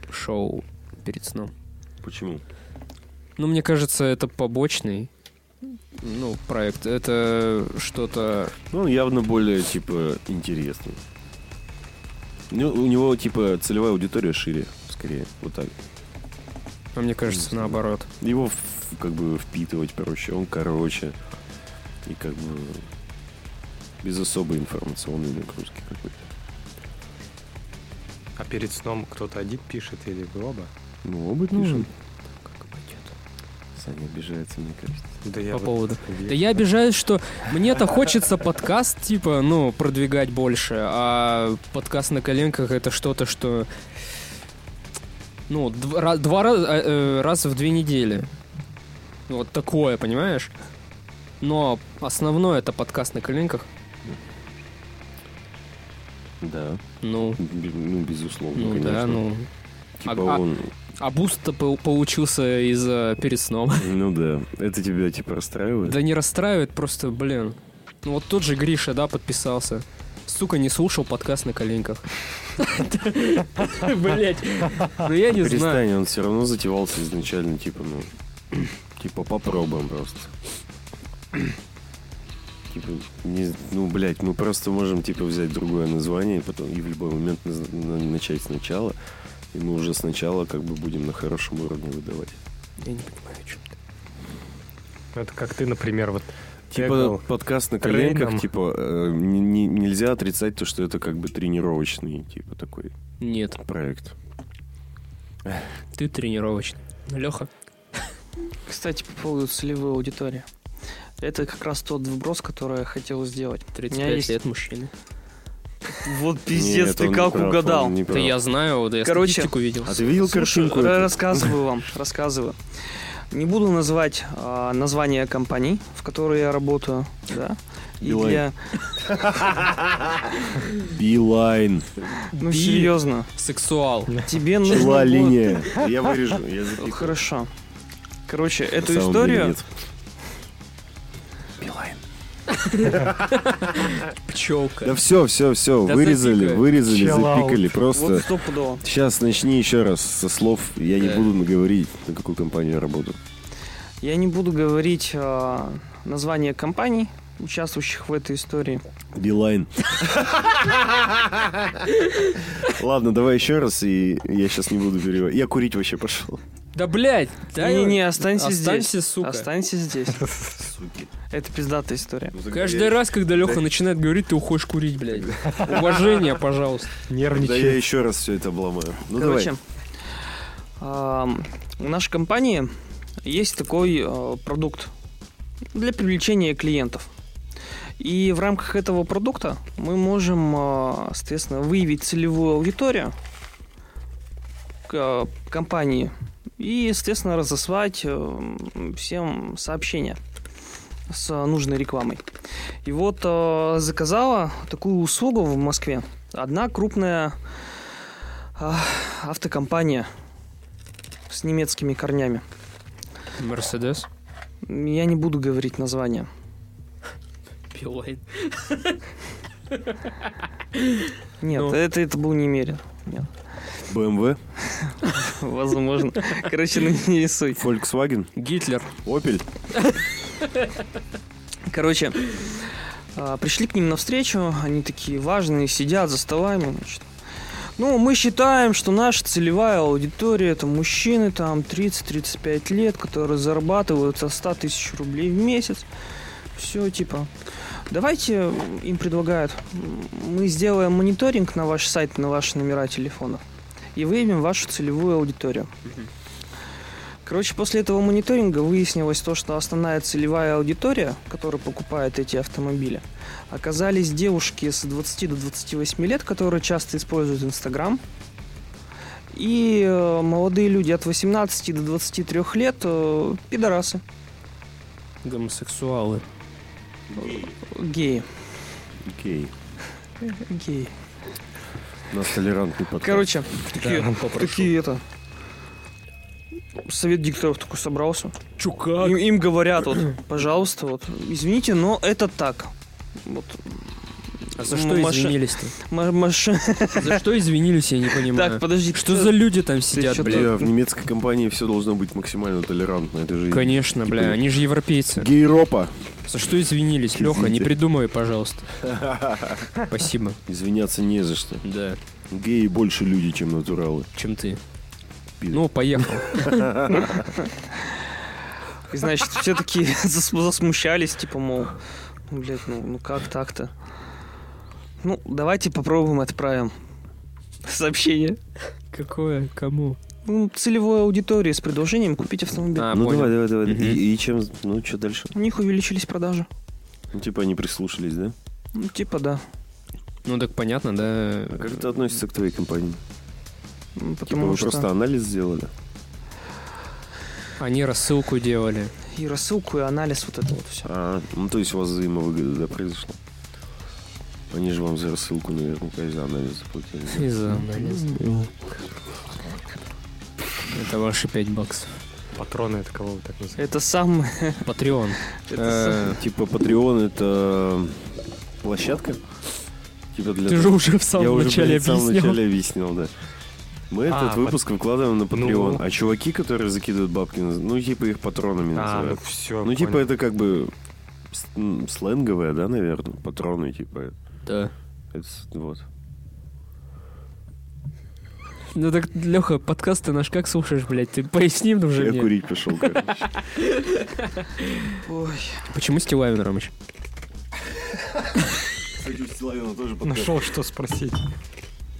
S2: шоу перед сном.
S1: Почему?
S2: Ну, мне кажется, это побочный ну, проект. Это что-то...
S1: Ну, он явно более, типа, интересный. Ну, у него, типа, целевая аудитория шире, скорее, вот так.
S2: А мне кажется, наоборот.
S1: Его, в- как бы, впитывать проще, он короче. И, как бы, без особой информационной нагрузки какой-то.
S4: А перед сном кто-то один пишет или вы оба?
S1: Ну, оба пишут.
S2: Как пойдет.
S1: Саня обижается, мне кажется.
S4: Да я
S2: По
S4: вот-
S2: поводу. Да я обижаюсь, что мне-то хочется подкаст, типа, ну, продвигать больше, а подкаст на коленках это что-то, что... Ну, дв- ра- два раза э, раз в две недели. Вот такое, понимаешь? Но основное это подкаст на коленках.
S1: Да,
S2: Ну,
S1: б- ну, безусловно,
S2: ну
S1: конечно.
S2: да, ну.
S1: Типа
S2: а- а-
S1: он...
S2: А буст-то пол- получился из-за перед сном.
S1: Ну да, это тебя, типа, расстраивает?
S2: Да не расстраивает, просто, блин. Ну вот тот же Гриша, да, подписался. Сука, не слушал подкаст на коленках. Блять. Ну я не
S1: Перестань,
S2: знаю.
S1: он все равно затевался изначально, типа, ну, типа, попробуем просто. Типа, не, ну, блядь, мы просто можем, типа, взять другое название, и потом и в любой момент наз- на- начать сначала, и мы уже сначала, как бы, будем на хорошем уровне выдавать.
S2: Я не понимаю, о чем ты.
S4: Это как ты, например, вот
S1: Типа,
S4: Тегал.
S1: подкаст на
S4: Трейном.
S1: коленках, типа, э, не- не- нельзя отрицать то, что это, как бы, тренировочный, типа, такой
S2: Нет,
S1: проект.
S2: ты тренировочный. Леха.
S3: Кстати, по поводу целевой аудитории. Это как раз тот вброс, который я хотел сделать.
S2: 35
S3: есть-
S2: лет мужчины.
S3: Вот
S1: Нет,
S3: пиздец, ты
S1: он не
S3: как
S1: прав, он
S3: угадал.
S1: не
S2: Да
S1: прав.
S2: я знаю, да я
S3: Короче,
S2: статистику видел.
S1: А ты видел
S3: Слушай,
S1: картинку?
S3: ра-
S1: эту?
S3: рассказываю вам, рассказываю. Не буду называть а, название компаний, в которой я работаю, да. И
S1: Билайн.
S3: для-
S1: Билайн.
S3: Ну,
S2: Би-
S3: серьезно.
S2: Сексуал.
S3: Тебе нужно...
S1: Была
S3: было-
S1: линия. Я вырежу, я запихаю.
S3: Хорошо. Короче,
S1: На
S3: эту
S1: самом деле
S3: историю...
S1: нет. Да
S2: Пчелка.
S1: все, все, все,
S2: Да
S1: вырезали,
S2: запикай.
S1: вырезали,
S4: Chill out.
S1: запикали.
S3: Вот
S1: Просто
S3: стопудово.
S1: сейчас начни еще раз со слов. Я не
S2: Да.
S1: буду говорить, на какую компанию я работаю.
S3: Я не буду говорить а, название компаний, участвующих в этой истории.
S1: Билайн. Ладно, давай еще раз, и я сейчас не буду переводить. Я курить вообще пошел.
S2: Да блять.
S3: Не-не, останься здесь.
S2: Останься, сука.
S3: Останься здесь.
S1: Суки. ну
S3: Это пиздатая история.
S2: Каждый раз, когда Леха начинает говорит, ты уходишь курить, блядь. Уважение, пожалуйста.
S1: Да
S4: ну,
S1: я
S4: нервничает.
S1: еще раз все это обломаю. Ну давай.
S3: Короче, ам, у нашей компании есть такой э, продукт для привлечения клиентов. И в рамках этого продукта мы можем, э, соответственно, выявить целевую аудиторию к- э, компании и, соответственно, разослать э, всем сообщения с нужной рекламой. И вот э, заказала такую услугу в Москве Одна крупная а, автокомпания с немецкими корнями.
S2: Мерседес.
S3: Я не буду говорить название.
S8: Билайн.
S3: Нет,
S2: Ну.
S3: это, это был немерен.
S1: BMW,
S3: Возможно. Короче, ну не рисуй.
S1: Volkswagen,
S2: Гитлер.
S1: Opel.
S3: Короче, а, пришли к ним навстречу, они такие важные, сидят за столами, значит. Ну, мы считаем, что наша целевая аудитория это мужчины там 30-35 лет, которые зарабатывают со 100 тысяч рублей в месяц. Все, типа, давайте им предлагают, м, мы сделаем мониторинг на ваш сайт, на ваши номера телефонов и выявим вашу целевую аудиторию. Короче, после этого мониторинга выяснилось то, что основная целевая аудитория, которая покупает эти автомобили, оказались девушки с 20 до 28 лет, которые часто используют Инстаграм. И э, молодые люди от 18 до 23 лет э, пидорасы,
S2: Гомосексуалы.
S3: геи.
S1: Окей.
S3: Геи.
S1: Нас толерантный подкаст.
S3: Короче, такие,
S2: Да, попрошу.
S3: такие это. Совет дикторов такой собрался.
S2: Чука.
S3: Им, им говорят, вот, пожалуйста, вот, извините, но это так. Вот,
S2: А за что
S3: Маша-
S2: извинились-то?
S3: ма- маш-
S2: За что извинились, я не
S3: Так,
S2: понимаю.
S3: подожди.
S2: Что
S3: кто-
S2: за люди там сидят,
S3: чё
S2: блядь?
S1: Бля, в немецкой компании все должно быть максимально толерантно. Это же
S2: Конечно, бля, они же европейцы.
S1: гейропа.
S2: За что извинились, Леха? Не
S1: Извините.
S2: придумывай, пожалуйста. Спасибо.
S1: Извиняться не за что.
S2: Да,
S1: Геи больше люди, чем натуралы.
S2: чем ты.
S1: Пидор.
S2: Ну, поехал.
S3: И, значит, все такие зас- засмущались, типа, мол, ну, блядь, ну, ну как так-то? Ну, давайте попробуем отправим сообщение.
S2: Какое? Кому?
S3: Ну, целевой аудитории с предложением купить автомобиль.
S2: А,
S1: ну давай, давай,
S2: понял.
S1: давай.
S2: Мгм.
S1: И, и чем, ну что дальше?
S3: У них увеличились продажи.
S1: Ну типа они прислушались, да?
S3: Ну, типа, да.
S2: Ну так понятно, да.
S1: А как это относится к твоей компании?
S3: Ну,
S1: Типа
S3: Потому
S1: вы
S3: что
S1: просто анализ сделали?
S2: Они рассылку делали.
S3: и рассылку, и анализ, вот это вот все.
S1: А, ну то есть у вас взаимовыгода да, произошла? Они же вам за рассылку наверняка и за анализ заплатили. да?
S2: И за анализ. Это ваши 5 баксов.
S4: Патроны это кого вы так называете?
S3: Это самое...
S2: Патреон.
S3: это
S2: Э,
S1: Типа Patreon это э, площадка? Типа для
S2: Ты же уже в самом начале
S1: блядь, в самом
S2: объяснял.
S1: начале объяснял, да. Мы
S4: А,
S1: этот выпуск выкладываем на Patreon,
S4: Ну.
S1: а чуваки, которые закидывают бабки, наз- ну, типа их патронами
S4: А, ну
S1: называют.
S4: все.
S1: ну, типа это как бы с- м, сленговое, да, наверное, патроны, типа,
S2: Да.
S1: это с- вот.
S2: Ну так, Леха, подкаст ты наш как слушаешь, блядь? Ты поясни ну
S1: Я
S2: уже мне.
S1: курить пошел, короче.
S3: самое... Ой.
S2: Почему Стив Айвен, Ромыч?
S1: Кстати, у Стилавина тоже
S4: Нашел, что спросить.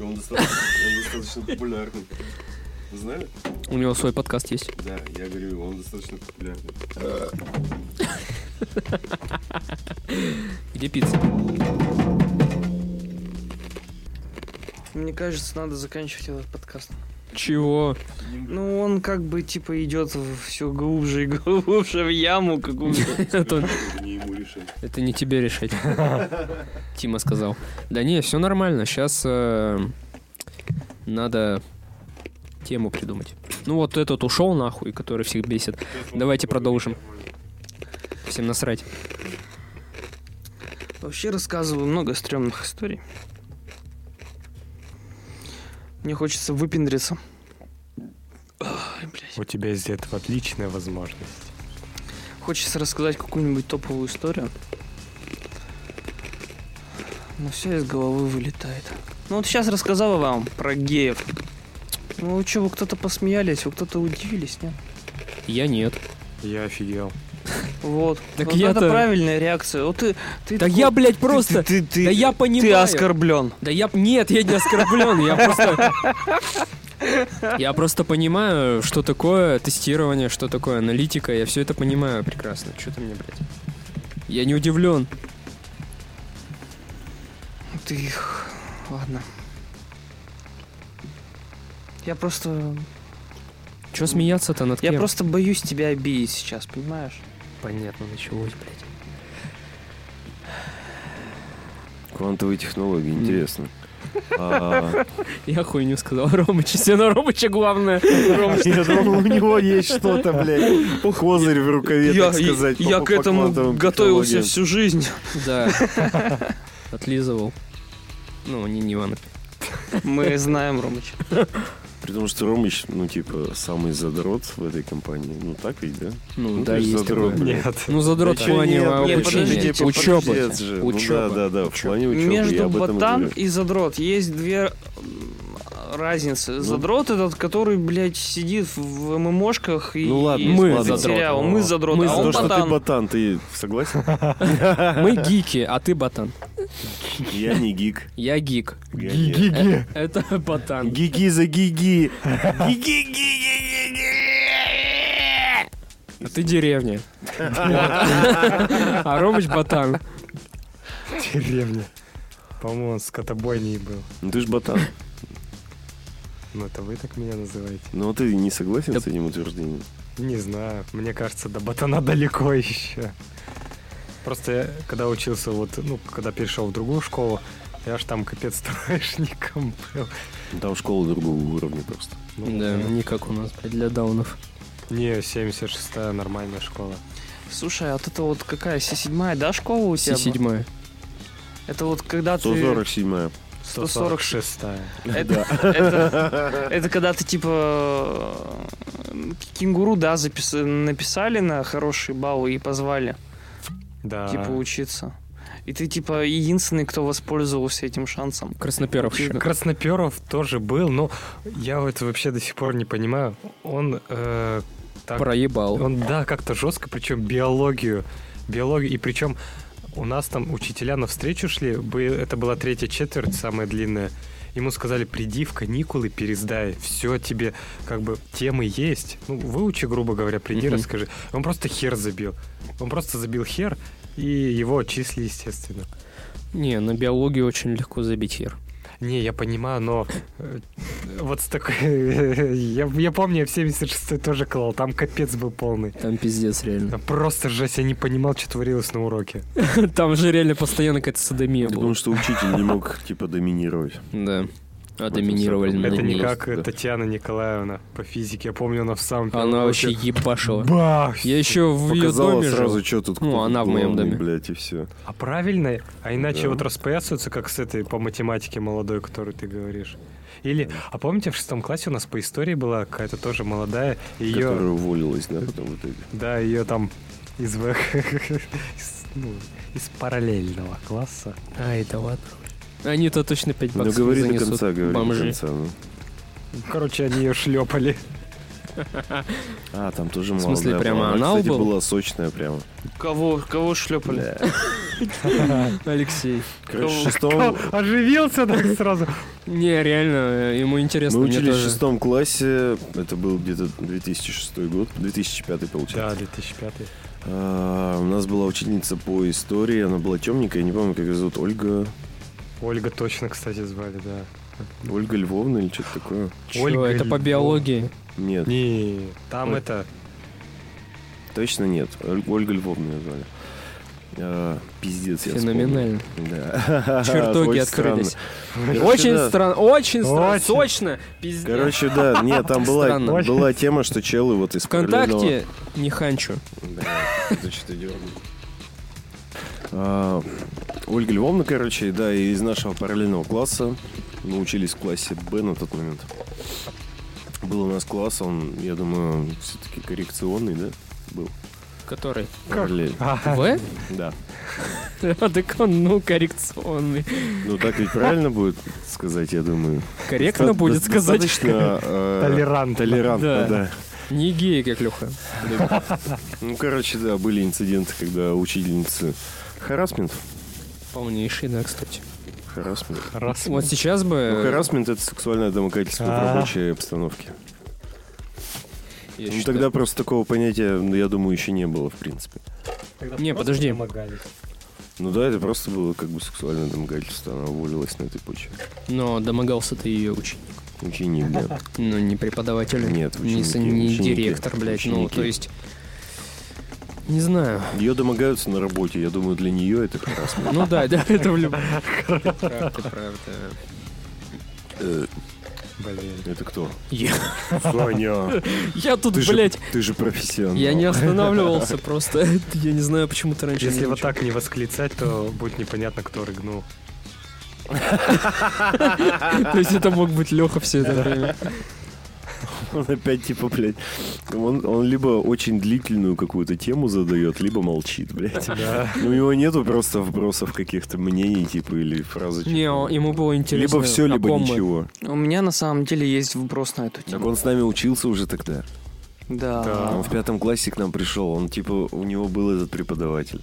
S1: Он достаточно популярный. Вы знали?
S2: У него свой подкаст есть.
S1: Да, я говорю, он достаточно популярный.
S2: Где пицца?
S3: Мне кажется, надо заканчивать этот подкаст.
S2: Чего?
S3: Ну, он как бы, типа, идет все глубже и глубже в яму какую-то.
S2: Это,
S1: Не ему решать.
S2: это не тебе решать. Тима сказал. Да не, все нормально. Сейчас надо тему придумать. Ну вот этот ушел нахуй, который всех бесит. Давайте продолжим. Всем насрать.
S3: Вообще рассказываю много стрёмных историй. Мне хочется выпендриться. Ай, блядь.
S4: У тебя из этого отличная возможность.
S3: Хочется рассказать какую-нибудь топовую историю. Но все из головы вылетает. Ну вот сейчас рассказала вам про геев. Ну вы что, вы кто-то посмеялись, вы кто-то удивились, нет?
S2: Я нет.
S4: Я офигел.
S3: Вот.
S2: Так
S3: Вот
S2: я-то-
S3: Это правильная реакция. Вот ты... ты
S2: Да
S3: такой-
S2: я, блядь,
S3: ты-
S2: просто...
S3: Ты, ты,
S2: Да
S3: ты-
S2: я понимаю.
S3: ты оскорблен.
S2: Да я... Нет, я не оскорблен, я просто... Я просто понимаю, что такое тестирование, что такое аналитика. Я все это понимаю прекрасно. Что ты мне, блядь? Я не удивлен.
S3: Ты их... Ладно. Я просто...
S2: Че смеяться-то над
S3: Я
S2: кем?
S3: просто боюсь тебя обидеть сейчас, понимаешь?
S2: Понятно, началось, блядь.
S1: Квантовые технологии, интересно. А,
S2: Я хуйню сказал Ромыча. Все на Ромыча главное.
S1: Нет, он- у него есть что-то, блядь, козырь в рукаве,
S3: я,
S1: так сказать.
S3: я
S1: по-
S3: к
S1: по
S3: этому
S1: квантовым технологиям.
S3: готовился всю жизнь.
S2: Да. Отлизывал. Ну, не, не Иванов.
S3: Мы знаем, Ромыч.
S1: При том, что Ромыч, ну, типа, самый задрот в этой компании. Ну, так ведь, да?
S2: Ну,
S1: Ну,
S2: да,
S1: ты ж
S2: есть
S1: задрот,
S2: такое.
S1: блядь.
S4: Нет.
S2: Ну, задрот
S1: Да
S2: в
S1: чё
S2: плане
S1: нет,
S2: а,
S1: блин,
S2: обучения.
S1: подождите,
S2: Учебы.
S1: пиздец же. Ну
S2: Учеба.
S1: да, да, да, в плане учебы. я
S3: Между
S1: об этом и
S3: ботан
S1: говорю.
S3: и задрот есть две м, разницы.
S1: Ну.
S3: Задрот этот, который, блядь, сидит в ММОшках и
S1: Ну ладно,
S2: мы
S1: ладно.
S2: задрот.
S3: сериал. Мы задрот,
S2: Мы
S3: а
S1: За
S3: он
S1: то, что ты
S3: ботан.
S1: ботан, ты согласен?
S2: Мы гики, а ты ботан.
S1: Я не гик.
S2: Я гик.
S1: Я не-
S4: Гиги.
S2: Это ботан.
S1: Гиги за гиги. Гиги, гиги, гиги.
S2: А ты деревня. А Ромыч ботан.
S4: Деревня. По-моему, он скотобойней был.
S1: Ну ты ж ботан.
S4: Ну, это вы так меня называете.
S1: Но ты не согласен
S2: Да-
S1: с этим утверждением?
S4: Не знаю. Мне кажется, до ботана далеко еще. Просто я, когда учился, вот, ну, когда перешел в другую школу, я ж там капец троечником был.
S1: Ну, Там школа другого уровня просто.
S4: Ну,
S2: Да, не как у нас, блядь, для даунов.
S4: Не, 76-я нормальная школа.
S3: Слушай, а вот это вот какая, Си-7, да, школа
S1: Ну,
S3: у тебя?
S2: Си
S3: была?
S2: седьмая.
S3: Это вот когда ты...
S1: 147
S3: Это, это- это когда ты типа э, кенгуру, да, запис- написали на хорошие баллы и позвали,
S1: А.
S4: Да.
S3: типа, учиться. И ты, типа, единственный, кто воспользовался этим шансом.
S2: Красноперовщина.
S4: Красноперов тоже был, но я вот вообще до сих пор не понимаю. Он э, так
S2: Проебал.
S4: Он, да, как-то жестко, причем биологию. Биологию, и причем у нас там учителя навстречу шли, бы- это была третья четверть, самая длинная. Ему сказали, приди в каникулы, пересдай, все тебе, как бы, темы есть. Ну, выучи, грубо говоря, приди,
S2: Мгм.
S4: расскажи. Он просто хер забил. Он просто забил хер, и его отчисли, естественно.
S2: Не, на биологию очень легко забить хер.
S4: Не, я понимаю, но э, вот с такой... Я, я помню, я в 76-й тоже клал, там капец был полный.
S2: Там пиздец реально.
S4: Да Просто жесть, я не понимал, что творилось на уроке.
S2: Там же реально постоянно какая-то садомия была.
S1: Потому что учитель не мог, типа, доминировать.
S2: Да. А
S1: Вот
S2: доминировали
S1: это
S2: над
S4: Это не
S2: ней.
S4: как
S1: да.
S4: Татьяна Николаевна по физике. Я помню, она в самом первом
S2: Она
S4: уроке
S2: вообще ебашила.
S4: Бах!
S2: Я еще в ее
S1: Показала
S2: доме жил.
S1: сразу, что тут
S2: Ну,
S1: кто
S2: она в моем
S1: главный,
S2: доме.
S1: Блядь, и все.
S4: А правильно? А иначе
S1: Да.
S4: вот распоясываются, как с этой по математике молодой, которую ты говоришь. Или, а помните, в шестом классе у нас по истории была какая-то тоже молодая, ее,
S1: Которая уволилась, да, потом в итоге.
S4: да, ее там из, В- из, ну, из параллельного класса.
S2: Ай, да ладно. Они-то точно 5
S1: Ну,
S2: баксов
S1: говори до
S2: занесут,
S1: конца, говори
S2: бомжи.
S1: до конца. ну.
S4: Короче, они ее шлепали.
S1: А, там тоже
S2: В
S1: молодая.
S2: смысле,
S1: была.
S2: прямо
S1: Она,
S2: анал
S1: кстати,
S2: был?
S1: была сочная прямо.
S3: Кого, кого шлепали?
S2: Алексей.
S1: Короче, в
S4: Кал-
S1: шестом...
S4: Оживился так сразу.
S2: Не, реально, э, ему интересно.
S1: Мы
S2: мне
S1: учились в
S2: тоже.
S1: шестом классе, это был где-то 2006 год, 2005 получается.
S4: Да, 2005.
S1: А, у нас была ученица по истории, она была темненькая, я не помню, как ее зовут, Ольга,
S4: Ольга точно, кстати, звали, да.
S1: Ольга Львовна или что-то такое?
S2: Чё,
S4: Ольга
S2: это по
S4: Львова.
S2: биологии.
S1: Нет,
S4: Не, там
S1: Ой.
S4: это...
S1: точно нет, Оль- Ольга Львовна ее звали. А, пиздец, я вспомнил.
S2: Феноменально.
S1: Да.
S2: Чертоги
S1: Очень
S2: открылись.
S1: странно. Короче,
S2: Очень
S1: да.
S2: странно, очень странно,
S4: Очень.
S2: сочно. Пиздец.
S1: Короче, да, нет, там была,
S2: Странно.
S1: была тема, что челы вот из параллельного-
S2: ВКонтакте не ханчу.
S1: Да, значит, идем. А, Ольга Львовна, короче, да, из нашего параллельного класса. Мы учились в классе Б на тот момент. Был у нас класс, он, я думаю, все-таки коррекционный, да? Был.
S2: Который?
S1: Параллель.
S4: Ага.
S2: В?
S1: Да.
S2: А, Так он, ну, коррекционный.
S1: Ну так ведь правильно будет сказать, я думаю.
S2: Корректно
S1: Доста-
S2: будет
S1: дос-
S2: сказать.
S1: Достаточно э,
S4: Толерант.
S1: толерантно,
S2: Да.
S1: да.
S2: Не гей, как Леха.
S1: Ну, короче, да, были инциденты, когда учительницы... Харасмент?
S2: Полнейший, да, кстати.
S1: Харасмент.
S4: Раз.
S2: Вот сейчас
S1: Ну,
S2: бы...
S1: харасмент это сексуальное домогательство в
S4: А.
S1: рабочей обстановке.
S2: я
S1: Ну,
S2: считаю-
S1: тогда просто такого понятия, ну, я думаю, еще не было, в принципе.
S2: Не, подожди.
S1: Ну да, это просто было как бы сексуальное домогательство, она уволилась на этой почве.
S2: Но домогался ты ее учить.
S1: Ученик, да.
S2: Ну, не преподаватель.
S1: Нет,
S2: Не, с-
S1: ученики.
S2: не
S1: ученики,
S2: директор, блядь. Ну,
S1: ученики.
S2: то есть... Не знаю.
S1: Ее домогаются на работе, я думаю, для нее это харасмент.
S2: Ну да, да, это в любом... Ты прав, ты прав, да.
S1: Э,
S4: Блин.
S1: Это кто?
S2: Я,
S1: Соня.
S2: я тут,
S1: Ты же,
S2: блядь,
S1: ты же профессионал.
S2: я не останавливался просто. Я не знаю, почему ты раньше
S4: Если
S2: не
S4: вот
S2: начал.
S4: так не восклицать, то будет непонятно, кто рыгнул.
S2: То
S1: а.
S2: есть это мог быть Леха все это время.
S1: Он опять типа, блядь. Он, он либо очень длительную какую-то тему задает, либо молчит, блядь. Ну,
S4: Да.
S1: У него нету просто вбросов каких-то мнений, типа, или фразочек.
S2: Не, о- ему было интересно. а
S1: Либо все,
S2: о
S1: либо
S2: ком мы.
S1: ничего.
S3: У меня на самом деле есть вброс на эту
S1: Так
S3: тему.
S1: он с нами учился уже тогда.
S3: Да.
S2: А.
S1: Он в пятом классе к нам пришел. Он типа, у него был этот преподаватель.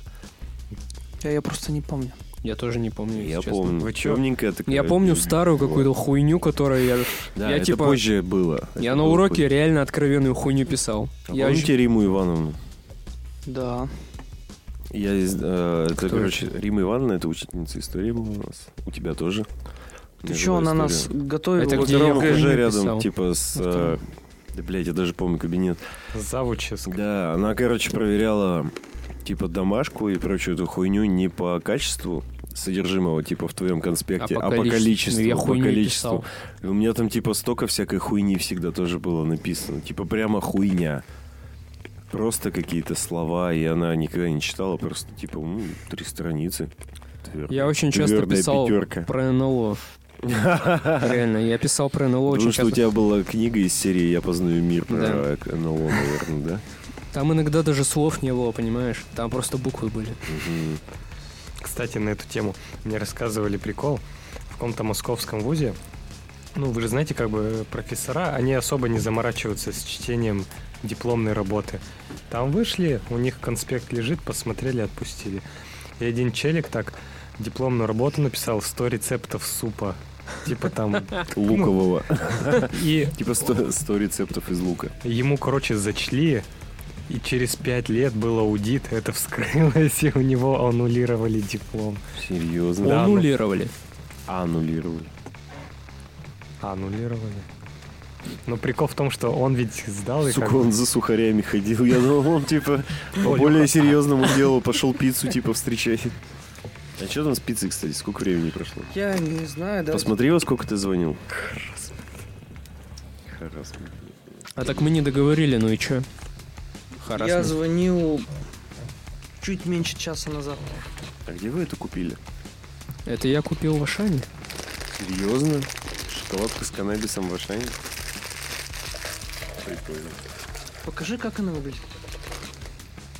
S3: Я, я просто не помню.
S2: Я тоже не помню, если
S1: Я
S2: честно.
S1: помню.
S2: Вы чё?
S1: Темненькая такая.
S2: Я помню старую
S1: Вот.
S2: какую-то хуйню, которую я...
S1: Да,
S2: я
S1: это
S2: типа-
S1: позже было.
S2: Я
S1: Это
S2: на
S1: было
S2: уроке
S1: позже.
S2: реально откровенную хуйню писал.
S1: А
S2: Я
S1: помните Риму Ивановну?
S3: Да.
S1: Я, из- э, это,
S2: Кто
S1: короче, Рима Ивановна, это учительница истории была у нас. У тебя тоже.
S3: Ты что, она нас
S1: Ну,
S3: готовила?
S1: Это
S2: Это
S3: вот
S2: где
S1: где
S2: я хуйню
S1: рядом,
S2: писал.
S1: типа, с...
S2: Вот
S1: э, Да, блядь, я даже помню кабинет.
S4: Завуческая.
S1: Да, она, короче, проверяла, типа, домашку и прочую эту хуйню не по качеству содержимого, типа, в твоем конспекте, а по, количеству.
S2: Ну, Я
S1: по
S2: хуйню
S1: количеству.
S2: писал.
S1: И у меня там, типа, столько всякой хуйни всегда тоже было написано. Типа, прямо хуйня. Просто какие-то слова, и она никогда не читала, просто, типа, м, три страницы. Твер-
S2: Я очень часто
S1: твердая
S2: писал
S1: пятерка.
S2: про НЛО. Реально, я писал про НЛО очень
S1: Потому что у
S2: часто.
S1: тебя была книга из серии «Я познаю мир» про
S2: Да.
S1: НЛО, наверное, да?
S2: Там иногда даже слов не было, понимаешь? Там просто буквы были.
S1: Мгм.
S4: Кстати, на эту тему мне рассказывали прикол. В каком-то московском вузе, ну, вы же знаете, как бы профессора, они особо не заморачиваются с чтением дипломной работы. Там вышли, у них конспект лежит, посмотрели, отпустили. И один челик так дипломную работу написал 100 рецептов супа. Типа там.
S1: Лукового.
S4: И
S1: Типа 100 100 рецептов из лука.
S4: Ему, короче, зачли, и через пять лет был аудит, это вскрылось, и у него аннулировали диплом.
S1: Серьезно?
S4: Да, ну.
S2: Аннулировали.
S1: Аннулировали.
S4: Аннулировали. Но прикол в том, что он ведь
S2: ну
S4: сдал и как
S1: Сука,
S4: бы-
S1: он за сухарями ходил. Я думал, он типа по
S4: Оля,
S1: более серьезному делу пошел пиццу типа встречать. А что там с пиццей, кстати? Сколько времени прошло?
S3: Я не знаю, да.
S1: Посмотри, во сколько ты звонил. Харасмент.
S2: А так мы не договорили, ну и чё?
S3: Я
S2: Харасмент.
S3: звонил чуть меньше часа назад.
S1: А где вы это купили?
S2: Это я купил в Ашане.
S1: Серьезно? Шоколадка с каннабисом в Ашане? Прикольно.
S3: Покажи, как она выглядит.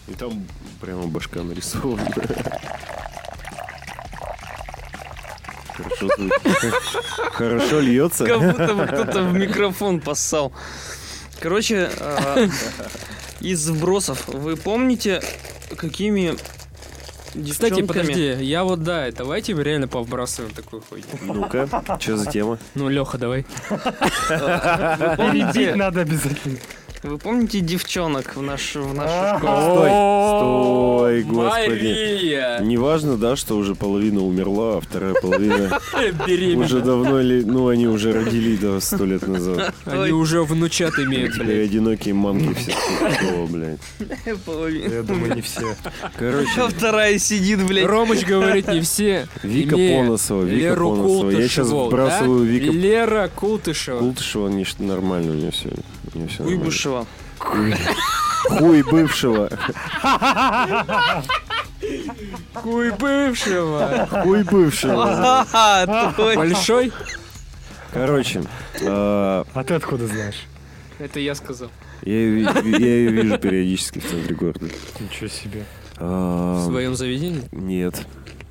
S1: И там прямо башка нарисована. Хорошо звучит. Хорошо льется.
S3: Как будто бы кто-то в микрофон поссал. Короче, э, из вбросов. Вы помните, какими
S2: Кстати,
S3: девчонками...
S2: подожди, я вот да, давайте реально повбрасываем такую хуйню.
S1: Ну-ка, что за тема?
S2: Ну, Леха, давай.
S3: Вы
S4: Перебить
S3: помните,
S4: надо обязательно.
S3: вы помните девчонок в, наш, в нашу
S1: А.
S3: школу?
S1: Стой, стой, господи.
S2: Мария!
S1: Неважно, да, что уже половина умерла, а вторая половина
S2: Беременна.
S1: уже давно ли... Ну, они уже родили, да, сто лет назад.
S2: Они уже внучат имеют,
S1: Теперь
S2: блядь.
S1: одинокие мамки все. Кто, блядь?
S3: Половина.
S4: Я думаю, не все.
S1: Короче,
S3: Вторая сидит, блядь.
S2: Ромыч говорит, не все.
S1: Вика
S2: имеют.
S1: Поносова, Вика
S2: Леру
S1: Поносова. Я сейчас
S2: Култышеву,
S1: вбрасываю
S2: да?
S1: Вика
S2: Лера Култышева.
S1: Култышева, не нормально у нее все.
S3: Уйбышева.
S1: Хуй бывшего.
S2: Куй бывшего.
S1: Хуй бывшего.
S3: Ага, точно.
S2: Большой?
S1: Короче, э,
S4: А ты откуда знаешь?
S2: Это я сказал.
S1: я ее вижу периодически в центре города.
S4: Ничего себе.
S2: В
S1: Э,
S2: своем заведении?
S1: Нет.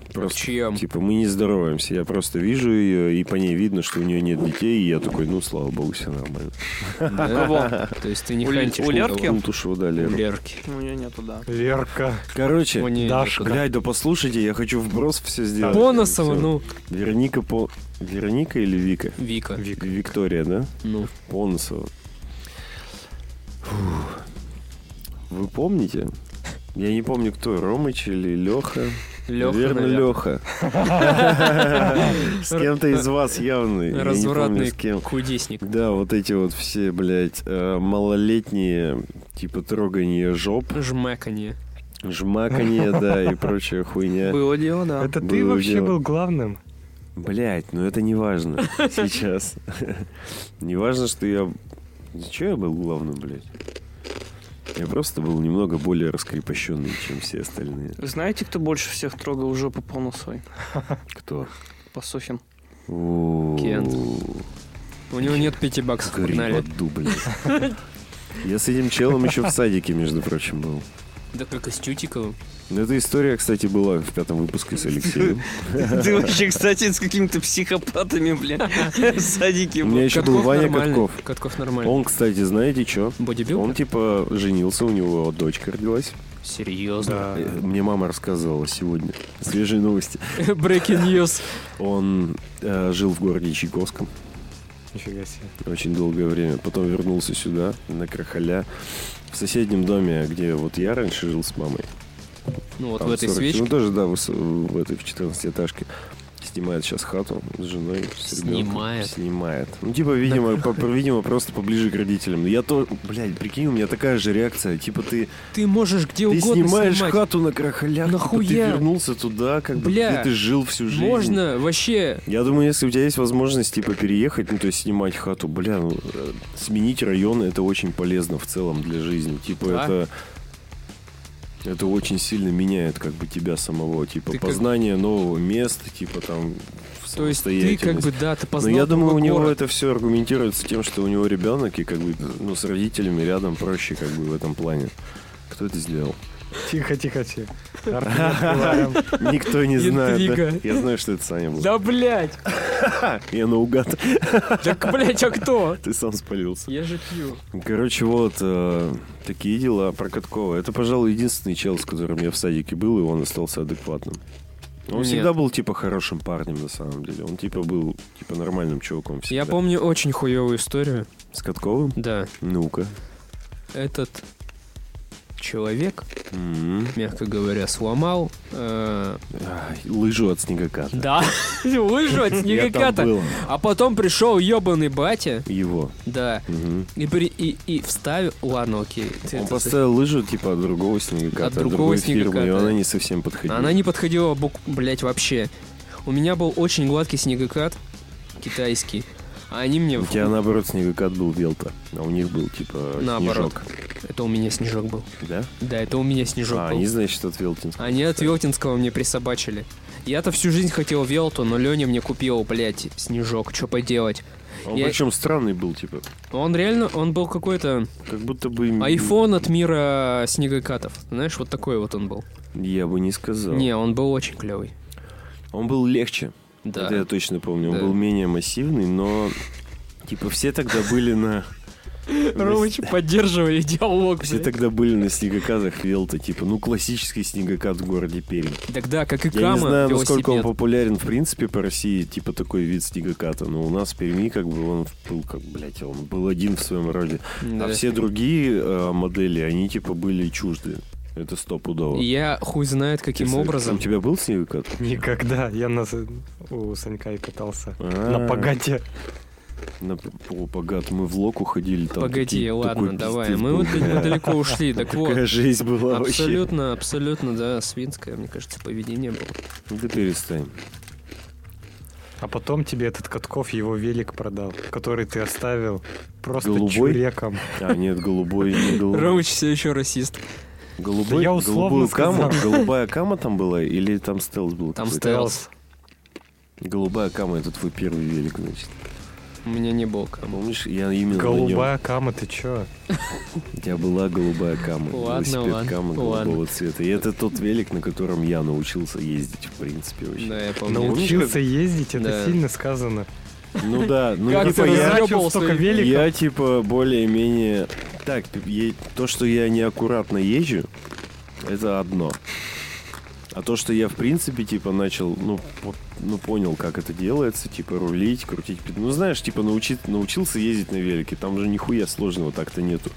S2: В
S1: Просто,
S2: чьем?
S1: типа, мы не здороваемся. Я просто вижу ее, и по ней видно, что у нее нет детей. И я такой, ну, слава богу, все нормально.
S2: Да? А, То есть ты не
S3: У Ле-
S2: хантишь
S3: у
S2: никого?
S3: Лерки? Кем?
S1: Култышева, да,
S2: У
S1: Леру.
S2: Лерки.
S3: У нее нету, да.
S4: Лерка.
S2: У
S1: Короче,
S2: нее
S4: Дашка.
S2: никуда.
S1: блядь, да послушайте, я хочу вброс все сделать.
S2: Поносова,
S1: Всё.
S2: ну,
S1: Вероника по... Вероника или Вика?
S2: Вика.
S4: Вик.
S1: Виктория, да?
S2: Ну,
S1: Поносова. Фух. Вы помните? Я не помню, кто, Ромыч или Леха.
S2: Леха,
S1: Верно, Леха. С кем-то из вас явно. Я не помню,
S2: Развратный
S1: с кем.
S2: кудесник.
S1: Да, вот эти вот все, блядь, э, малолетние, типа трогание жоп,
S2: Жмаканье.
S1: жмаканье, да, и прочая хуйня.
S3: Было дело, да.
S4: Это ты
S1: Было
S4: вообще
S1: дело.
S4: был главным?
S1: Блять, ну это не важно сейчас. Не важно, что я... Че я был главным, блядь? Я просто был немного более раскрепощенный, чем все остальные.
S3: Знаете, кто больше всех трогал жопу по носой?
S1: Кто?
S3: Пасухин.
S1: О,
S2: Кент. У него нет пяти баксов.
S1: Гриб
S2: Погнали.
S1: от дубля. Я с этим челом еще в садике, между прочим, был.
S2: Да как и с Тютиковым.
S1: Ну, эта история, кстати, была в пятом выпуске с Алексеем.
S3: Ты вообще, кстати, с какими-то психопатами, бля, в садике
S1: У меня
S3: был.
S1: еще был Ваня
S2: нормальный.
S1: Катков.
S2: Катков нормальный.
S1: Он, кстати, знаете что?
S2: Бодибилд?
S1: Он, типа, женился, у него дочка родилась.
S2: Серьезно.
S1: Э, Мне мама рассказывала сегодня. Свежие новости.
S2: Breaking news.
S1: Он э, жил в городе Чайковском
S4: Нифига себе.
S1: очень долгое время. Потом вернулся сюда, на Крахаля. В соседнем доме, где вот я раньше жил с мамой.
S2: Ну вот
S1: Там
S2: в этой
S1: 40
S2: свечке
S1: Ну, тоже, да, выс- в этой, в 14-этажке. Снимает сейчас хату с женой, с ребенком.
S2: Снимает.
S1: Снимает. Ну, типа, видимо, по- видимо, просто поближе к родителям. Я то, блядь, прикинь, у меня такая же реакция. Типа, ты,
S2: Ты можешь где
S1: ты
S2: угодно
S1: снимаешь
S2: снимать.
S1: хату на крахалях, типа, ты
S2: Нахуя?
S1: вернулся туда, как бы,
S2: Бля,
S1: где ты жил всю жизнь.
S2: Можно вообще...
S1: Я думаю, если у тебя есть возможность, типа, переехать, ну, то есть снимать хату, бля, ну, э, сменить район, это очень полезно в целом для жизни. Типа,
S2: Да.
S1: это... Это очень сильно меняет, как бы, тебя самого. Типа,
S2: Ты как-
S1: познание нового места, типа, там, в
S2: То есть ты как
S1: самостоятельность.
S2: бы, да, ты
S1: Но
S2: познал
S1: я думаю, у
S2: другой
S1: него
S2: город.
S1: это все аргументируется тем, что у него ребенок, и как бы, ну, с родителями рядом проще, как бы, в этом плане. Кто это сделал?
S4: Тихо, тихо, тихо. Карты не открываем.
S1: Никто не знает. да?
S2: Интрига.
S1: Я знаю, что это Саня был.
S2: Да, блядь!
S1: Я наугад.
S2: Так, блядь, а кто?
S1: Ты сам спалился.
S2: Я же пью.
S1: Короче, вот э, такие дела про Каткова. Это, пожалуй, единственный чел, с которым я в садике был, и он остался адекватным. Он
S2: Нет.
S1: всегда был типа хорошим парнем на самом деле. Он типа был типа нормальным чуваком. Всегда.
S2: Я помню очень хуевую историю.
S1: С Катковым?
S2: Да,
S1: Ну-ка.
S2: этот человек,
S1: М.
S2: мягко говоря, сломал... э,
S1: Ай, Лыжу от снегоката.
S2: Да, лыжу от
S1: Я там
S2: снегоката.
S1: был.
S2: А потом пришел ебаный батя,
S1: Его.
S2: да,
S1: Мгм.
S2: и, при- и, и вставил... Ладно, окей. ты
S1: Он
S2: это-
S1: поставил лыжу типа от другого снегоката,
S2: От
S1: от,
S2: другого
S1: другой
S2: снегоката.
S1: фирмы, и она не совсем подходила.
S2: Она не подходила, бук... блядь, вообще. У меня был очень гладкий снегокат, китайский. А они мне...
S1: У
S2: в-
S1: тебя наоборот снегокат был Велта, а у них был типа
S2: Наоборот.
S1: снежок.
S2: Это у меня снежок был.
S1: Да?
S2: Да, это у меня снежок
S1: а,
S2: был.
S1: они, значит, от Велтинского.
S2: Они от Велтинского мне присобачили. Я-то всю жизнь хотел Велту, но Леня мне купил, блядь, снежок, что поделать.
S1: Он
S2: Я-
S1: причем странный был, типа,
S2: Он реально, он был какой-то
S1: как будто бы... м,
S2: айфон от мира снегокатов. Знаешь, вот такой вот он был.
S1: Я бы не сказал.
S2: Не, он был очень клевый.
S1: Он был легче,
S2: Да.
S1: это я точно помню. Он
S2: Да.
S1: был менее массивный, но... Типа все тогда были на...
S2: Ромыч, поддерживай диалог,
S1: Все
S2: блядь.
S1: тогда были на снегокатах Велта, типа, ну, классический снегокат в городе Пермь.
S2: Тогда, как и
S1: Я
S2: Кама,
S1: не знаю, насколько он
S2: велосипед.
S1: популярен, в принципе, по России, типа, такой вид снегоката, но у нас в Перми, как бы, он был, как, блядь, он был один в своем роде.
S2: Да.
S1: А все другие э, модели, они, типа, были чужды. Это стопудово.
S2: Я хуй знает каким
S1: Если- У
S2: образом.
S1: тебя был снегокат?
S4: Никогда. Я на... с- у Санька и катался.
S1: А.
S4: На погате.
S1: На п- о, Погат, мы в локу ходили там.
S2: Погоди,
S1: такие-
S2: ладно,
S1: такой
S2: давай.
S1: пиздец
S2: Мы
S1: был.
S2: вот мы далеко ушли. Так
S1: Такая
S2: вот,
S1: жесть была вообще.
S2: абсолютно, абсолютно, да, свинское, мне кажется, поведение было.
S1: Да перестань.
S4: А потом тебе этот Катков его велик продал, который ты оставил просто
S1: Голубой?
S4: чуреком.
S1: А, нет, голубой, не голубой.
S2: Ромыч все еще расист.
S1: Голубой,
S4: Да я условно
S1: голубую кама,
S4: сказал.
S1: голубая кама там была или там стелс был?
S2: Там
S1: какой-то?
S2: стелс.
S1: Голубая кама, это твой первый велик, значит.
S2: У меня не было камы.
S1: Помнишь, я именно на нём.
S4: Голубая кама, ты чё?
S1: У тебя была голубая кама,
S2: Ладно,
S1: велосипед
S2: ладно,
S1: кама
S2: ладно.
S1: голубого цвета. И это тот велик, на котором я научился ездить, в принципе, вообще.
S2: Да, я помню.
S4: Научился ездить, это
S2: Да.
S4: сильно сказано.
S1: Ну да, ну
S2: Как
S1: типа
S2: ты
S1: я...
S2: разъёбал
S4: Начал столько
S2: свои-
S4: великов.
S1: Я типа более-менее... Так, е- то, что я неаккуратно езжу, это одно. А то, что я в принципе типа начал, ну, по- ну понял, как это делается, типа рулить, крутить, пед- ну знаешь, типа научит, научился ездить на велике, там же нихуя сложного так-то нету.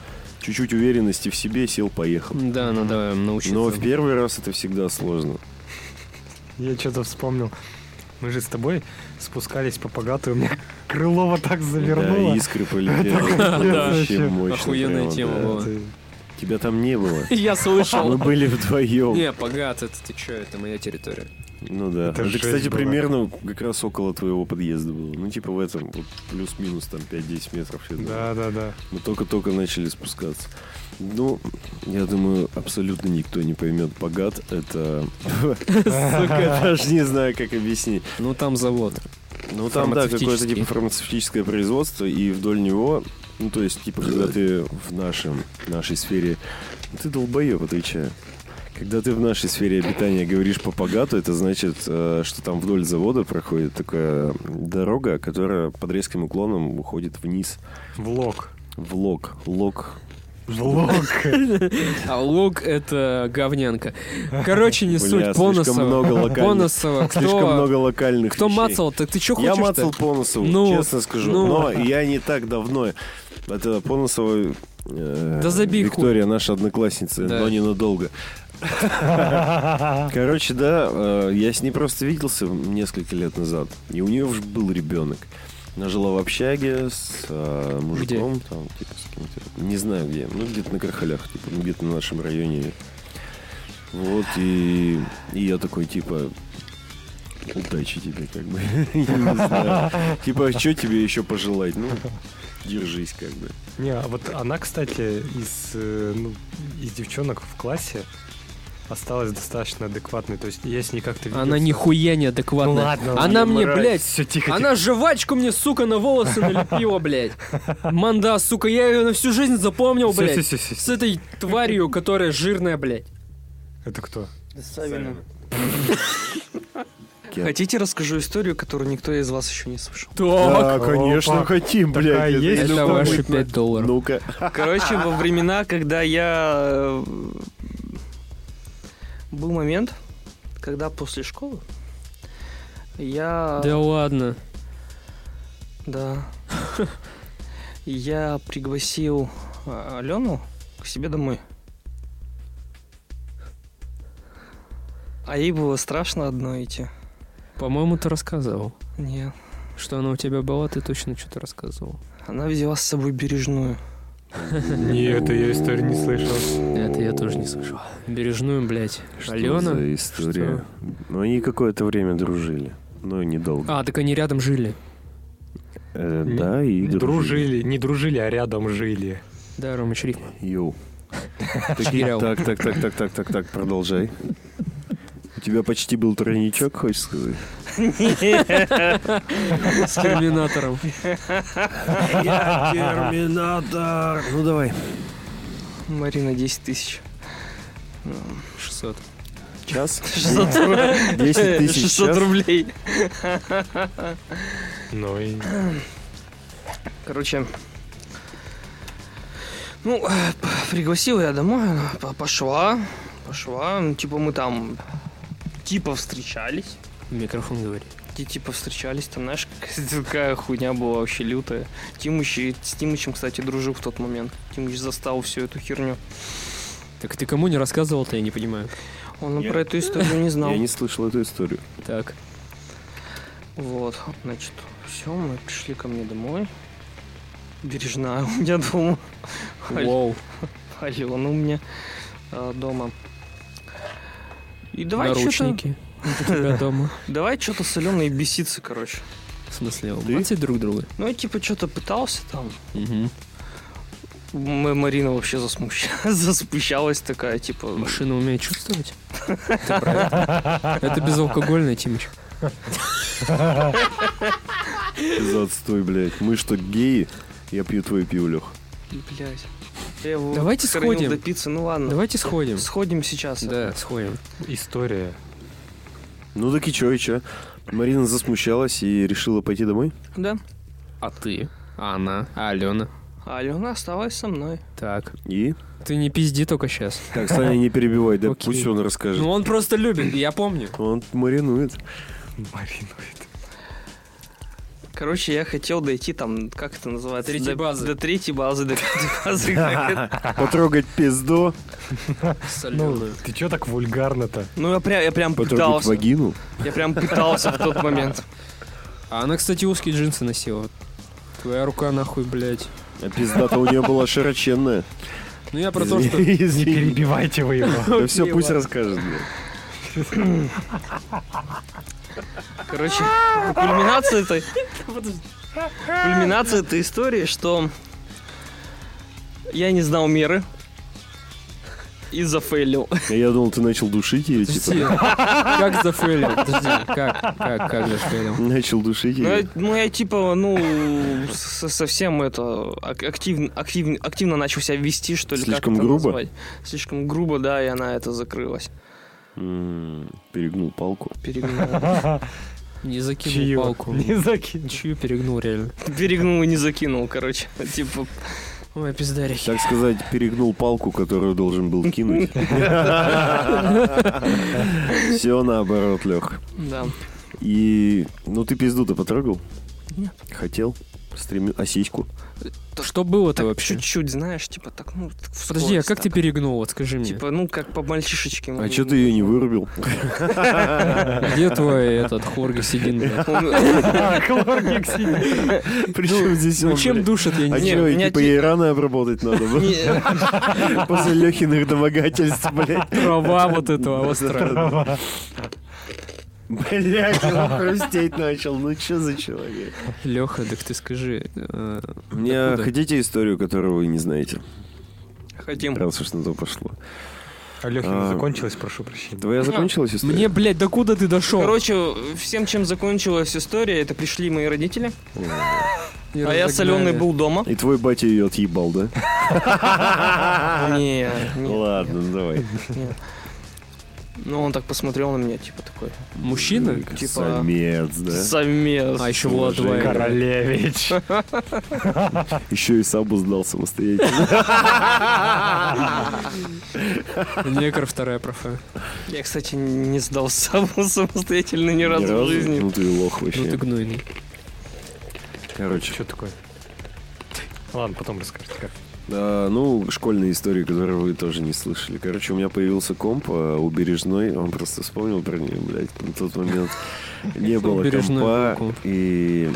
S1: Чуть-чуть уверенности в себе, сел, поехал.
S2: Да, надо научиться.
S1: Но в первый раз это всегда сложно.
S4: Я что-то вспомнил. Мы же с тобой спускались по погату, и у меня крыло вот так завернуло.
S1: Да, искры полетели.
S4: Да,
S1: Вообще
S4: вообще.
S1: мощно
S2: Охуенная
S1: прямо,
S2: тема
S1: да.
S2: была.
S4: Это-
S1: Тебя там не было.
S2: Я
S1: Мы
S2: слышал.
S1: были вдвоем.
S2: Не, Погат, это ты чё, это моя территория.
S1: Ну да.
S4: Это
S1: Это,
S4: жесть
S1: кстати,
S4: была.
S1: примерно как раз около твоего подъезда было. Ну, типа в этом, вот плюс-минус там 5-10 метров. я думаю.
S4: Да, да, да.
S1: Мы только-только начали спускаться. Ну, я думаю, абсолютно никто не поймет. Богат это... Сука, даже не знаю, как объяснить.
S2: Ну там завод.
S1: Ну, там, да, какое-то
S2: Фармацевтический.
S1: типа фармацевтическое производство, и вдоль него, ну, то есть, типа, когда ты в нашем, нашей сфере... Ты долбоеб, отвечаю. Когда ты в нашей сфере обитания говоришь по богату, это значит, э, что там вдоль завода проходит такая дорога, которая под резким уклоном уходит вниз,
S4: Влог.
S1: в лог. Лог
S4: Влог.
S2: А лук это говнянка. Короче, не
S1: Бля,
S2: суть. Поносова.
S1: слишком много локальных.
S2: Поносова. Кто,
S1: Слишком много локальных
S2: кто
S1: вещей.
S2: мацал? Так ты что
S1: Я
S2: хочешь
S1: мацал Поносову,
S2: Ну,
S1: честно скажу.
S2: ну.
S1: Но я не так давно. Это Поносова... э,
S2: Да забей хуй.
S1: Виктория, наша одноклассница,
S2: Да.
S1: но ненадолго. Короче, да, э, я с ней просто виделся несколько лет назад. И у нее уже был ребенок. Она жила в общаге с э, мужиком, там, типа, с кем-то. Не знаю где. Ну, где-то на Крахалях, типа, ну, где-то на нашем районе. Вот, и, и я такой, типа, удачи тебе, как бы. Я не знаю. Типа, что тебе еще пожелать? Ну, держись, как бы.
S4: Не, а вот она, кстати, из, э, ну, из девчонок в классе осталась достаточно адекватной. То есть я с ней как-то
S2: ты? Она нихуя не адекватная.
S4: Ну ладно,
S2: Она
S4: ладно,
S2: мне,
S4: мразь.
S2: блядь,
S4: Всё, тихо, тихо.
S2: Она жвачку мне, сука, на волосы налепила, блядь. Манда, сука, я ее на всю жизнь запомнил,
S4: Всё,
S2: блядь.
S4: всё, всё, всё.
S2: С этой тварью, которая жирная, блядь.
S4: Это кто?
S3: Хотите, расскажу историю, которую никто из вас еще не слышал.
S1: Да, конечно,
S4: Опа.
S1: хотим,
S4: Такая
S1: блядь.
S4: есть?
S2: Это
S1: любопытно.
S2: ваши 5 долларов.
S1: Ну-ка.
S3: Короче, во времена, когда я... э, Был момент, когда после школы я...
S2: Да ладно.
S3: Да. Я пригласил а, Алену к себе домой. А ей было страшно одно идти.
S2: По-моему, ты рассказывал.
S3: Нет.
S2: Что она у тебя была, ты точно что-то рассказывал.
S3: Она взяла с собой бережную.
S4: Не, это я историю не слышал.
S2: Это я тоже не слышал. Бережную, блядь.
S1: Что
S2: Алена?
S1: за история? Ну, они какое-то время дружили. Но недолго.
S2: А, так они рядом жили.
S1: Э, да, и
S4: Дружили, не дружили, а рядом жили.
S2: Да, Рома Шриф.
S1: Йоу.
S2: Шкирял.
S1: Такие- Так, так, так, так, так, так, так, продолжай. У тебя почти был тройничок, хочешь сказать?
S2: С терминатором.
S1: Терминатор! Ну давай.
S3: Марина 10 тысяч. М,
S2: 600.
S1: Час?
S3: 600
S1: 10 тысяч
S3: 600
S1: час?
S3: рублей.
S4: Ну и...
S3: Короче, ну, э, п- пригласил я домой, она п- пошла, пошла, ну, типа мы там, типа встречались,
S2: Микрофон говорит.
S3: Ти- типа встречались, там, знаешь, какая- такая хуйня была вообще лютая. Тимыч, и- с Тимычем, кстати, дружил в тот момент, Тимыч застал всю эту херню.
S2: Так ты кому не рассказывал-то, я не понимаю.
S3: Он
S1: Я-
S3: про эту историю не знал.
S1: Я не слышал эту историю.
S2: Так.
S3: Вот, значит, все, мы пришли ко мне домой. Бережная у меня дома. Аль-
S2: Вау.
S3: Алена ну, у меня э, дома. И давай что-то...
S2: Наручники. У тебя дома.
S3: Давай что-то с Аленой беситься, короче.
S2: В смысле,
S1: Ты?
S2: убацать друг друга?
S3: Ну, я, типа, что-то пытался там.
S2: Угу.
S3: М- Марина вообще засмущ... засмущалась такая, типа...
S2: Машина умеет чувствовать? Это правильно. Это безалкогольная, Тимыч.
S1: За отстой, блядь. Мы что, геи? Я пью твое пиво, Лех.
S3: Блядь. Я его
S2: Давайте
S3: сохранил
S2: сходим.
S3: до пиццы, ну ладно.
S2: Давайте сходим.
S3: Сходим сейчас.
S2: Да, сходим.
S4: История.
S1: Ну так и чё, и чё? Марина засмущалась и решила пойти домой?
S3: Да.
S2: А ты? А она? А Алена?
S3: А Алена осталась со мной.
S2: Так.
S1: И?
S2: Ты не пизди только сейчас.
S1: Так, Саня, не перебивай, да
S2: Окей.
S1: пусть он расскажет.
S2: Ну он просто любит, я помню.
S1: Он маринует.
S4: Марина, это-
S3: Короче, я хотел дойти там, как это называется?
S2: Третьей
S3: до,
S2: базы.
S3: До третьей базы, до пятой базы. как это.
S1: Потрогать пизду,
S4: Ну, ты чё так вульгарно-то?
S3: Ну, я прям, я прям
S1: потрогать
S3: пытался.
S1: вагину.
S3: Я прям пытался в тот момент.
S2: А она, кстати, узкие джинсы носила. Твоя рука нахуй, блядь.
S1: А пизда-то у нее была широченная.
S2: Ну я про то, что...
S4: Не перебивайте вы его.
S1: Да все, пусть расскажет. блядь.
S3: Короче, кульминация этой... Кульминация этой истории, что я не знал меры и зафейлил.
S1: Я думал, ты начал душить или
S2: Подожди,
S1: типа...
S2: как зафейлил? Подожди, как, как, как зафейлил?
S1: Начал душить
S3: Ну, я-
S1: или...
S3: ну, я типа, ну, со- совсем это ак- активно, активно, активно начал себя вести, что ли. как
S1: Слишком
S3: это
S1: грубо?
S3: назвать? Слишком грубо, да, и она это закрылась.
S1: М, Перегнул палку.
S3: Перегнула.
S2: Не закинул
S4: Чью?
S2: палку.
S4: Не закинь.
S2: Чью перегнул реально.
S3: Перегнул и не закинул, короче. Типа,
S2: Ой, пиздарики.
S1: Так сказать, перегнул палку, которую должен был кинуть. Все наоборот, Лех.
S3: да.
S1: И... Ну, ты пизду-то потрогал? Хотел? Стремил... А сиську?
S2: Что было-то
S3: Так
S2: вообще?
S3: чуть-чуть, знаешь, типа так, ну, так вскользь
S2: Подожди, а как
S3: так.
S2: ты перегнул? Вот скажи мне.
S3: Типа, ну, как по мальчишечке.
S1: А что ты ее не вырубил?
S2: Где твой этот хоргасидин? блядь?
S4: Хлоргексидин.
S1: Причем здесь
S2: Ну
S1: он,
S2: чем
S1: блядь?
S2: душат, я
S1: А
S2: не
S3: Не,
S1: чё,
S3: у меня
S1: типа
S3: те-
S1: ей рано обработать надо было? После Лехиных домогательств, блядь.
S2: Трава вот этого острая.
S1: Блядь, он хрустеть начал. Ну что за человек?
S2: Леха, так ты скажи. э,
S1: Мне
S2: откуда?
S1: хотите историю, которую вы не знаете?
S3: Хотим.
S1: Раз уж на то пошло.
S4: Алехина
S1: А.
S4: закончилась, прошу прощения.
S1: Твоя закончилась история?
S2: Ну, Мне, блядь, докуда ты дошел?
S3: Короче, всем, чем закончилась история, это пришли мои родители. А я соленый был дома.
S1: И твой батя ее отъебал, да?
S3: Не, не.
S1: Ладно, ну давай.
S3: Ну, он так посмотрел на меня, типа, такой.
S2: Мужчина?
S3: Типа-
S1: Самец, да?
S3: Самец.
S2: А еще Влад
S1: Уважение.
S2: Вайер.
S4: Королевич.
S1: Еще и сабу сдал самостоятельно.
S2: Некр вторая профа.
S3: Я, кстати, не сдал саму самостоятельно ни разу,
S1: Ни разу?
S3: в жизни.
S1: Ну ты и лох
S2: Ну ты
S1: вообще.
S2: гнойный.
S1: Короче,
S4: Что такое? Ладно, потом расскажете, как.
S1: а, ну, школьные истории, которые вы тоже не слышали. Короче, у меня появился комп а, у Бережной. Он просто вспомнил про нее, блядь. На тот момент не было
S2: Бережной
S1: компа.
S2: был комп.
S1: И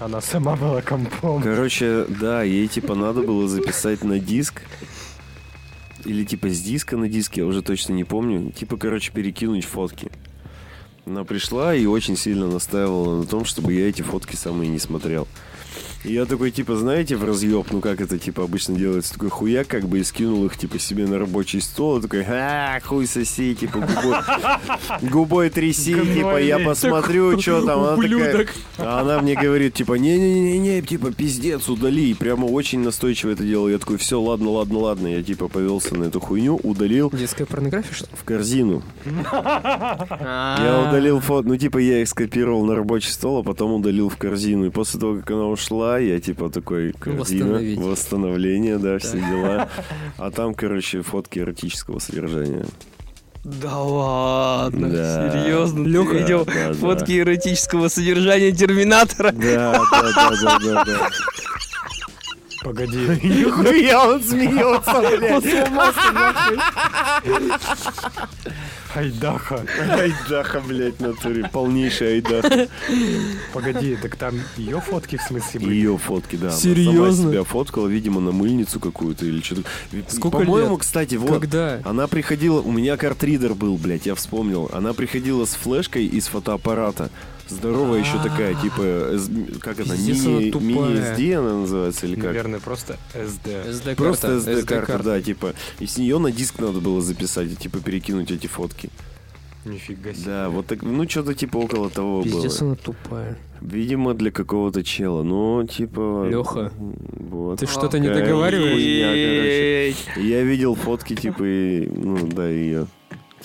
S4: Она сама была компом.
S1: Короче, да, ей типа надо было записать на диск. Или типа с диска на диск, я уже точно не помню. Типа, короче, перекинуть фотки. Она пришла и очень сильно настаивала на том, чтобы я эти фотки самые не смотрел. И я такой, типа, знаете, в разъеб, ну как это, типа, обычно делается, такой хуяк, как бы, и скинул их, типа, себе на рабочий стол, и такой, а, хуй соси, типа, губой, губой тряси, типа, я посмотрю, что там, она такая, а она мне говорит, типа, не-не-не-не, типа, пиздец, удали. И прямо очень настойчиво это делал. Я такой, все, ладно, ладно, ладно. Я, типа, повелся на эту хуйню, удалил
S2: Детская порнография, что ли?
S1: в корзину. Я удалил фото, ну, типа, я их скопировал на рабочий стол, а потом удалил в корзину. И после того, как она ушла, я, типа, такой, корзина,
S2: Восстановить.
S1: восстановление, да, все дела. А там, короче, фотки эротического содержания.
S3: Да ладно,
S1: Да.
S3: серьезно,
S1: Лёха,
S3: ты видел
S1: да, да, да.
S3: фотки эротического содержания Терминатора?
S1: Да, да, да, да, да, да.
S4: Погоди.
S1: Нихуя он смеется, блядь.
S4: Айдаха.
S1: Айдаха, блядь, в натуре. Полнейший айдах.
S4: Погоди, так там ее фотки в смысле были?
S1: Ее фотки, да. Она
S2: Серьёзно?
S1: Сама себя фоткала, видимо, на мыльницу какую-то или что-то.
S2: Сколько
S1: По-моему,
S2: лет?
S1: кстати, вот.
S2: Когда?
S1: Она приходила, у меня картридер был, блядь, я вспомнил. Она приходила с флешкой из фотоаппарата. Здоровая еще такая, типа, эс- как это,
S2: А. Пиздец, она
S1: мини-
S2: тупая.
S1: мини-SD она называется или как?
S4: Наверное, просто СД.
S2: SD-карта.
S1: Просто SD-карта, да, типа. И с нее на диск надо было записать, и, типа, перекинуть эти фотки.
S4: Нифига себе.
S1: Да, вот так, ну, что-то типа около того
S2: Пиздец,
S1: было.
S2: она тупая.
S1: Видимо, для какого-то чела, но, типа...
S2: Лёха,
S1: вот.
S2: Ты что-то не
S1: Какая
S2: договариваешь?
S1: хуйня, короче.
S3: Эй,
S1: Я видел фотки, типа, и, ну, да, ее.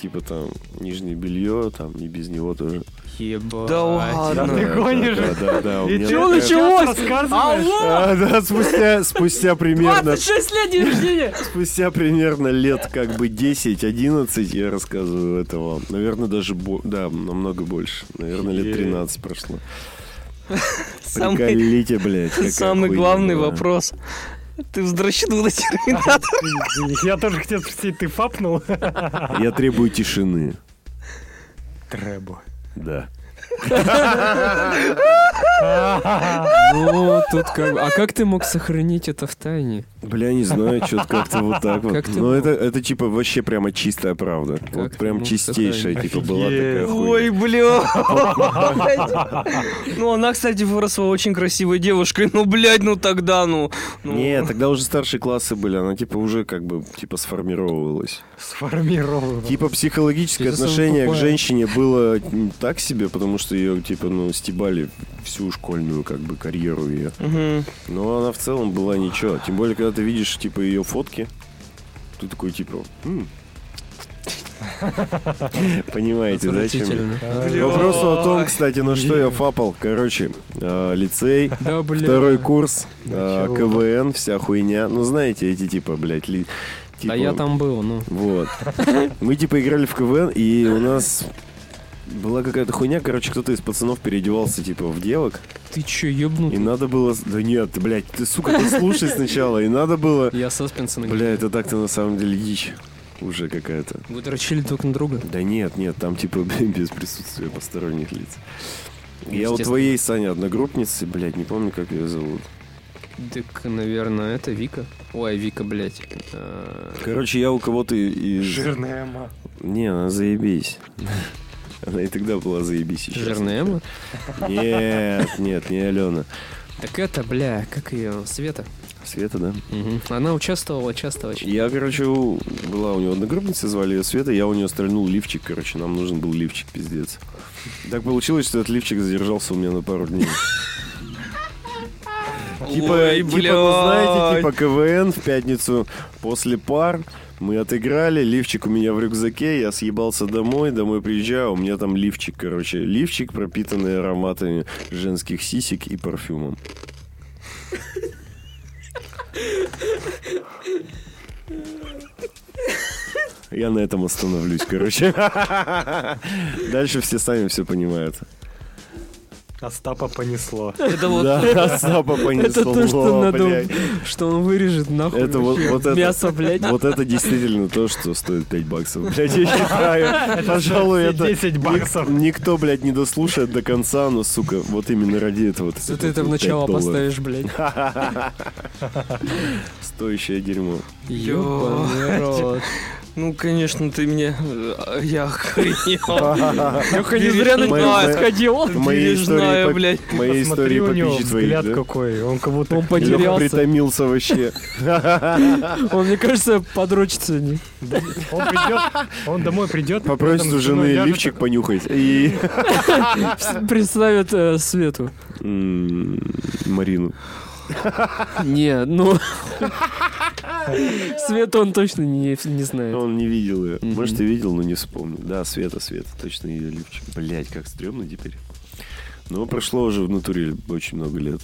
S1: Типа там нижнее белье, там и без него тоже.
S2: Ебать.
S3: Да
S2: А,
S1: Да,
S3: ладно.
S4: ты
S1: да,
S4: гонишь?
S1: Да, да, да. у меня
S4: чё
S1: такая-
S4: началось?
S1: А, да, спустя, спустя примерно,
S3: 26 лет день рождения!
S1: спустя примерно лет как бы 10-11 я рассказываю это вам. Наверное, даже, бо- да, намного больше. Наверное, лет
S4: Е.
S1: 13 прошло.
S3: Самый,
S1: Приколите, блядь. какая
S3: самый
S1: хуйня
S3: главный
S1: была.
S3: вопрос. Ты вздрочил на Терминатора?
S4: Я тоже хотел спросить, ты фапнул?
S1: Я требую тишины.
S4: Требу.
S1: Да.
S2: Ну, тут как... бы- А как ты мог сохранить это в тайне?
S1: Бля, не знаю, что-то как-то вот так вот.
S2: Как ты
S1: Но
S2: мог?
S1: это, это типа вообще прямо чистая правда. вот
S2: ты
S1: прям
S2: мог
S1: чистейшая,
S4: сохранить?
S1: типа, была такая
S4: Офигеть.
S1: хуйня.
S3: Ой, бля. Ну, она, кстати, выросла очень красивой девушкой. Ну, блядь, ну тогда, ну. ну.
S1: Не, тогда уже старшие классы были, она типа уже как бы типа сформировалась.
S4: Сформировано.
S1: Типа психологическое
S2: Ты за
S1: отношение к
S2: самое
S1: женщине было м, так себе, потому что ее типа ну стебали всю школьную как бы карьеру ее.
S3: Мгм.
S1: Но она в целом была ничего. Тем более, когда ты видишь типа ее фотки, ты такой типа. «М». Понимаете, да, чем я?
S2: Отвратительно.
S3: Бля.
S1: Вопрос о том, кстати, на что я фапал. Короче, э, лицей,
S2: Да, блин.
S1: второй курс, э,
S4: Начало.
S1: КВН, вся хуйня. Ну, знаете, эти типа, блядь, ли- типа,
S2: Да я там был, ну.
S1: Вот. Мы типа играли в КВН, и у нас была какая-то хуйня. Короче, кто-то из пацанов переодевался, типа, в девок.
S2: Ты чё,
S1: И
S2: ёбнутый?
S1: надо было... с- Да нет, блядь, ты, сука, ты слушай сначала. И надо было...
S2: Я саспенса нагоняю.
S1: Бля, это так-то на самом деле дичь уже какая-то.
S2: Вы дрочили друг на друга?
S1: Да нет, нет, там типа блин, без присутствия посторонних лиц. Я у
S2: Естественно.
S1: твоей, Саня, одногруппницы, блядь, не помню, как ее зовут.
S2: Так, наверное, это Вика. Ой, Вика, блядь. Э,
S1: Короче, я у кого-то из...
S4: Жирная ма.
S1: Не, она заебись. Она и тогда была заебись еще.
S2: Жирная Эмма.
S1: Нет, нет, не Алена.
S2: Так это, бля, как ее, Света.
S1: Света, да?
S2: Мгм. Она участвовала часто очень.
S1: Я, короче, у- была у него одногруппница, звали ее Света, я у нее стрельнул лифчик, короче, нам нужен был лифчик, пиздец. Так получилось, что этот лифчик задержался у меня на пару дней. Типа,
S3: Ой,
S1: типа,
S3: блядь.
S1: ну, знаете, типа КВН в пятницу после пар мы отыграли, лифчик у меня в рюкзаке, я съебался домой, домой приезжаю, а у меня там лифчик, короче, лифчик, пропитанный ароматами женских сисек и парфюмом. Я на этом остановлюсь, короче. Дальше все сами все понимают.
S4: Остапа понесло.
S3: Это вот
S1: Да, Сапа понесло.
S2: Это то, что надо-
S1: блядь.
S2: Что он вырежет нахуй.
S1: Это вот, вот это.
S2: Мясо, блядь.
S1: Вот это действительно то, что стоит 5 баксов. Блядь, я считаю. Пожалуй,
S4: Все
S1: это...
S4: 10
S1: ник-
S4: баксов.
S1: Никто, блядь, не дослушает до конца, но, сука, вот именно ради этого.
S2: Если ты это в начало поставишь, блядь.
S1: Стоящее дерьмо.
S2: Ёбаный рот.
S4: Типа,
S3: Ну, конечно, ты мне... э, Я охренел.
S2: Лёха, не зря на
S1: Мои-
S2: тебя
S1: мои-
S2: сходил.
S1: В моей
S3: Бережная,
S1: истории,
S3: блядь.
S1: по... моей
S4: Посмотри
S1: истории
S4: у него
S1: попищи твои,
S4: взгляд
S1: да?
S4: какой. Он как будто...
S2: Он
S1: Лёха
S2: потерялся.
S1: притомился вообще.
S2: Он, мне кажется, подрочит сегодня.
S4: Он придет, он домой придет.
S1: Попросит у жены лифчик понюхать. И...
S2: Представят э, Свету.
S1: М, Марину.
S2: Не, ну... Свету он точно не, не знает.
S1: Ну, Он не видел ее.
S2: Мгм.
S1: Может, и видел, но не вспомнил. Да, Света, Света, точно ее лифчик. Блять, как стрёмно теперь. Но прошло уже в натуре очень много лет.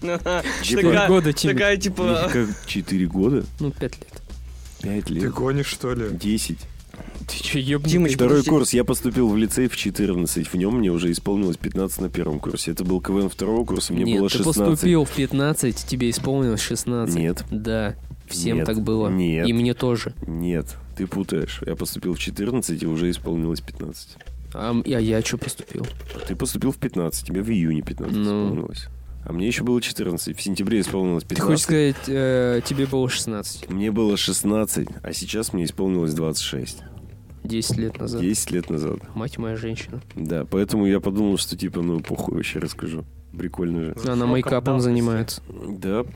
S1: Типа,
S2: Три
S3: Такая-
S2: года, Тимми.
S3: Такая, типа...
S1: Как 4 года?
S2: Ну, пять лет.
S1: 5 лет?
S4: гонишь, что ли?
S1: 10.
S2: Ты чё, ёбнутый?
S3: Димыч,
S1: Второй
S3: подожди.
S1: курс. Я поступил в лицей в 14. В нем мне уже исполнилось 15 на первом курсе. Это был КВН второго курса, мне
S2: Нет,
S1: было
S2: ты
S1: 16.
S2: поступил в 15, тебе исполнилось 16.
S1: Нет,
S2: Да, всем
S1: Нет.
S2: так было.
S1: Нет.
S2: И мне тоже.
S1: нет, ты путаешь. Я поступил в 14 и уже исполнилось 15.
S2: А, м- а я что поступил?
S1: Ты поступил в 15, тебе в июне 15
S2: Ну.
S1: исполнилось. А мне еще было 14. В сентябре исполнилось 15.
S2: Ты хочешь сказать, э, тебе было 16,
S1: Мне было 16, а сейчас мне исполнилось 26.
S2: 10 лет назад.
S1: 10 лет назад.
S2: Мать моя женщина.
S1: Да, поэтому я подумал, что типа, ну, похуй, вообще расскажу. Прикольно же.
S4: Ну,
S2: Она мейкапом занимается.
S1: Да,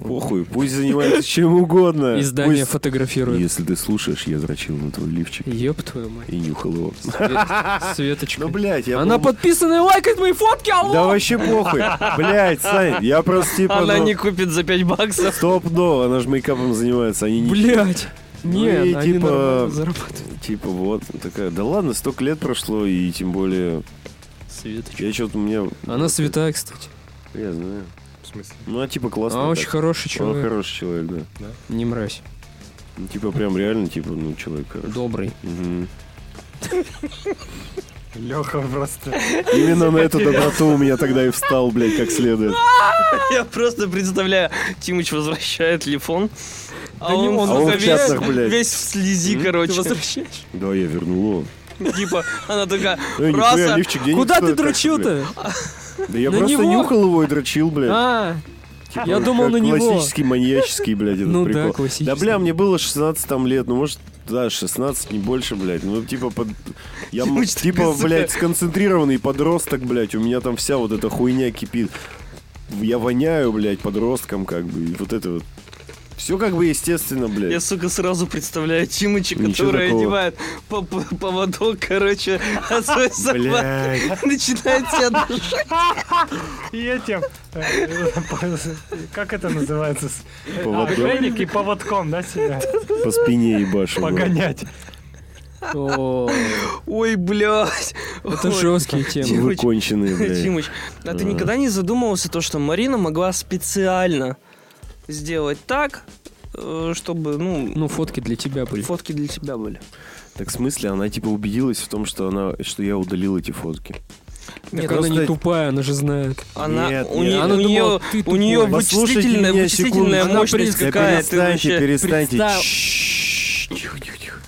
S1: похуй, пусть занимается чем угодно.
S2: Издание
S1: Пусть-
S2: фотографирует.
S1: Если ты слушаешь, я зрачил на твой лифчик
S2: Ёб твою мать.
S1: и нюхал его.
S2: Све- Светочка.
S1: Ну, блядь, я...
S2: Она
S1: был-
S2: подписана и лайкает мои фотки, алло!
S1: Да вообще похуй. Блядь, Сань, я просто типа...
S3: Она
S1: ну,
S3: не купит за 5 баксов.
S1: Стоп, но, она же мейкапом занимается, они не...
S2: Блять!
S1: Ну
S2: Нет,
S1: и
S2: они
S1: типа-
S2: нормально зарабатывают.
S1: Типа вот, такая, да ладно, столько лет прошло, и тем более...
S2: Светочка.
S1: Я что-то у меня...
S2: Она святая, кстати.
S1: Я знаю.
S4: В смысле?
S1: Ну, а типа классно.
S2: Она
S1: так.
S2: очень хороший
S1: Он
S2: человек.
S1: хороший человек, да.
S2: Не мразь.
S1: Ну, типа прям реально, типа, ну, человек хороший.
S2: Добрый.
S1: Мгм.
S4: Леха просто...
S1: Именно на эту доброту у меня тогда и встал, блядь, как следует.
S3: Я просто представляю, Тимыч возвращает телефон. А
S2: не
S3: он,
S2: он,
S1: а он
S3: сука,
S1: в чатах,
S3: весь,
S1: блядь.
S3: весь в слези, короче.
S1: Да, я вернул его.
S3: Типа, она такая,
S1: Э, нихуя,
S3: Раса,
S1: лифчик денег
S2: а Куда ты
S1: стоит, так что, блядь?
S2: дрочил-то?
S1: Да я
S2: На
S1: просто
S2: него?
S1: нюхал его и дрочил, блядь.
S2: А,
S1: Типа,
S2: я думал,
S1: как
S2: на него.
S1: Классический маньяческий, блядь, этот
S2: ну да,
S1: прикол.
S2: классический.
S1: Да, бля, мне было 16 там лет, ну, может, да, 16, не больше, блядь. Ну, типа, под... я, м-
S3: Девочка,
S1: типа,
S3: сука.
S1: блядь, сконцентрированный подросток, блядь, у меня там вся вот эта хуйня кипит. Я воняю, блядь, подростком, как бы, и вот это вот. Все как бы естественно,
S3: я,
S1: блядь.
S3: сука, сразу представляю Тимыча,
S1: Ничего
S3: который
S1: такого.
S3: одевает по- по- поводок, короче, от своей собаки,
S1: Блядь.
S4: э,
S3: начинает себя душить.
S4: И этим... э, Как это называется? С-
S1: Поводок.
S4: Ошейник и поводком, да, себя
S1: По спине ебашу. блядь.
S4: погонять.
S2: О,
S3: Ой, блядь.
S2: Это
S3: Ой.
S2: жесткие темы.
S1: Вы конченые, блядь.
S3: Тимыч, а ты
S1: Ага.
S3: никогда не задумывался то, что Марина могла специально сделать так, э, чтобы, ну,
S2: Ну, фотки для тебя были.
S3: фотки для тебя были?
S1: Так в смысле, она типа убедилась в том, что она, что я удалил эти фотки.
S2: Так
S3: Нет,
S2: она не
S1: просто-
S2: тупая, она же знает.
S3: Она,
S1: Нет, нет.
S3: у, нее-
S2: Она
S3: у
S2: думала,
S3: нее,
S2: ты
S3: у
S2: тупой.
S3: нее
S1: Послушайте
S3: вычислительная,
S1: меня
S3: вычислительная
S1: секунду.
S3: мощность
S1: Да
S3: какая. Ты
S1: перестаньте,
S3: вообще...
S1: перестаньте.
S2: Представ-
S1: Чш, Тихо, тихо, тихо.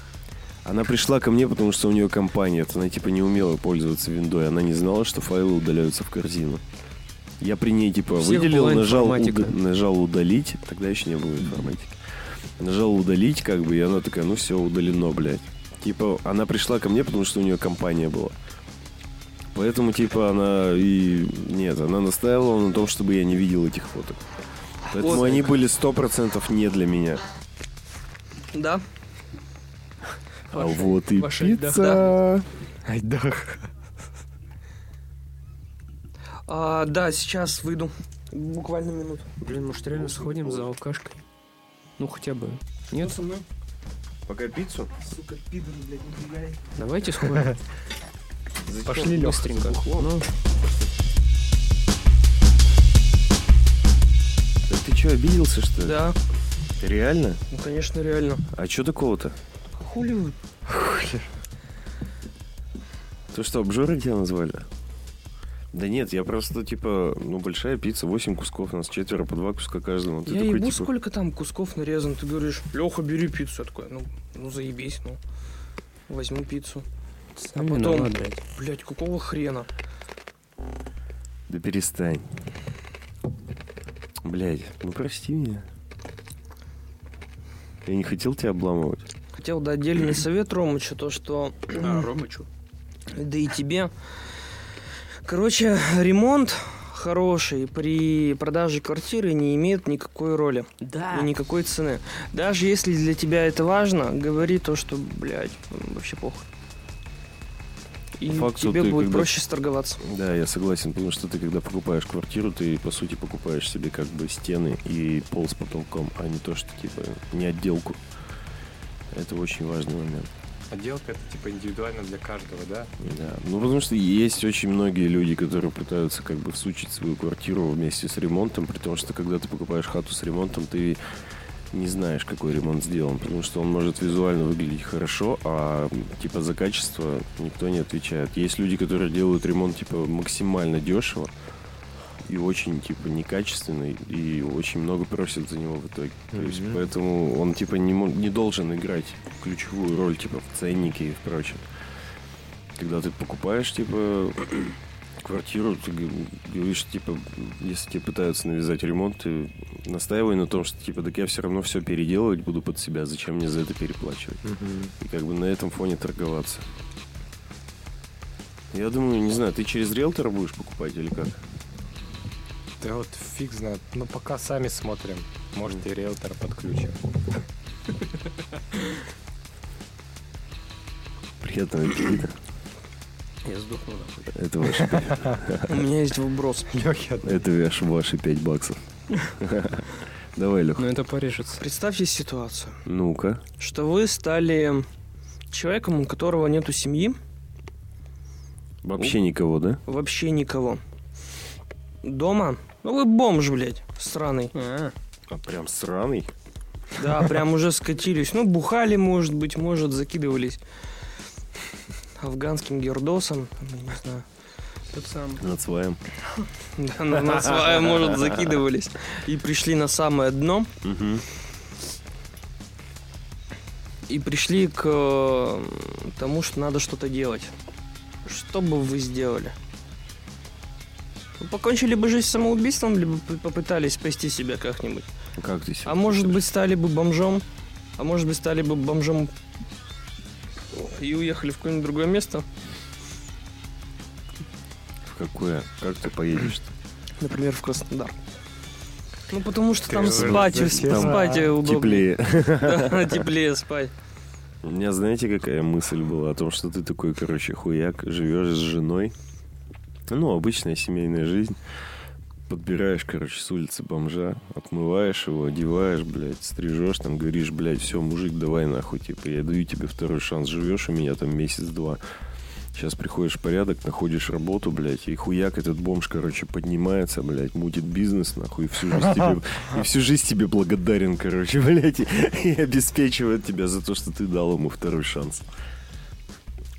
S1: Она пришла ко мне, потому что у нее компания. Она типа не умела пользоваться виндой. Она не знала, что файлы удаляются в корзину. Я при ней типа
S2: У всех
S1: выделил,
S2: была
S1: нажал,
S2: информатика.
S1: уда- нажал удалить. Тогда еще не было информатики. Нажал удалить, как бы, и она такая, ну все, удалено, блядь. Типа, она пришла ко мне, потому что у нее компания была. Поэтому, типа, она и... Нет, она настаивала на том, чтобы я не видел этих фоток. Поэтому
S3: Вот.
S1: они были сто процентов не для меня.
S3: Да.
S1: а вот и
S2: ваша еда.
S1: пицца.
S4: Айдах.
S3: А, да, сейчас выйду. Буквально минуту.
S2: Блин, может реально сходим за алкашкой? Ну хотя бы. Нет?
S1: Пока пиццу?
S9: Сука, пидоры, блядь, не пригай.
S2: Давайте сходим.
S4: Пошли, Лёх.
S2: Быстренько. Ну,
S1: Так ты что, обиделся, что ли?
S3: Да.
S1: Ты Реально?
S3: Ну, конечно, реально.
S1: А что такого-то?
S3: Хули вы?
S1: То что, обжоры тебя назвали? Да нет, я просто, типа, ну, большая пицца, 8 кусков, нас четверо, по два куска каждому. Ты
S3: Я
S1: такой,
S3: ебу,
S1: типа,
S3: сколько там кусков нарезан. Ты говоришь, Леха, бери пиццу. Я такой, ну, ну заебись, ну. Возьму пиццу.
S2: сам
S3: потом-
S2: виноват, блядь.
S3: Блять, какого хрена?
S1: да перестань. Блядь, ну прости меня. Я не хотел тебя обламывать.
S3: Хотел дать отдельный совет Ромычу, то что...
S1: А,
S3: Ромычу? Да и тебе. Короче, ремонт хороший при продаже квартиры не имеет никакой роли и
S2: Да.
S3: никакой цены. Даже если для тебя это важно, говори то, что, блядь, м, вообще похуй. И
S1: По факту
S3: тебе
S1: ты
S3: будет
S1: как бы-
S3: проще сторговаться.
S1: Да, я согласен, потому что ты, когда покупаешь квартиру, ты, по сути, покупаешь себе как бы стены и пол с потолком, а не то, что, типа, не отделку. Это очень важный момент.
S4: Отделка это типа индивидуально для каждого, да?
S1: Да. Ну, потому что есть очень многие люди, которые пытаются как бы всучить свою квартиру вместе с ремонтом, при том, что когда ты покупаешь хату с ремонтом, ты не знаешь, какой ремонт сделан, потому что он может визуально выглядеть хорошо, а м, типа за качество никто не отвечает. Есть люди, которые делают ремонт типа максимально дешево и очень типа некачественный и очень много просят за него в итоге. То есть,
S4: Мгм.
S1: поэтому он типа не, мо- не должен играть ключевую роль типа в ценнике и в прочем. Когда ты покупаешь типа квартиру, ты г- говоришь, типа, если тебе пытаются навязать ремонт, ты настаивай на том, что, типа, так я все равно все переделывать буду под себя, зачем мне за это переплачивать? И как бы на этом фоне торговаться. Я думаю, не знаю, ты через риэлтора будешь покупать или как?
S4: Да вот фиг знает. Ну пока сами смотрим. Может и риэлтора подключим.
S1: Приятного аппетита.
S2: Я сдохну нахуй.
S1: Это ваши, пять-
S3: У меня есть вопрос.
S4: Лёхи
S1: это ваш- ваши 5 баксов. Давай, Лех.
S2: Но это порежется.
S3: Представьте ситуацию,
S1: Ну-ка.
S3: что вы стали человеком, у которого нету семьи,
S1: Вообще никого, да?
S3: вообще никого. Дома? Ну вы бомж, блядь, сраный.
S1: А прям сраный.
S3: Да, прям уже скатились. Ну, бухали, может быть, может, закидывались афганским гердосом, там, я не знаю.
S2: Тот самый.
S1: Над своим.
S3: Да, на, на свае, может, закидывались. И пришли на самое дно. и пришли к э, тому, что надо что-то делать. Что бы вы сделали? Вы покончили бы жизнь самоубийством, либо п- попытались спасти себя как-нибудь?
S1: Как ты себя
S3: А может быть, стали бы бомжом? А может быть, стали бы бомжом и уехали в какое-нибудь другое место?
S1: в какое? Как ты поедешь?
S3: Например, в Краснодар. Ну, потому что там
S10: же
S3: спать,
S1: за- там
S3: спать удобно.
S1: Теплее.
S3: Да, Теплее спать.
S1: У меня, знаете, какая мысль была о том, что ты такой, короче, хуяк, живешь с женой. Ну, обычная семейная жизнь. Подбираешь, короче, с улицы бомжа, отмываешь его, одеваешь, блядь, стрижешь, там говоришь, блядь, все, мужик, давай нахуй, типа, я даю тебе второй шанс, живешь у меня там месяц-два. Сейчас приходишь в порядок, находишь работу, блядь, и хуяк этот бомж, короче, поднимается, блядь, мутит бизнес, нахуй, и всю жизнь тебе, и всю жизнь тебе благодарен, короче, блядь, и, и обеспечивает тебя за то, что ты дал ему второй шанс.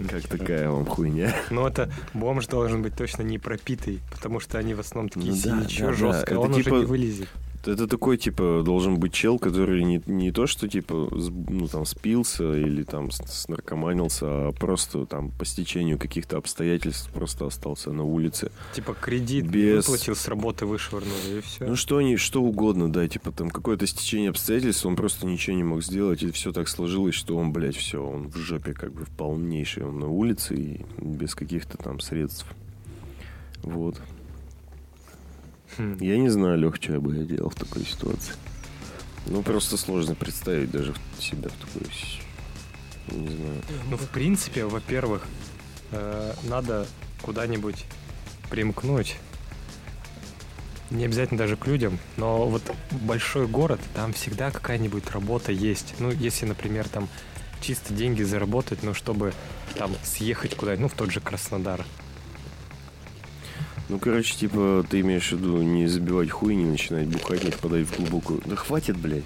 S1: Как такая вам хуйня.
S4: Но это бомж должен быть точно не пропитый, потому что они в основном такие
S1: Ну да,
S4: синие,
S1: да, да. Это
S4: жесткое, он
S1: типа-
S4: уже не вылезет.
S1: Это такой, типа, должен быть чел, который не, не то, что, типа, с- ну, там, спился или там с- снаркоманился, а просто там по стечению каких-то обстоятельств просто остался на улице.
S4: Типа кредит
S1: Без-
S4: выплатил с работы, вышвырнули, и все.
S1: Ну что они, что угодно, да, типа там какое-то стечение обстоятельств, он просто ничего не мог сделать, и все так сложилось, что он, блядь, все, он в жопе как бы в полнейшей, он на улице и без каких-то там средств. Вот.
S4: Хм.
S1: Я не знаю, Лех, что я бы я делал в такой ситуации. Ну, просто сложно представить даже в- себя в такой... с- Не знаю.
S4: Ну, в принципе, во-первых, э, надо куда-нибудь примкнуть. Не обязательно даже к людям, но вот большой город, там всегда какая-нибудь работа есть. Ну, если, например, там чисто деньги заработать, ну, чтобы там съехать куда-нибудь, ну, в тот же Краснодар.
S1: Ну, короче, типа, ты имеешь в виду не забивать хуй, не начинать бухать, не впадать в глубокую... Да хватит, блядь.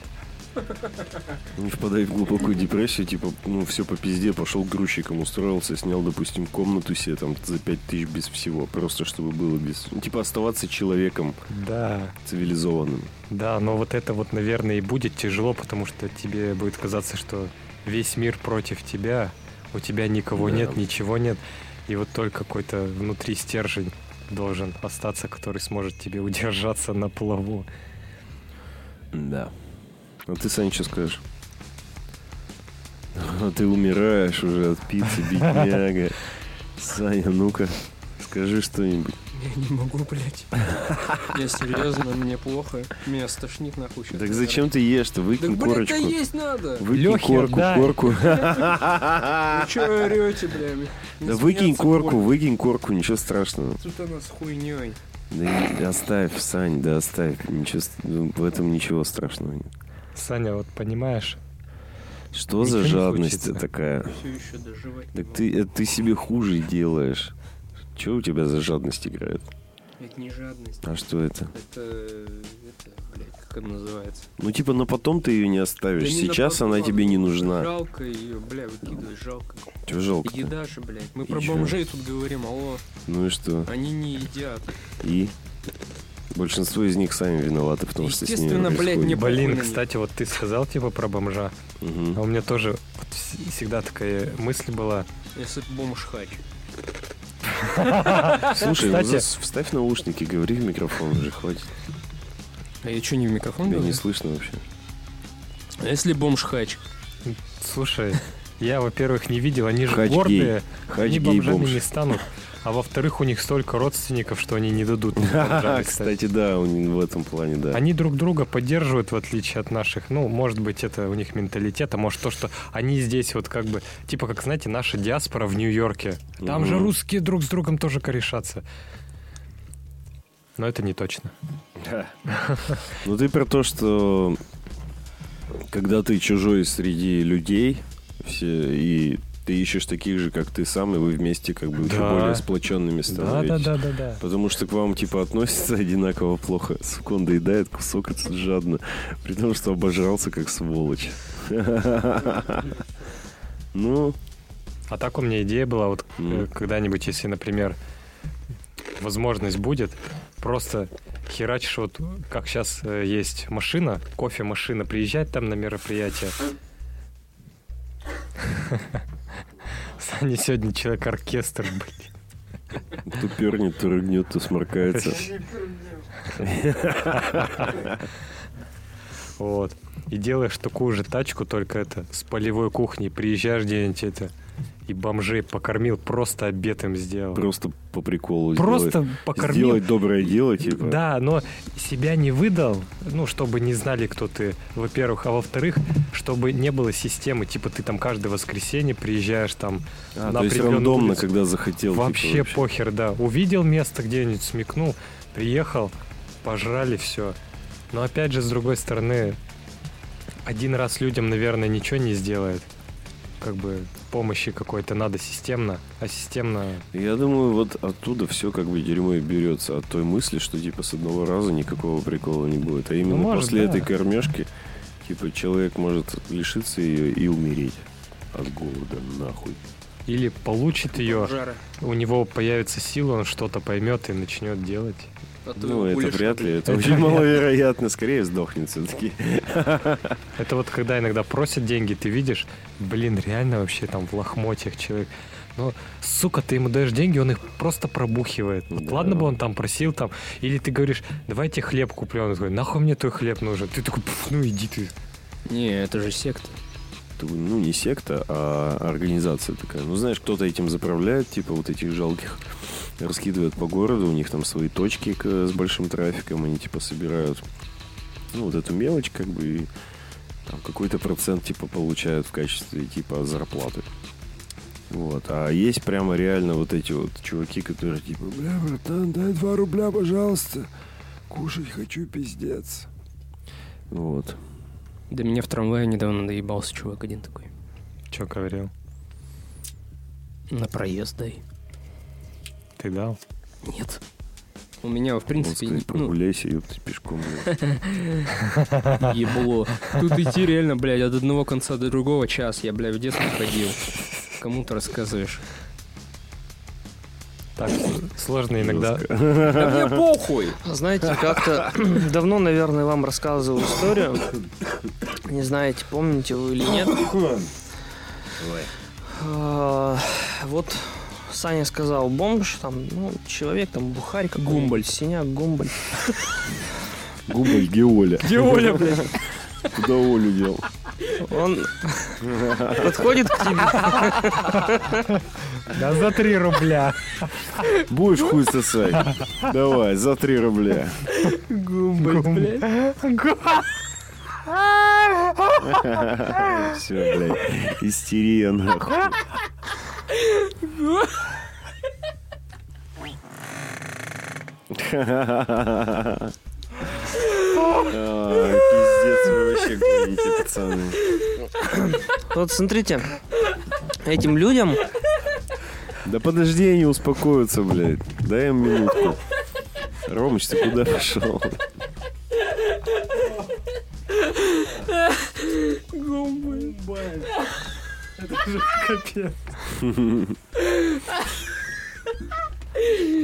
S1: Не впадай в глубокую депрессию, типа, ну, все по пизде, пошел к грузчикам, устроился, снял, допустим, комнату себе там за пять тысяч без всего, просто чтобы было без... Ну, типа, оставаться человеком
S4: Да,
S1: цивилизованным.
S4: да, но вот это вот, наверное, и будет тяжело, потому что тебе будет казаться, что весь мир против тебя, у тебя никого
S1: Да.
S4: нет, ничего нет, и вот только какой-то внутри стержень должен остаться, который сможет тебе удержаться на плаву.
S1: Да. А ты, Саня, что скажешь? А ты умираешь уже от пиццы, бедняга. Саня, ну-ка, скажи что-нибудь.
S2: Я не могу, блядь. Я серьезно, мне плохо. Меня стошнит нахуй. щас,
S1: Так
S2: наверное.
S1: зачем ты ешь-то?
S2: Так,
S1: Выкинь
S2: блядь, да
S1: корочку.
S2: есть надо.
S1: Выкинь
S4: Лёхе
S1: корку,
S4: отдай.
S1: корку.
S2: Вы Ну чё орете, бля? Не
S1: Да
S2: смеяться
S1: выкинь корку,
S2: корку.
S1: выкинь корку, ничего страшного.
S2: Тут она с хуйней.
S1: Да и оставь, Сань, да оставь. Ничего, ст- ну, в этом ничего страшного нет.
S4: Саня, вот понимаешь,
S1: Что
S4: Ничего
S1: за
S4: не
S1: жадность
S4: случится.
S1: такая?
S2: Все еще доживать. не
S1: Так ты, это ты себе хуже делаешь. Чего у тебя за жадность играет?
S2: могу. Это не жадность.
S1: А что это?
S2: Это, это, блядь, как она называется?
S1: Ну типа, но потом ты ее не
S2: Да
S1: оставишь.
S2: не
S1: Сейчас
S2: на
S1: она
S2: потом,
S1: тебе не нужна.
S2: Жалко ее, бля, выкидывать жалко.
S1: Чего жалко-то?
S2: Еда же, блядь. Мы
S1: И
S2: про
S1: чё?
S2: бомжей тут говорим, алло.
S1: Ну и что?
S2: Они не едят.
S1: И? Большинство из них сами виноваты в том, что с ними
S2: Естественно, блядь,
S1: происходит.
S2: не похуй на
S4: блин,
S2: них.
S4: кстати, вот ты сказал типа про бомжа,
S1: Мгм.
S4: а у меня тоже вот вс- всегда такая мысль была.
S2: Если б бомж хач.
S1: Слушай, ну
S4: Кстати-
S1: зас- вставь наушники, говори в микрофон уже, хватит.
S2: А я что, не в микрофон
S1: Тебя не
S2: говорю?
S1: слышно вообще.
S2: А если бомж хач?
S4: Слушай, я, во-первых, не видел, они же
S1: Хач гей.
S4: гордые,
S1: Хач
S4: они
S1: гей
S4: бомжами не
S1: бомж.
S4: станут. А во-вторых, у них столько родственников, что они не дадут. им бомжами стать.
S1: Кстати, да, у них в этом плане, да.
S4: Они друг друга поддерживают, в отличие от наших. Ну, может быть, это у них менталитет, а может то, что они здесь вот как бы, типа, как, знаете, наша диаспора в Нью-Йорке. Там же
S1: Мгм.
S4: русские друг с другом тоже корешатся. Но это не точно.
S1: Ну ты про то, что когда ты чужой среди людей, все, и ты ищешь таких же, как ты сам, и вы вместе как бы еще
S4: Да.
S1: более сплоченными становитесь.
S4: да, да.
S1: Потому что к вам, типа, относятся одинаково плохо. Сука, он доедает кусок этот жадно. При том, что обожрался как сволочь. Ну,
S4: А так у меня идея была, вот э,
S1: Мгм.
S4: когда-нибудь, если, например, возможность будет, просто херачишь, вот как э, сейчас есть машина, кофемашина, приезжает там на мероприятие, Саня сегодня человек-оркестр, блин.
S1: То пернет, то рыгнет, то сморкается.
S4: Вот. И делаешь такую же тачку, только это, с полевой кухни. Приезжаешь где-нибудь это, и бомжей покормил, просто обед им сделал.
S1: Просто по приколу сделать.
S4: Просто покормил.
S1: Сделать доброе дело, типа.
S4: Да, но себя не выдал, ну, чтобы не знали, кто ты, во-первых, а во-вторых, чтобы не было системы, типа ты там каждое воскресенье приезжаешь там
S1: А,
S4: на
S1: то есть
S4: определенную
S1: рандомно,
S4: улицу.
S1: когда захотел. типа,
S4: вообще, похер, да. Увидел место где-нибудь, смекнул, приехал, пожрали все. Но опять же, с другой стороны, один раз людям, наверное, ничего не сделает. Как бы помощи какой-то надо системно, а системно...
S1: Я думаю, вот оттуда все как бы дерьмо и берется. От той мысли, что типа с одного раза никакого прикола не будет. А именно
S4: Ну, может,
S1: после
S4: да.
S1: этой кормежки, типа, человек может лишиться ее и умереть. От голода, нахуй.
S4: Или получит ее,
S11: Жара.
S4: у него появится сила, он что-то поймет и начнет делать.
S11: А то
S1: Ну, это
S11: пулишь.
S1: вряд ли. Это,
S4: Это
S1: очень
S4: вряд ли.
S1: маловероятно. Скорее сдохнет все-таки.
S4: Это вот когда иногда просят деньги, ты видишь, блин, реально вообще там в лохмотьях человек. Ну, сука, ты ему даешь деньги, он их просто пробухивает. Вот
S1: Да.
S4: ладно бы он там просил там, или ты говоришь, давай я тебе хлеб куплю, он такой, нахуй мне твой хлеб нужен? Ты такой, «Пф, ну иди ты.
S2: Не, это же секта.
S1: Ну, не секта, а организация такая. Ну, знаешь, кто-то этим заправляет, типа вот этих жалких. Раскидывают по городу, у них там свои точки к- с большим трафиком, они типа собирают, ну, вот эту мелочь, как бы, и там какой-то процент, типа, получают в качестве, типа, зарплаты. Вот. А есть прямо реально вот эти вот чуваки, которые типа, бля, братан, дай 2 рубля, пожалуйста. Кушать хочу, пиздец. Вот.
S2: Да меня в трамвае недавно доебался чувак один такой.
S4: Че говорил?
S2: На проезд дай.
S4: Ты дал?
S2: Нет. У меня, в
S1: Он
S2: принципе,
S1: сказать,
S2: ну,
S1: прогуляйся, ёпта, пешком. блядь».
S2: ебло. Тут идти реально, блядь, от одного конца до другого час. Я, блядь, в детстве ходил. Кому ты рассказываешь?
S4: Так, с- сложно иногда.
S2: Да мне похуй!
S3: Знаете, как-то давно, наверное, вам рассказывал историю. Не знаете, помните вы или нет. А, Вот Саня сказал бомж, там, ну, человек, там, бухарь какой Гумболь. Синяк, гумболь.
S1: Губаль, где Оля?
S2: Где Оля, блядь?
S1: Куда Олю дел?
S3: Он подходит к тебе.
S4: Да за 3 рубля.
S1: Будешь хуй сосать? Давай, за 3 рубля. Все, блядь, истерия нахуй. А, Пиздец, вы вообще гоните, пацаны.
S3: Вот смотрите, этим людям
S1: Да подожди, они успокоятся, блядь. Дай им минутку. Ромыч, ты куда пошел?
S4: Капец.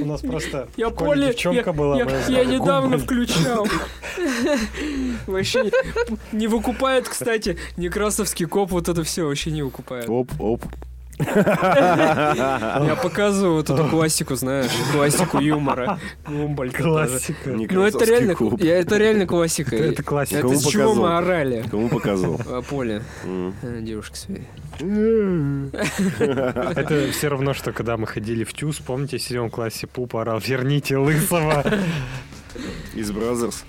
S4: У нас просто
S2: Я
S4: в школе
S2: Поле-
S4: девчонка
S2: я-
S4: была.
S2: я-
S4: мы
S2: я
S4: знали,
S2: недавно
S4: «Гумбольд».
S2: включал. Вообще не- не выкупает, кстати, некрасовский коп вот это все вообще не выкупает.
S1: Оп, оп.
S2: Я показываю вот эту классику, знаешь, классику юмора. Гумбольд. это же.
S4: Классика.
S2: Ну это реально, я, это реально классика.
S4: Это классика.
S2: Это
S1: Кому
S2: с чего
S1: показал?
S2: мы орали?
S1: Кому показывал?
S2: А, Поле,
S1: М.
S2: э, девушка своей.
S4: Это все равно, что когда мы ходили в ТЮЗ, помните, в седьмом классе Пупа орал «Верните Лысого!»
S1: Из Бразерс.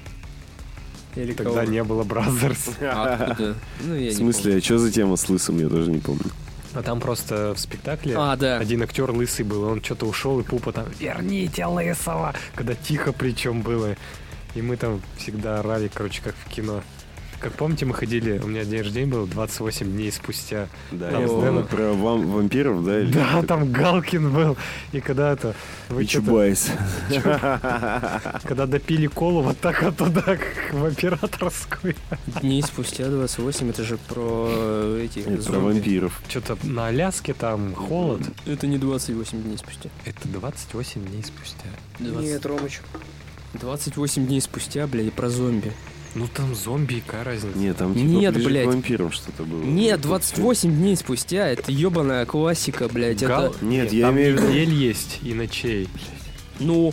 S2: Или
S4: Тогда
S2: кого?
S4: не было Бразерс.
S2: А, откуда? Ну, я
S1: В
S2: не
S1: смысле, а что за тема с лысым, я даже не помню.
S4: А там просто в спектакле
S2: помню. А, да.
S4: один актер лысый был, и он что-то ушел, и Пупа там «Верните Лысого!» Когда тихо причем было. И мы там всегда орали, короче, как в кино. Как помните, мы ходили, у меня день рождения был 28 дней спустя.
S1: Да,
S4: Там
S1: я
S4: с
S1: помню
S4: Дэном.
S1: про вам- вампиров, да? или
S4: Да,
S1: как-то?
S4: там Галкин был. И когда это... вы
S1: И
S4: чё-то-
S1: Чубайс.
S4: Когда допили колу, вот так вот туда, как в операторскую.
S2: Дней спустя 28, это же про э, эти...
S1: Это про
S2: зомби.
S1: вампиров.
S4: Что-то на Аляске там холод.
S2: Это не 28 дней спустя.
S4: Это 28 дней спустя.
S2: 20.
S3: Нет, Ромыч.
S2: 28 дней спустя, блядь, про зомби.
S4: Ну там зомби, какая разница?
S1: Нет, там типа
S2: Нет,
S1: ближе
S2: блядь.
S1: к вампирам что-то было.
S2: Нет,
S1: Это
S2: 28 дней спустя, это ебаная классика, блядь,
S4: Гал-
S2: это...
S1: Нет, я
S4: там
S1: имею в виду-
S4: недель есть и ночей.
S2: Ну,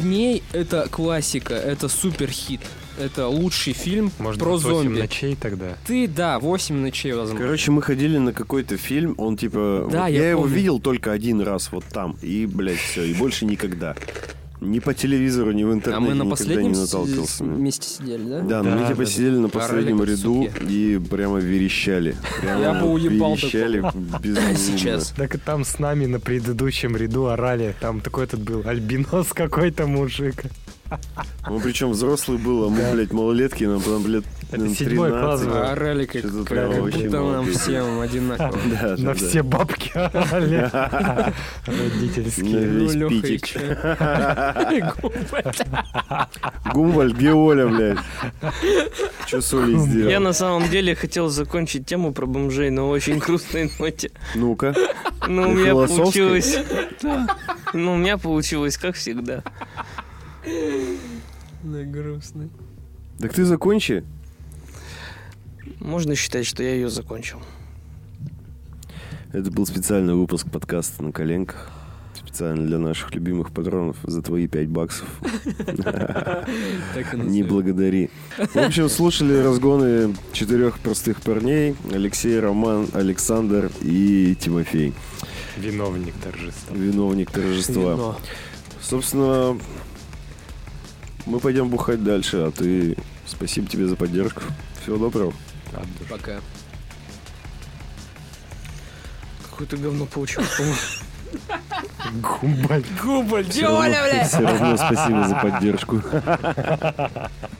S2: дней это классика, это супер хит, это лучший фильм
S4: Может
S2: про
S4: быть, восемь
S2: зомби.
S4: ночей тогда.
S2: Ты, да, 8 ночей, возможно.
S1: Короче, мы ходили на какой-то фильм, он типа...
S2: Да,
S1: вот
S2: я
S1: я, его
S2: помню.
S1: видел только один раз вот там, и, блядь, все, и больше никогда. Ни по телевизору, ни в интернете
S2: а мы на
S1: никогда
S2: последнем
S1: не
S2: с- с-
S1: наталкивался.
S2: месте сидели, да?
S1: Да,
S4: Да,
S1: ну мы
S4: да,
S1: типа
S4: да.
S1: сидели на
S2: Орали,
S1: последнем
S2: как
S1: ряду
S2: суки.
S1: и прямо верещали. Прямо
S2: Я бы уебал
S1: Верещали безумно.
S2: Сейчас.
S4: Так и там с нами на предыдущем ряду орали. Там такой этот был альбинос какой-то мужик.
S1: Ну, причем взрослый был, а мы, блядь, малолетки, нам там, блядь, ну,
S4: Это
S1: нам
S4: седьмой класс
S1: 13.
S4: был.
S2: А Орали как,
S1: Что-то
S2: как
S1: прям вообще
S2: будто нам
S1: молодец.
S2: всем одинаково.
S1: Да, да, да.
S4: На все бабки орали. Родительские.
S1: Весь
S2: Ну, Лёха, и
S1: Питик.
S2: чё?
S1: Гумваль, где Оля, блядь? Че с Олей
S4: Ну,
S1: сделал?
S3: Я на самом деле хотел закончить тему про бомжей на очень грустной ноте.
S1: Ну-ка.
S3: Ну, у
S1: И
S3: меня
S1: философской.
S3: получилось. Да. Ну, у меня получилось, как всегда.
S12: грустный.
S1: Так ты закончи.
S3: Можно считать, что я ее закончил.
S1: Это был специальный выпуск подкаста «На коленках». Специально для наших любимых патронов за твои 5 баксов.
S2: Так и
S1: Не
S2: назовём.
S1: благодари. В общем, слушали разгоны четырех простых парней. Алексей, Роман, Александр и Тимофей.
S4: Виновник торжества.
S1: Виновник торжества.
S2: Вино.
S1: Собственно, мы пойдем бухать дальше, а ты... Спасибо тебе за поддержку. Всего доброго.
S4: От души.
S2: Пока.
S3: Какое-то говно получилось, по-моему.
S4: Гумбаль.
S1: Все равно- все равно спасибо за поддержку.